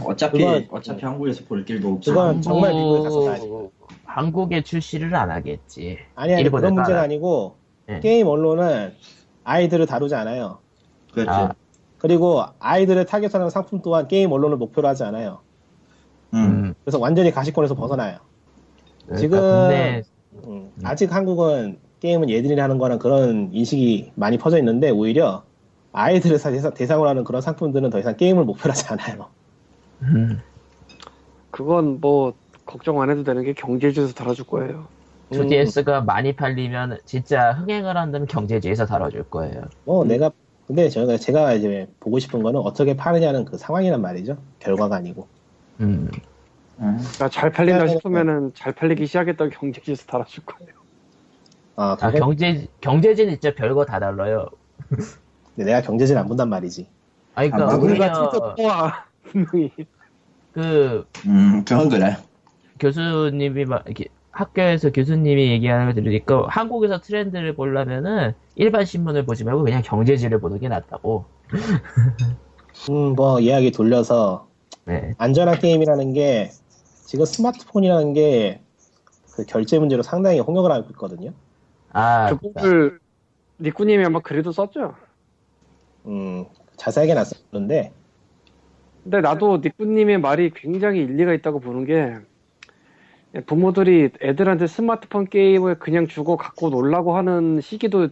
어차피 그건- 어차피 한국에서 볼 길도 없고. 그건 정말 미국에 가서 봐야 지 한국- 한국에 출시를 안 하겠지. 아니 아니 일본에 그런 문제가 따라. 아니고 예. 게임 언론은 아이들을 다루지 않아요. 그렇죠. 아. 그리고 아이들을 타겟하는 상품 또한 게임 언론을 목표로 하지 않아요. 음. 음, 그래서 완전히 가시권에서 벗어나요. 그러니까 지금- 근데, 음, 아직 한국은 게임은 얘들이 하는 거랑 그런 인식이 많이 퍼져 있는데 오히려 아이들을 사- 대상, 대상으로 하는 그런 상품들은 더 이상 게임을 목표로 하지 않아요. 음, 그건 뭐 걱정 안 해도 되는 게 경제주에서 달아줄 거예요 2DS가 많이 팔리면 진짜 흥행을 한다면 경제지에서 다뤄줄 거예요. 뭐 내가 근데 제가 제가 이제 보고 싶은 거는 어떻게 파느냐는 그 상황이란 말이죠. 결과가 아니고. 음. 음. 그러니까 잘 팔린다 싶으면은 잘 팔리기 시작했다고 경제주에서 달아줄 거예요 아, 아, 그건- 경제, 경제진 진짜 별거 다 달라요. 근데 내가 경제질 안 본단 말이지. 아, 그니까, 아, 오히려, 우리가 진짜- *laughs* 우와 분명히 그, 음, 그건 그래. 교수님이 막, 이렇게, 학교에서 교수님이 얘기하는 걸 들으니까, 한국에서 트렌드를 보려면은, 일반 신문을 보지 말고, 그냥 경제지를 보는 게 낫다고. 음, 뭐 이야기 돌려서 네. 안전한 게임이라는 게 지금 스마트폰이라는 게 그 결제 문제로 상당히 홍역을 하고 있거든요. 아, 그러니까 그분들 니꾸님이 아마 글에도 썼죠 음, 자세하게는 안 썼는데 근데 나도 니꾸님의 말이 굉장히 일리가 있다고 보는 게 부모들이 애들한테 스마트폰 게임을 그냥 주고 갖고 놀라고 하는 시기도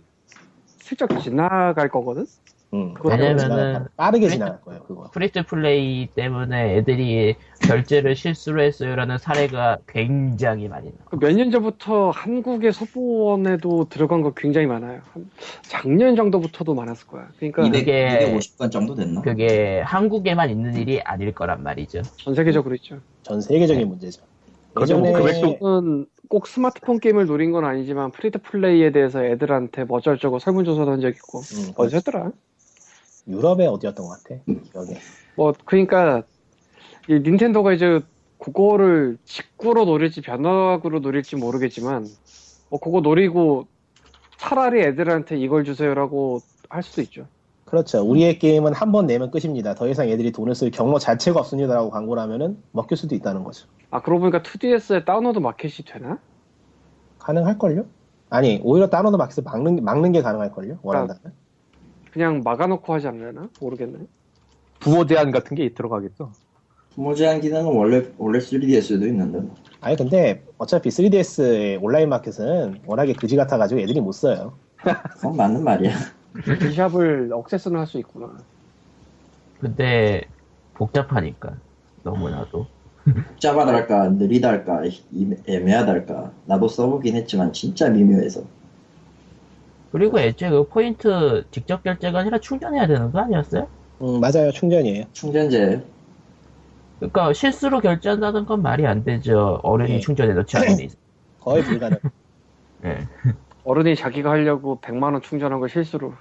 슬쩍 지나갈 거거든? 음, 그거 빠르게 왜냐면은- 지나갈 거야. 빠르게 지나갈 거예요, 그거. 프리트 플레이 때문에 애들이 결제를 실수로 했어요라는 사례가 굉장히 많이 나와. 그 몇 년 전부터 한국의 소보원에도 들어간 거 굉장히 많아요. 한 작년 정도부터도 많았을 거야. 그러니까 200, 그게- 250건 정도 됐나? 그게 한국에만 있는 일이 아닐 거란 말이죠. 전 세계적으로 있죠. 전 네. 세계적인 문제죠. 그런데 뭐 금액도- 저는 꼭 스마트폰 게임을 노린 건 아니지만 프리트 플레이에 대해서 애들한테 뭐 어쩔저고 설문조사도 한 적 있고 음, 어디서 했더라? 유럽에 어디였던 것 같아? 기억에. 뭐 그러니까 이 닌텐도가 이제 그거를 직구로 노릴지 변화구로 노릴지 모르겠지만 뭐 그거 노리고 차라리 애들한테 이걸 주세요라고 할 수도 있죠. 그렇죠. 우리의 게임은 한 번 내면 끝입니다. 더 이상 애들이 돈을 쓸 경로 자체가 없습니다라고 광고를 하면은 먹힐 수도 있다는 거죠. 아 그러고 보니까 2DS에 다운로드 마켓이 되나? 가능할걸요? 아니, 오히려 다운로드 마켓을 막는, 막는 게 가능할걸요? 원한다면. 그냥 막아놓고 하지 않나? 모르겠네. 부모 제한 같은 게 들어가겠죠. 부모 제한 기능은 원래 원래 3DS도 있는데. 뭐. 아니, 근데 어차피 3DS의 온라인 마켓은 워낙에 그지 같아가지고 애들이 못 써요. 그건 맞는 말이야. *laughs* 이샵을 억세스는 할 수 있구나. 근데, 복잡하니까. 너무나도. 복잡하달까, 느리달까, 이- 애매하달까. 나도 써보긴 했지만 진짜 미묘해서. 그리고 애초에 그 포인트 직접 결제가 아니라 충전해야 되는 거 아니었어요? 음, 맞아요. 충전이에요. 충전재 그러니까 실수로 결제한다는 건 말이 안 되죠. 어른이 예. 충전해 놓지 않으니. *laughs* 거의 불가능. 예. 어른이 자기가 하려고 100만 원 충전한 걸 실수로.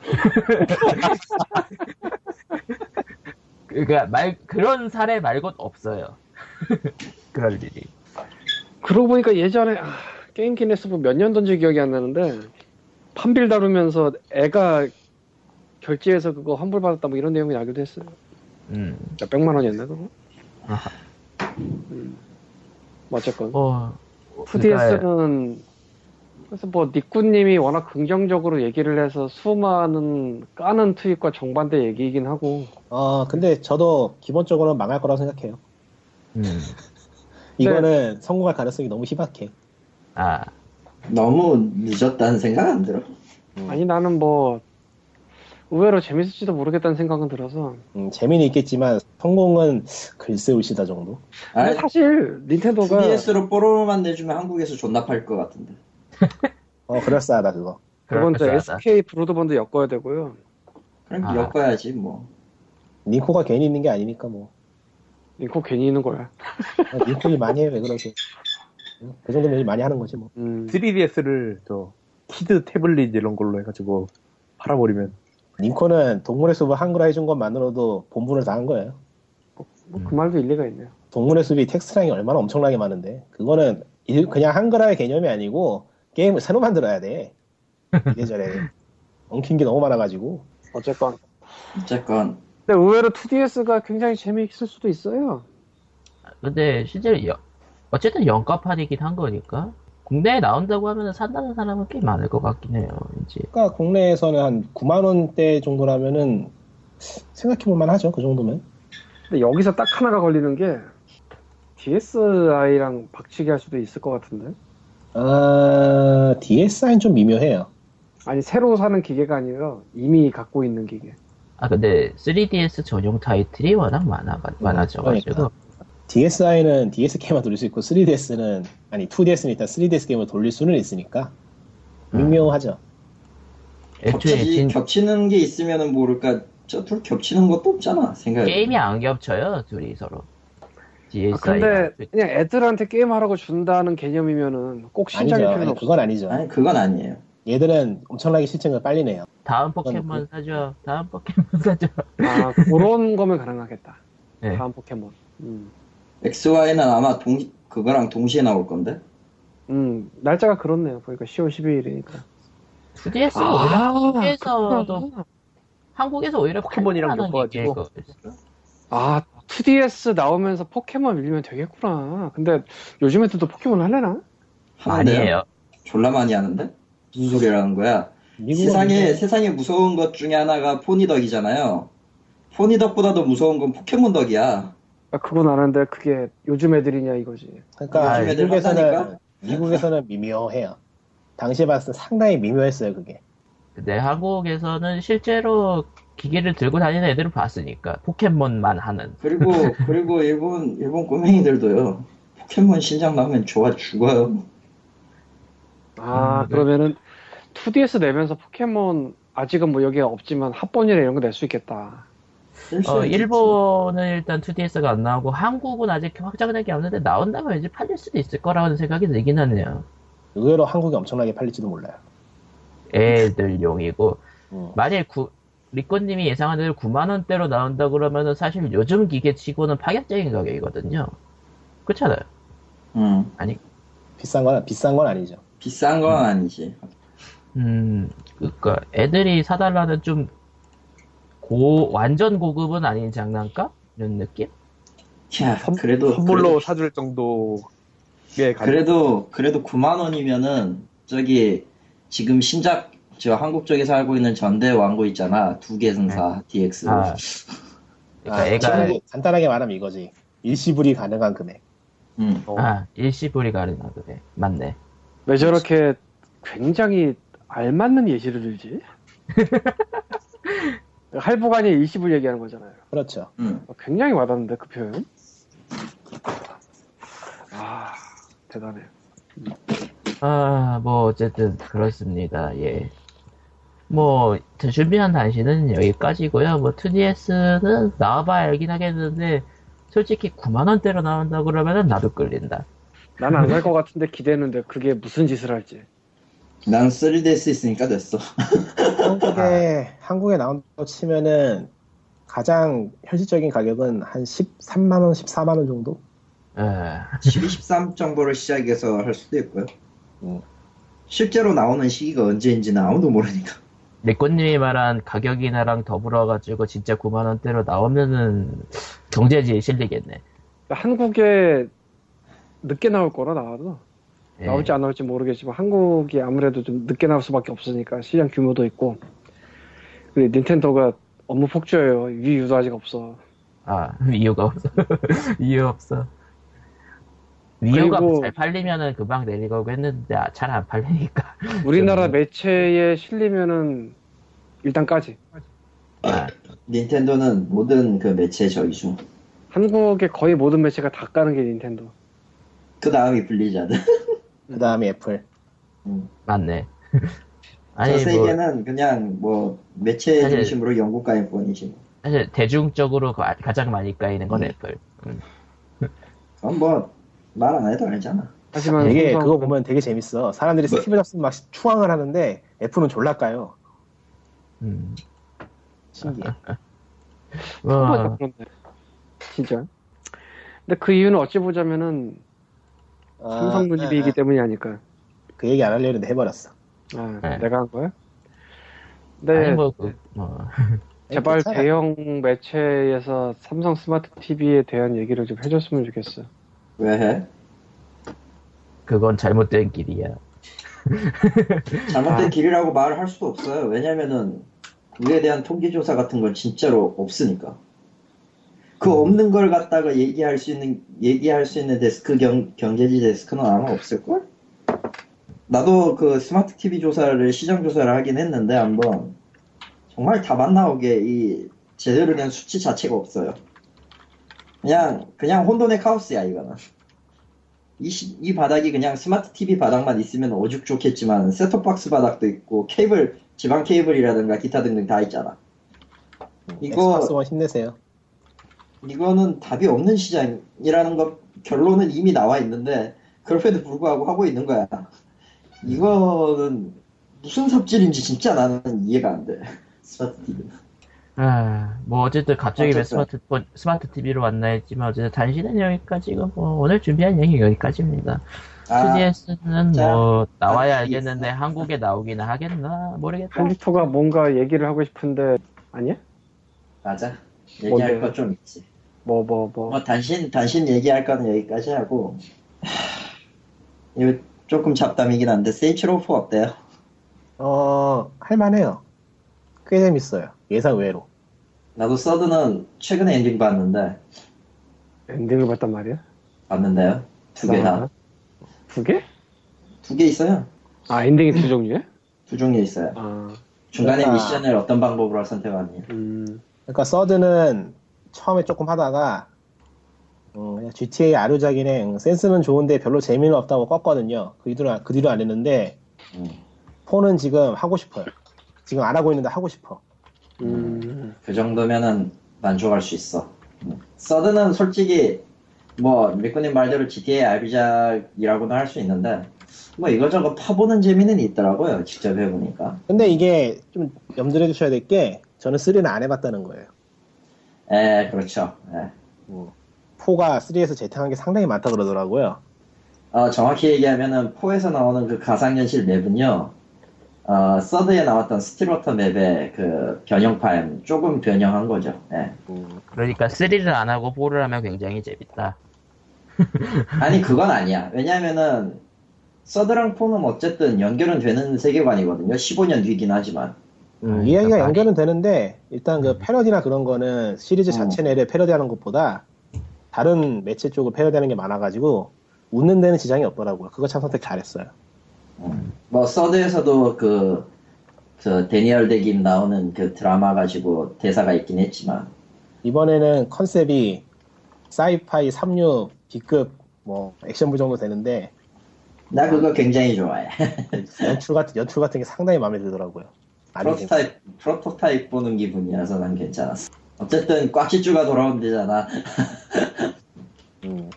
*clears throat* 그러니까 말 그런 사례 말고 없어요. *laughs* 그럴 일이. 그러고 보니까 예전에 아, 게임 기네스부 몇 년 전인지 기억이 안 나는데 판빌 다루면서 애가 결제해서 그거 환불 받았다 뭐 이런 내용이 나기도 했어요. 음. 몇 백만 원이었나 그거? 아하. 음. 뭐 어쨌건 어. 그러니까 FDS는 그래서 뭐 니꾸님이 워낙 긍정적으로 얘기를 해서 수많은 까는 투입과 정반대 얘기이긴 하고 어, 근데 저도 기본적으로는 망할 거라고 생각해요. 음. 이거는 성공할 가능성이 너무 희박해. 아. 너무 늦었다는 생각 안 들어? 아니 나는 뭐 의외로 재밌을지도 모르겠다는 생각은 들어서 음, 재미는 있겠지만 성공은 글쎄 울시다 정도. 아, 사실 닌텐도가 2DS로 E 뽀로로만 내주면 한국에서 존나 팔 것 같은데. 어, 그럴싸하다 그거. 그건 저 그럴싸하다. SK 브로드밴드 엮어야 되고요. 그럼 아. 엮어야지 뭐. 링코가 괜히 있는 게 아니니까 뭐. 이거 괜히 있는 거야. 아, 링코이 많이 해왜 그러지? 음, 그 정도면 많이 하는 거지 뭐. 음, 3DS를 저 키드 태블릿 이런 걸로 해가지고 팔아버리면 링코는 동물의 숲을 한글화 해준 것만으로도 본분을 다 한 거예요. 뭐 그 말도 일리가 있네요. 동물의 숲이 텍스트량이 얼마나 엄청나게 많은데 그거는 일- 그냥 한글화의 개념이 아니고 게임을 새로 만들어야 돼. 이래저래 *laughs* 엉킨 게 너무 많아가지고 어쨌건. 어쨌건 근데 의외로 2DS가 굉장히 재미있을 수도 있어요. 근데 실제로 여- 어쨌든 영가판이긴 한 거니까 국내에 나온다고 하면 산다는 사람은 꽤 많을 것 같긴 해요. 이제 그러니까 국내에서는 한 9만 원대 정도라면은 생각해볼 만하죠. 그 정도면. 근데 여기서 딱 하나가 걸리는 게 DSi랑 박치기 할 수도 있을 것 같은데. 아, DSI는 좀 미묘해요. 아니 새로 사는 기계가 아니라 이미 갖고 있는 기계. 아 근데 3DS 전용 타이틀이 워낙 많아 많아져가지고 DSI는 DS 게임을 돌릴 수 있고 3DS는 아니 2DS는 일단 3DS 게임을 돌릴 수는 있으니까 음. 미묘하죠. 애초에 겹치지, 진- 겹치는 게 있으면은 모를까. 저 둘 겹치는 것도 없잖아 네. 생각해. 게임이 안 겹쳐요 둘이 서로. DSI. 아, 근데 그냥 애들한테 게임하라고 준다는 개념이면은 꼭 아니죠. 신작일 필요는 아니, 없어. 그건 아니죠. 아니 그건 아니에요. 얘들은 엄청나게 실증을 빨리 내요. 다음 포켓몬 사죠. 다음 포켓몬 *laughs* 사죠. 아 그런 거면 *laughs* 가능하겠다. 네. 다음 포켓몬. 음. XY는 아마 동 그거랑 동시에 나올 건데. 음, 날짜가 그렇네요. 보니까 10월 12일이니까. 2DS는 아, 오히려 아, 한국에서도 한국에서 오히려 포켓몬이랑 팔만한 엮어가지고. 얘기일 것 같아요. 아, 2DS 나오면서 포켓몬 밀리면 되겠구나. 근데 요즘 애들도 포켓몬 할래나? 하는데요. 네. 아니에요. 졸라 많이 하는데 무슨 소리라는 거야? 미국은 세상에 이제 세상에 무서운 것 중에 하나가 포니덕이잖아요. 포니덕보다도 무서운 건 포켓몬 덕이야. 아, 그건 아는데 그게 요즘 애들이냐 이거지. 그러니까 아, 애들 미국에서는 한다니까? 미국에서는 미묘해요. 당시에 봤을 때 상당히 미묘했어요 그게. 근데 한국에서는 실제로 기계를 들고 다니는 애들을 봤으니까 포켓몬만 하는 *laughs* 그리고 그리고 일본 일본 꼬맹이들도요. 포켓몬 신작 나오면 좋아 죽어요. 아, 음, 네. 그러면은 2DS 내면서 포켓몬 아직은 뭐 여기에 없지만 합본이나 이런 거 낼 수 있겠다. 어, 쓸수 있겠지. 일본은 일단 2DS가 안 나오고 한국은 아직 확장된 게 없는데 나온다면 왠지 팔릴 수도 있을 거라는 생각이 들긴 하네요. 음. 의외로 한국이 엄청나게 팔릴지도 몰라요. 애들용이고 음. 만약 구, 리코님이 예상한 대로 9만 원대로 나온다 그러면은 사실 요즘 기계치고는 파격적인 가격이거든요. 그렇잖아요. 음, 비싼 건 비싼 건 아니죠. 비싼 건 아니지. 음, 그니까 애들이 사달라는 좀 고, 완전 고급은 아닌 장난감 이런 느낌? 야, 선- 어, 그래도 선물로 사줄 정도의 가격. 그래도 그래도 9만 원이면은 저기 지금 신작 저 한국 쪽에서 하고 있는 전대 왕고 있잖아 두 개 승사 DX 아, 그러니까 애가 참고 아, 간단하게 말하면 이거지. 일시불이 가능한 금액. 음. 어, 아 일시불이 가르나 그래 맞네. 왜 저렇게 굉장히 알맞는 예시를 *laughs* 들지? 할부간이 일시불 얘기하는 거잖아요. 그렇죠. 음. 굉장히 와닿는데 그 표현. 아 대단해. 아, 뭐, 어쨌든, 그렇습니다. 예. 뭐, 저 준비한 단신은 여기까지고요 뭐, 2DS는 나와봐야 알긴 하겠는데, 솔직히 9만원대로 나온다 그러면은 나도 끌린다. 난 안 살 것 같은데 기대했는데 그게 무슨 짓을 할지. 난 3DS *laughs* 있으니까 됐어. 한국에 한국에 나온다고 치면은 가장 현실적인 가격은 한 13만 원, 14만 원 정도. 에, 12, 13 정도를 시작해서 할 수도 있고요. 어. 음. 실제로 나오는 시기가 언제인지는 아무도 모르니까. *laughs* 내꺼님이 말한 가격이나랑 더불어가지고 진짜 9만원대로 나오면은 경제지에 실리겠네. 한국에 늦게 나올 거라 나와도 네. 예. 나올지 안 나올지 모르겠지만 한국이 아무래도 좀 늦게 나올 수밖에 없으니까 시장 규모도 있고 그리고 닌텐도가 업무 폭주예요. 위유도 아직 없어. 아, *laughs* 이유가 없어. 이유 없어. 이유가 그리고- 잘 팔리면은 금방 내리고 했는데 아, 잘 안 팔리니까. *laughs* 그렇죠. 우리나라 매체에 실리면은 일단까지 아. 닌텐도는 모든 그 매체 저기 중. 한국의 거의 모든 매체가 다 까는 게 닌텐도. 그 다음이 블리자드. *laughs* 그 다음에 애플. 맞네. 저 아니 세 뭐 개는 그냥 뭐 매체 사실- 중심으로 영국가일 뿐이지. 뭐. 사실 대중적으로 가- 가장 많이 까이는 음. 건 애플. 음. 그건 뭐 말 안 해도 알잖아. 하지만 되게 삼성은 그거 보면 되게 재밌어. 사람들이 뭐- 스티브 잡스 막 추앙을 하는데 애플은 졸라까요. 음. 신기해. 한번더 뭐, 그런데 진짜. 근데 그 이유는 어찌 보자면은 아, 삼성 문입이기 아, 때문이 아닐까. 아. 그 얘기 안 하려고 했는데 해버렸어. 아, 네. 내가 한 거야? 아니 네, 뭐, 그, 뭐 *laughs* 제발 네, 괜찮아. 대형 매체에서 삼성 스마트 TV에 대한 얘기를 좀 해줬으면 좋겠어. 왜 해? 그건 잘못된 길이야. 잘못된 길이라고 말을 할 수도 없어요. 왜냐면은 그에 대한 통계조사 같은 건 진짜로 없으니까. 그 없는 걸 갖다가 얘기할 수 있는 얘기할 수 있는 데스크 그 경, 경제지 데스크는 아마 없을 걸? 나도 그 스마트 TV 조사를 시장 조사를 하긴 했는데 한번 정말 답 안 나오게 이 제대로 된 수치 자체가 없어요. 그냥 그냥 혼돈의 카오스야 이거는. 이, 시- 이 바닥이 그냥 스마트 TV 바닥만 있으면 오죽 좋겠지만 셋톱박스 바닥도 있고 케이블 지방 케이블이라든가 기타 등등 다 있잖아. 이거- 음, 엑스박스 원 힘내세요. 이거는 답이 없는 시장이라는 것 결론은 이미 나와 있는데 그럼에도 불구하고 하고 있는 거야. 이거는 무슨 삽질인지 진짜 나는 이해가 안 돼. 스마트 TV. 아, 뭐 어쨌든 갑자기 왜 어쨌든. 스마트폰, 스마트 TV로 왔나 했지만 어쨌든 단신은 여기까지고 뭐 오늘 준비한 얘기 여기까지입니다. 아, CGS는 자, 아, 뭐 나와야 단신이 알겠는데 한국에 나오기는 하겠나 모르겠다. 한지토가 뭔가 얘기를 하고 싶은데 아니야? 맞아. 얘기할 뭔데요? 거 좀 있지. 뭐 뭐 뭐. 뭐 단신 단신 얘기할 거는 여기까지 하고 이거 조금 잡담이긴 한데 세이치로프 어때요? 어 할만해요. 꽤 재밌어요. 예상 외로. 나도 서드는 최근에 엔딩 봤는데 엔딩을 봤단 말이야? 아, 봤는데요. 두 개 다. 두 개? 두 개 있어요. 아 엔딩이 두 종류야? 두 종류 있어요. 아, 중간에 그러니까- 미션을 어떤 방법으로 선택하느냐. 음, 그러니까 서드는 처음에 조금 하다가 음, 그냥 GTA 아류작이네 음, 센스는 좋은데 별로 재미는 없다고 껐거든요. 그 뒤로 안- 그 뒤로 안 했는데 음. 포는 지금 하고 싶어요. 지금 안 하고 있는데 하고 싶어. 음. 그 정도면은 만족할 수 있어. 음. 서드는 솔직히 뭐 리코님 말대로 GTA RPG작이라고는 할 수 있는데 뭐 이것저것 파보는 재미는 있더라고요. 직접 해보니까. 근데 이게 좀 염두해 주셔야 될 게 저는 3는 안 해봤다는 거예요. 에 그렇죠. 예. 포가 3에서 재탕한 게 상당히 많다 그러더라고요. 어, 정확히 얘기하면은 포에서 나오는 그 가상현실 맵은요. 어, 서드에 나왔던 스틸워터 맵의 그 변형판 조금 변형한 거죠. 예. 그러니까 3를 안 하고 4를 하면 굉장히 재밌다. 아니 그건 아니야. 왜냐하면은 서드랑 포는 어쨌든 연결은 되는 세계관이거든요. 15년 뒤긴 하지만. 음, 아, 이야기가 그러니까 음. 연결은 되는데 일단 그 패러디나 그런 거는 시리즈 음. 자체 내를 패러디하는 것보다 다른 매체 쪽을 패러디하는 게 많아가지고 웃는 데는 지장이 없더라고요. 그거 참 선택 잘했어요. 뭐 서드에서도 그, 그 데니얼 대김 나오는 그 드라마 가지고 대사가 있긴 했지만 이번에는 컨셉이 사이파이 36 B급 뭐 액션물 정도 되는데 나 그거 굉장히 좋아해. 연출 같은 연출 같은 게 상당히 마음에 들더라고요. 아니, 프로토타입 프로토타입 보는 기분이라서 난 괜찮았어. 어쨌든 꽉지쭈가 돌아오면 되잖아. 음.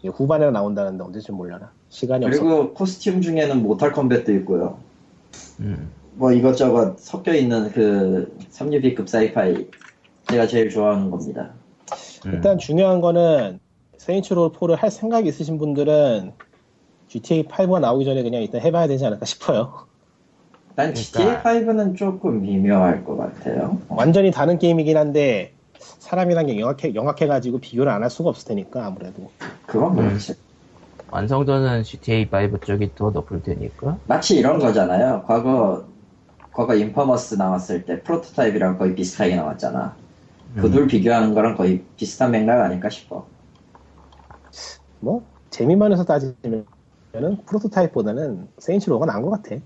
이게 후반에 나온다는데 언제쯤 몰라나. 시간이 없어. 그리고 코스튬 중에는 모탈 컴뱃도 있고요. 음. 뭐 이것저것 섞여 있는 그 362급 사이파이 제가 제일 좋아하는 겁니다. 음. 일단 중요한 거는 세인츠로 4를 할 생각이 있으신 분들은 GTA 5가 나오기 전에 그냥 일단 해봐야 되지 않을까 싶어요. 난 그러니까. GTA5는 조금 미묘할 것 같아요. 완전히 다른 게임이긴 한데 사람이란 게 영악해, 영악해가지고 비교를 안 할 수가 없을 테니까 아무래도. 그건 그렇지. 완성도는 GTA 5 쪽이 더 높을 테니까. 마치 이런 거잖아요. 과거 과거 인퍼머스 나왔을 때 프로토타입이랑 거의 비슷하게 나왔잖아. 그 음. 둘 비교하는 거랑 거의 비슷한 맥락 아닐까 싶어. 뭐 재미만해서 따지면은 프로토타입보다는 세인츠로가 나은 것 같아.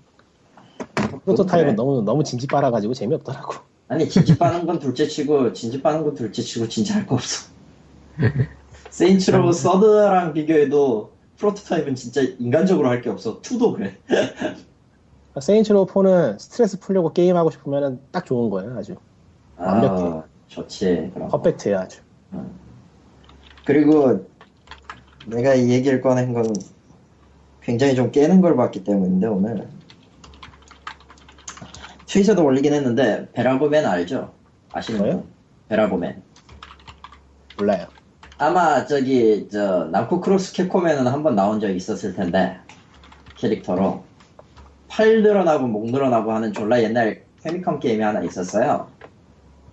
프로토타입은 그래. 너무 너무 진지 빨아가지고 재미없더라고. 아니 진지 빠는 건 둘째치고 진지 빠는 건 둘째치고 진지 할 거 *laughs* 없어. 음. 세인츠로우 서드랑 비교해도 프로토타입은 진짜 인간적으로 할 게 없어. 투도 그래. 세인츠로 4는 스트레스 풀려고 게임하고 싶으면은 딱 좋은 거예요 아주. 완벽해. 아, 좋지. 그럼. 퍼펙트예요 아주. 그리고 내가 이 얘기를 꺼낸 건 굉장히 좀 깨는 걸 봤기 때문인데 오늘 트위터도 올리긴 했는데 베라고맨 알죠? 아시는 뭐요? 분? 베라고맨 몰라요. 아마 저기 저 남코 크로스 캡콤에는 한 번 나온 적이 있었을 텐데 캐릭터로 팔 늘어나고 목 늘어나고 하는 졸라 옛날 페미컴 게임이 하나 있었어요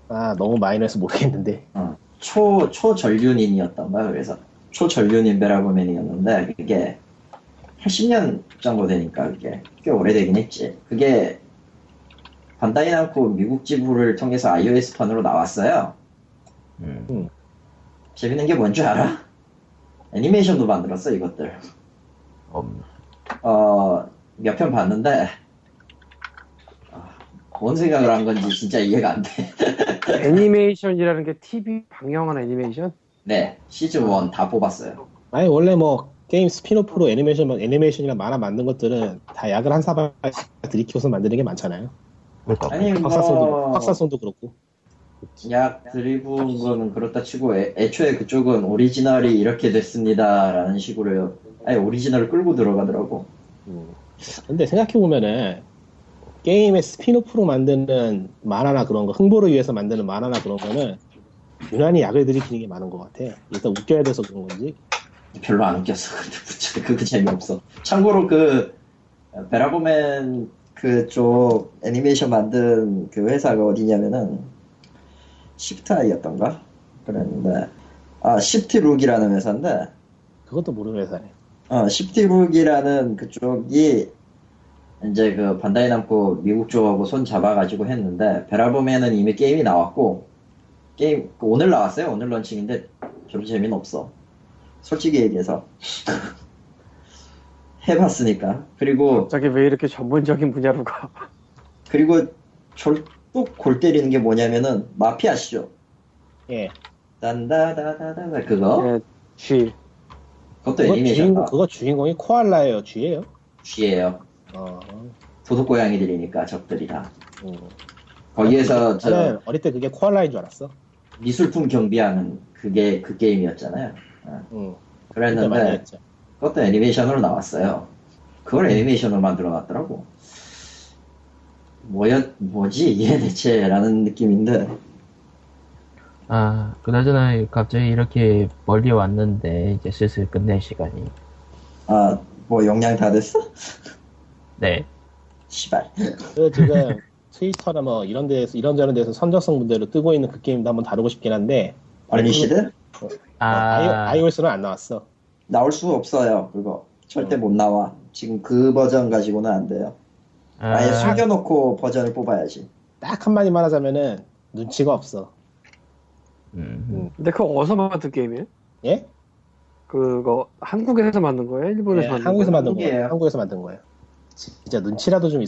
아 너무 마이너해서 모르겠는데. 어, 초, 초전륜인이었던가 그래서 초전륜인 베라고맨이었는데 그게 80년 정도 되니까 그게 꽤 오래되긴 했지 그게 반다이 남코 미국 지부를 통해서 iOS판으로 나왔어요 음. 재밌는 게 뭔 줄 알아? 애니메이션도 만들었어 이것들 음. 어, 몇 편 봤는데, 아, 뭔 생각을 한 건지 진짜 이해가 안 돼. 애니메이션이라는 게 TV 방영한 애니메이션? 네, 시즌 1 다 뽑았어요. 아니 원래 뭐 게임 스피노프로 애니메이션 애니메이션이나 만화 만든 것들은 다 약을 한 사발 들이키고서 만드는 게 많잖아요. 그러니까 아니, 확산성도 뭐, 확산성도 그렇고. 약 들이부은 거는 그렇다 치고, 애, 애초에 그쪽은 오리지널이 이렇게 됐습니다. 라는 식으로, 아예 오리지널을 끌고 들어가더라고. 근데 생각해 보면은 게임의 스피노프로 만드는 만화나 그런 거 흥보를 위해서 만드는 만화나 그런 거는 유난히 약을 들이키는 게 많은 것 같아. 일단 웃겨야 돼서 그런 건지. 별로 안 웃겼어. *laughs* 근데 부채- 그거 재미없어. 참고로 그, 베라보맨 그쪽 애니메이션 만든 그 회사가 어디냐면은, 시프트 아이였던가? 그랬는데, 아, 시프트 룩이라는 회사인데, 그것도 모르는 회사네. 어, 시프트 룩이라는 그쪽이, 이제 그 반다이 남코 미국 쪽하고 손 잡아가지고 했는데, 베라보맨은 이미 게임이 나왔고, 게임, 그 오늘 나왔어요. 오늘 런칭인데, 별로 재미는 없어. 솔직히 얘기해서. *laughs* 해봤으니까. 그리고, 갑자기 왜 이렇게 전문적인 분야로 가? 그리고 절꼭골 때리는 게 뭐냐면은, 마피 아시죠? 예. 딴다다다다다, 어? 그거? 예, G. 그것도 네. 그거 주인공 애니메이션가 그거 주인공이 코알라예요, 쥐예요. 쥐예요. 어. 도둑고양이들이니까, 적들이다. 음. 거기에서 저, 저는 어릴 때 그게 코알라인 줄 알았어. 미술품 경비하는 그게 그 게임이었잖아요. 응. 진짜 많이 그랬는데 했죠. 음. 그것도 애니메이션으로 나왔어요. 그걸 애니메이션으로 만들어 놨더라고. 뭐였 뭐지 이게 대체라는 느낌인데 아, 그나저나 갑자기 이렇게 멀리 왔는데 이제 슬슬 끝낼 시간이. 아 뭐 용량 다 됐어? 네. 시발. 그 지금 트위터나 뭐 이런 데에서 이런저런 데서 선정성 문제로 뜨고 있는 그 게임도 한번 다루고 싶긴 한데 어, 얼리 시대 아, 아이, iOS는 안 나왔어. 나올 수 없어요. 그거 절대 못 나와. 지금 그 버전 가지고는 안 돼요. 아예 아, 숨겨놓고 버전을 뽑아야지. 딱 한마디만 하자면은 눈치가 없어. 음, 근데 그거 어디서 만든 게임이에요? 예? 그거 한국에서 만든 거예요? 일본에서 예, 만든 한국에서 거예요? 만든 한국이에요. 거예요. 한국에서 만든 거예요. 진짜 눈치라도 좀 있,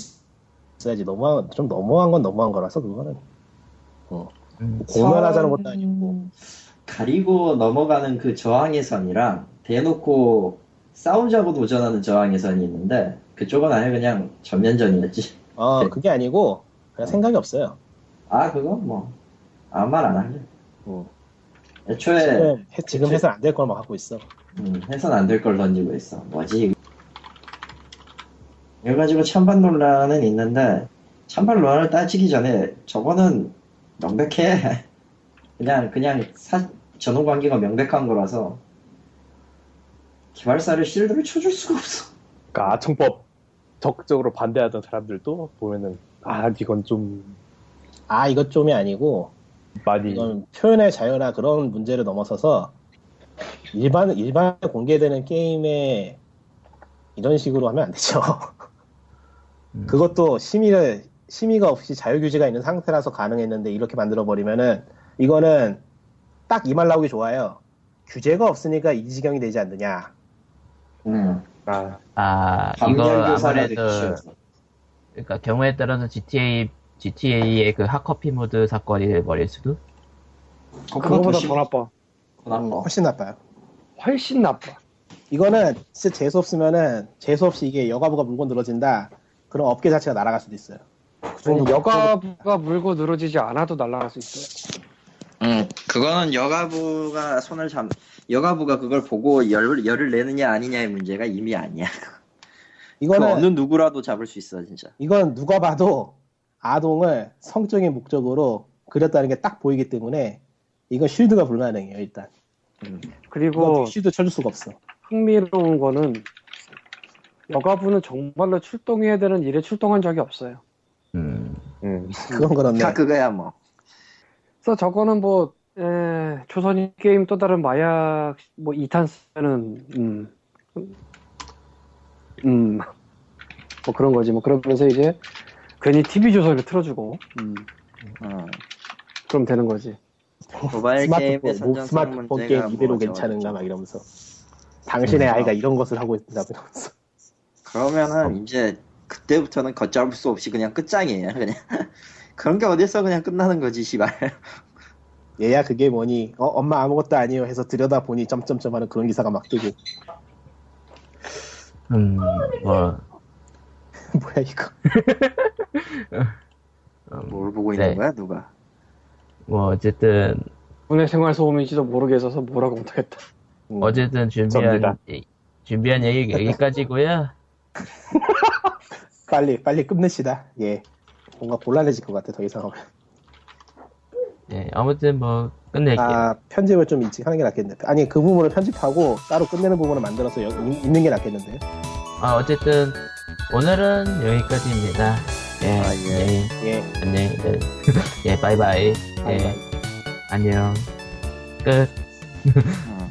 어야지 너무한 좀 너무한 건 너무한 거라서 그거는 어. 음. 공연하자는 것도 아니고 가리고 넘어가는 그 저항의 선이랑 대놓고 싸우자고 도전하는 저항의 선이 있는데 그쪽은 아예 그냥 전면전이었지. 아, 어 그게 아니고 그냥 생각이 없어요. 아 그거 뭐 아무 말 안 할래. 음. 애초에 지금, 해, 지금 해서 안 될 걸만 갖고 있어. 음, 해선 안 될 걸 던지고 있어. 뭐지? 그래가지고 찬반 논란은 있는데 찬반 논란을 따지기 전에 저거는 명백해. *laughs* 그냥 그냥 사, 전원 관계가 명백한 거라서 개발사를 실드를 쳐줄 수가 없어. 그러니까 아청법 적극적으로 반대하던 사람들도 보면은 아 이건 좀 아, 이것 좀이 아니고, 많이 이건 표현의 자유나 그런 문제를 넘어서서 일반, 일반에 공개되는 게임에 이런 식으로 하면 안 되죠. 음. 그것도 심의를, 심의가 없이 자유규제가 있는 상태라서 가능했는데 이렇게 만들어버리면은 이거는 딱 이 말 나오기 좋아요. 규제가 없으니까 이 지경이 되지 않느냐. 음. 아, 아 이거 감량 교사를 아무래도 느끼셔서. 그러니까 경우에 따라서 GTA GTA의 그 핫커피 모드 사건이 돼버릴 수도. 어, 그거보다 더 나빠. 나빠. 훨씬 나빠요. 훨씬 나빠. 이거는 진짜 재수 없으면은 재수 없이 이게 여가부가 물건 늘어진다. 그럼 업계 자체가 날아갈 수도 있어요. 그 정도 아니, 뭐 여가부가 물고 늘어지지 않아도 날아갈 수 있어. 음, 그거는 여가부가 손을 잡, 여가부가 그걸 보고 열, 열을 내느냐 아니냐의 문제가 이미 아니야. 그 이거는 어느 누구라도 잡을 수 있어, 진짜. 이건 누가 봐도 아동을 성적인 목적으로 그렸다는 게 딱 보이기 때문에 이건 쉴드가 불가능해요 일단. 그리고 이거 뭐 쉴드 쳐줄 수가 없어. 흥미로운 거는 여가부는 정말로 출동해야 되는 일에 출동한 적이 없어요. 음. 음. 그건 그렇네. 다 그거야, 뭐. 그래서 저거는 뭐 에, 조선인 게임 또 다른 마약 뭐 2탄 쓰면은 음, 음, 뭐 그런 거지 뭐 그러면서 이제 괜히 TV 조선을 틀어주고 음, 음. 그럼 되는 거지. 모바일 게임의 어, 스마트폰, 목- 선전성 스마트폰 게임 문제가 이대로 뭐죠, 괜찮은가 막 이러면서 당신의 음. 아이가 이런 것을 하고 있다 이러면서 그러면은 이제 그때부터는 걷잡을 수 없이 그냥 끝장이에요, 그냥. *laughs* 그런 게 어딨어, 그냥 끝나는 거지, 씨발. 얘야 그게 뭐니? 어 엄마 아무것도 아니요 해서 들여다 보니 점점점 하는 그런 기사가 막 뜨고 *laughs* 음, 뭐, 뭐야 이거? 뭘 보고 네. 있는 거야, 누가? 뭐, 어쨌든, 국내 생활 소음인지도 모르게 해서 뭐라고 못하겠다. 음. 어쨌든 준비한, 접니다. 예- 준비한 얘기 여기까지고요 빨리 빨리 끝냅시다. 예. 뭔가 곤란해질 것 같아 더 이상 하면. 예, 아무튼 뭐, 끝낼게요. 아 편집을 좀 일찍 하는 게 낫겠네. 아니 그 부분을 편집하고 따로 끝내는 부분을 만들어서 여- 있- 있는 게 낫겠는데요. 아, 어쨌든, 오늘은 여기까지입니다. 예, 아, 예. 예. 예. 안녕히, 네. 예, 바이바이. 예, 바이바이. 안녕. 끝. 음.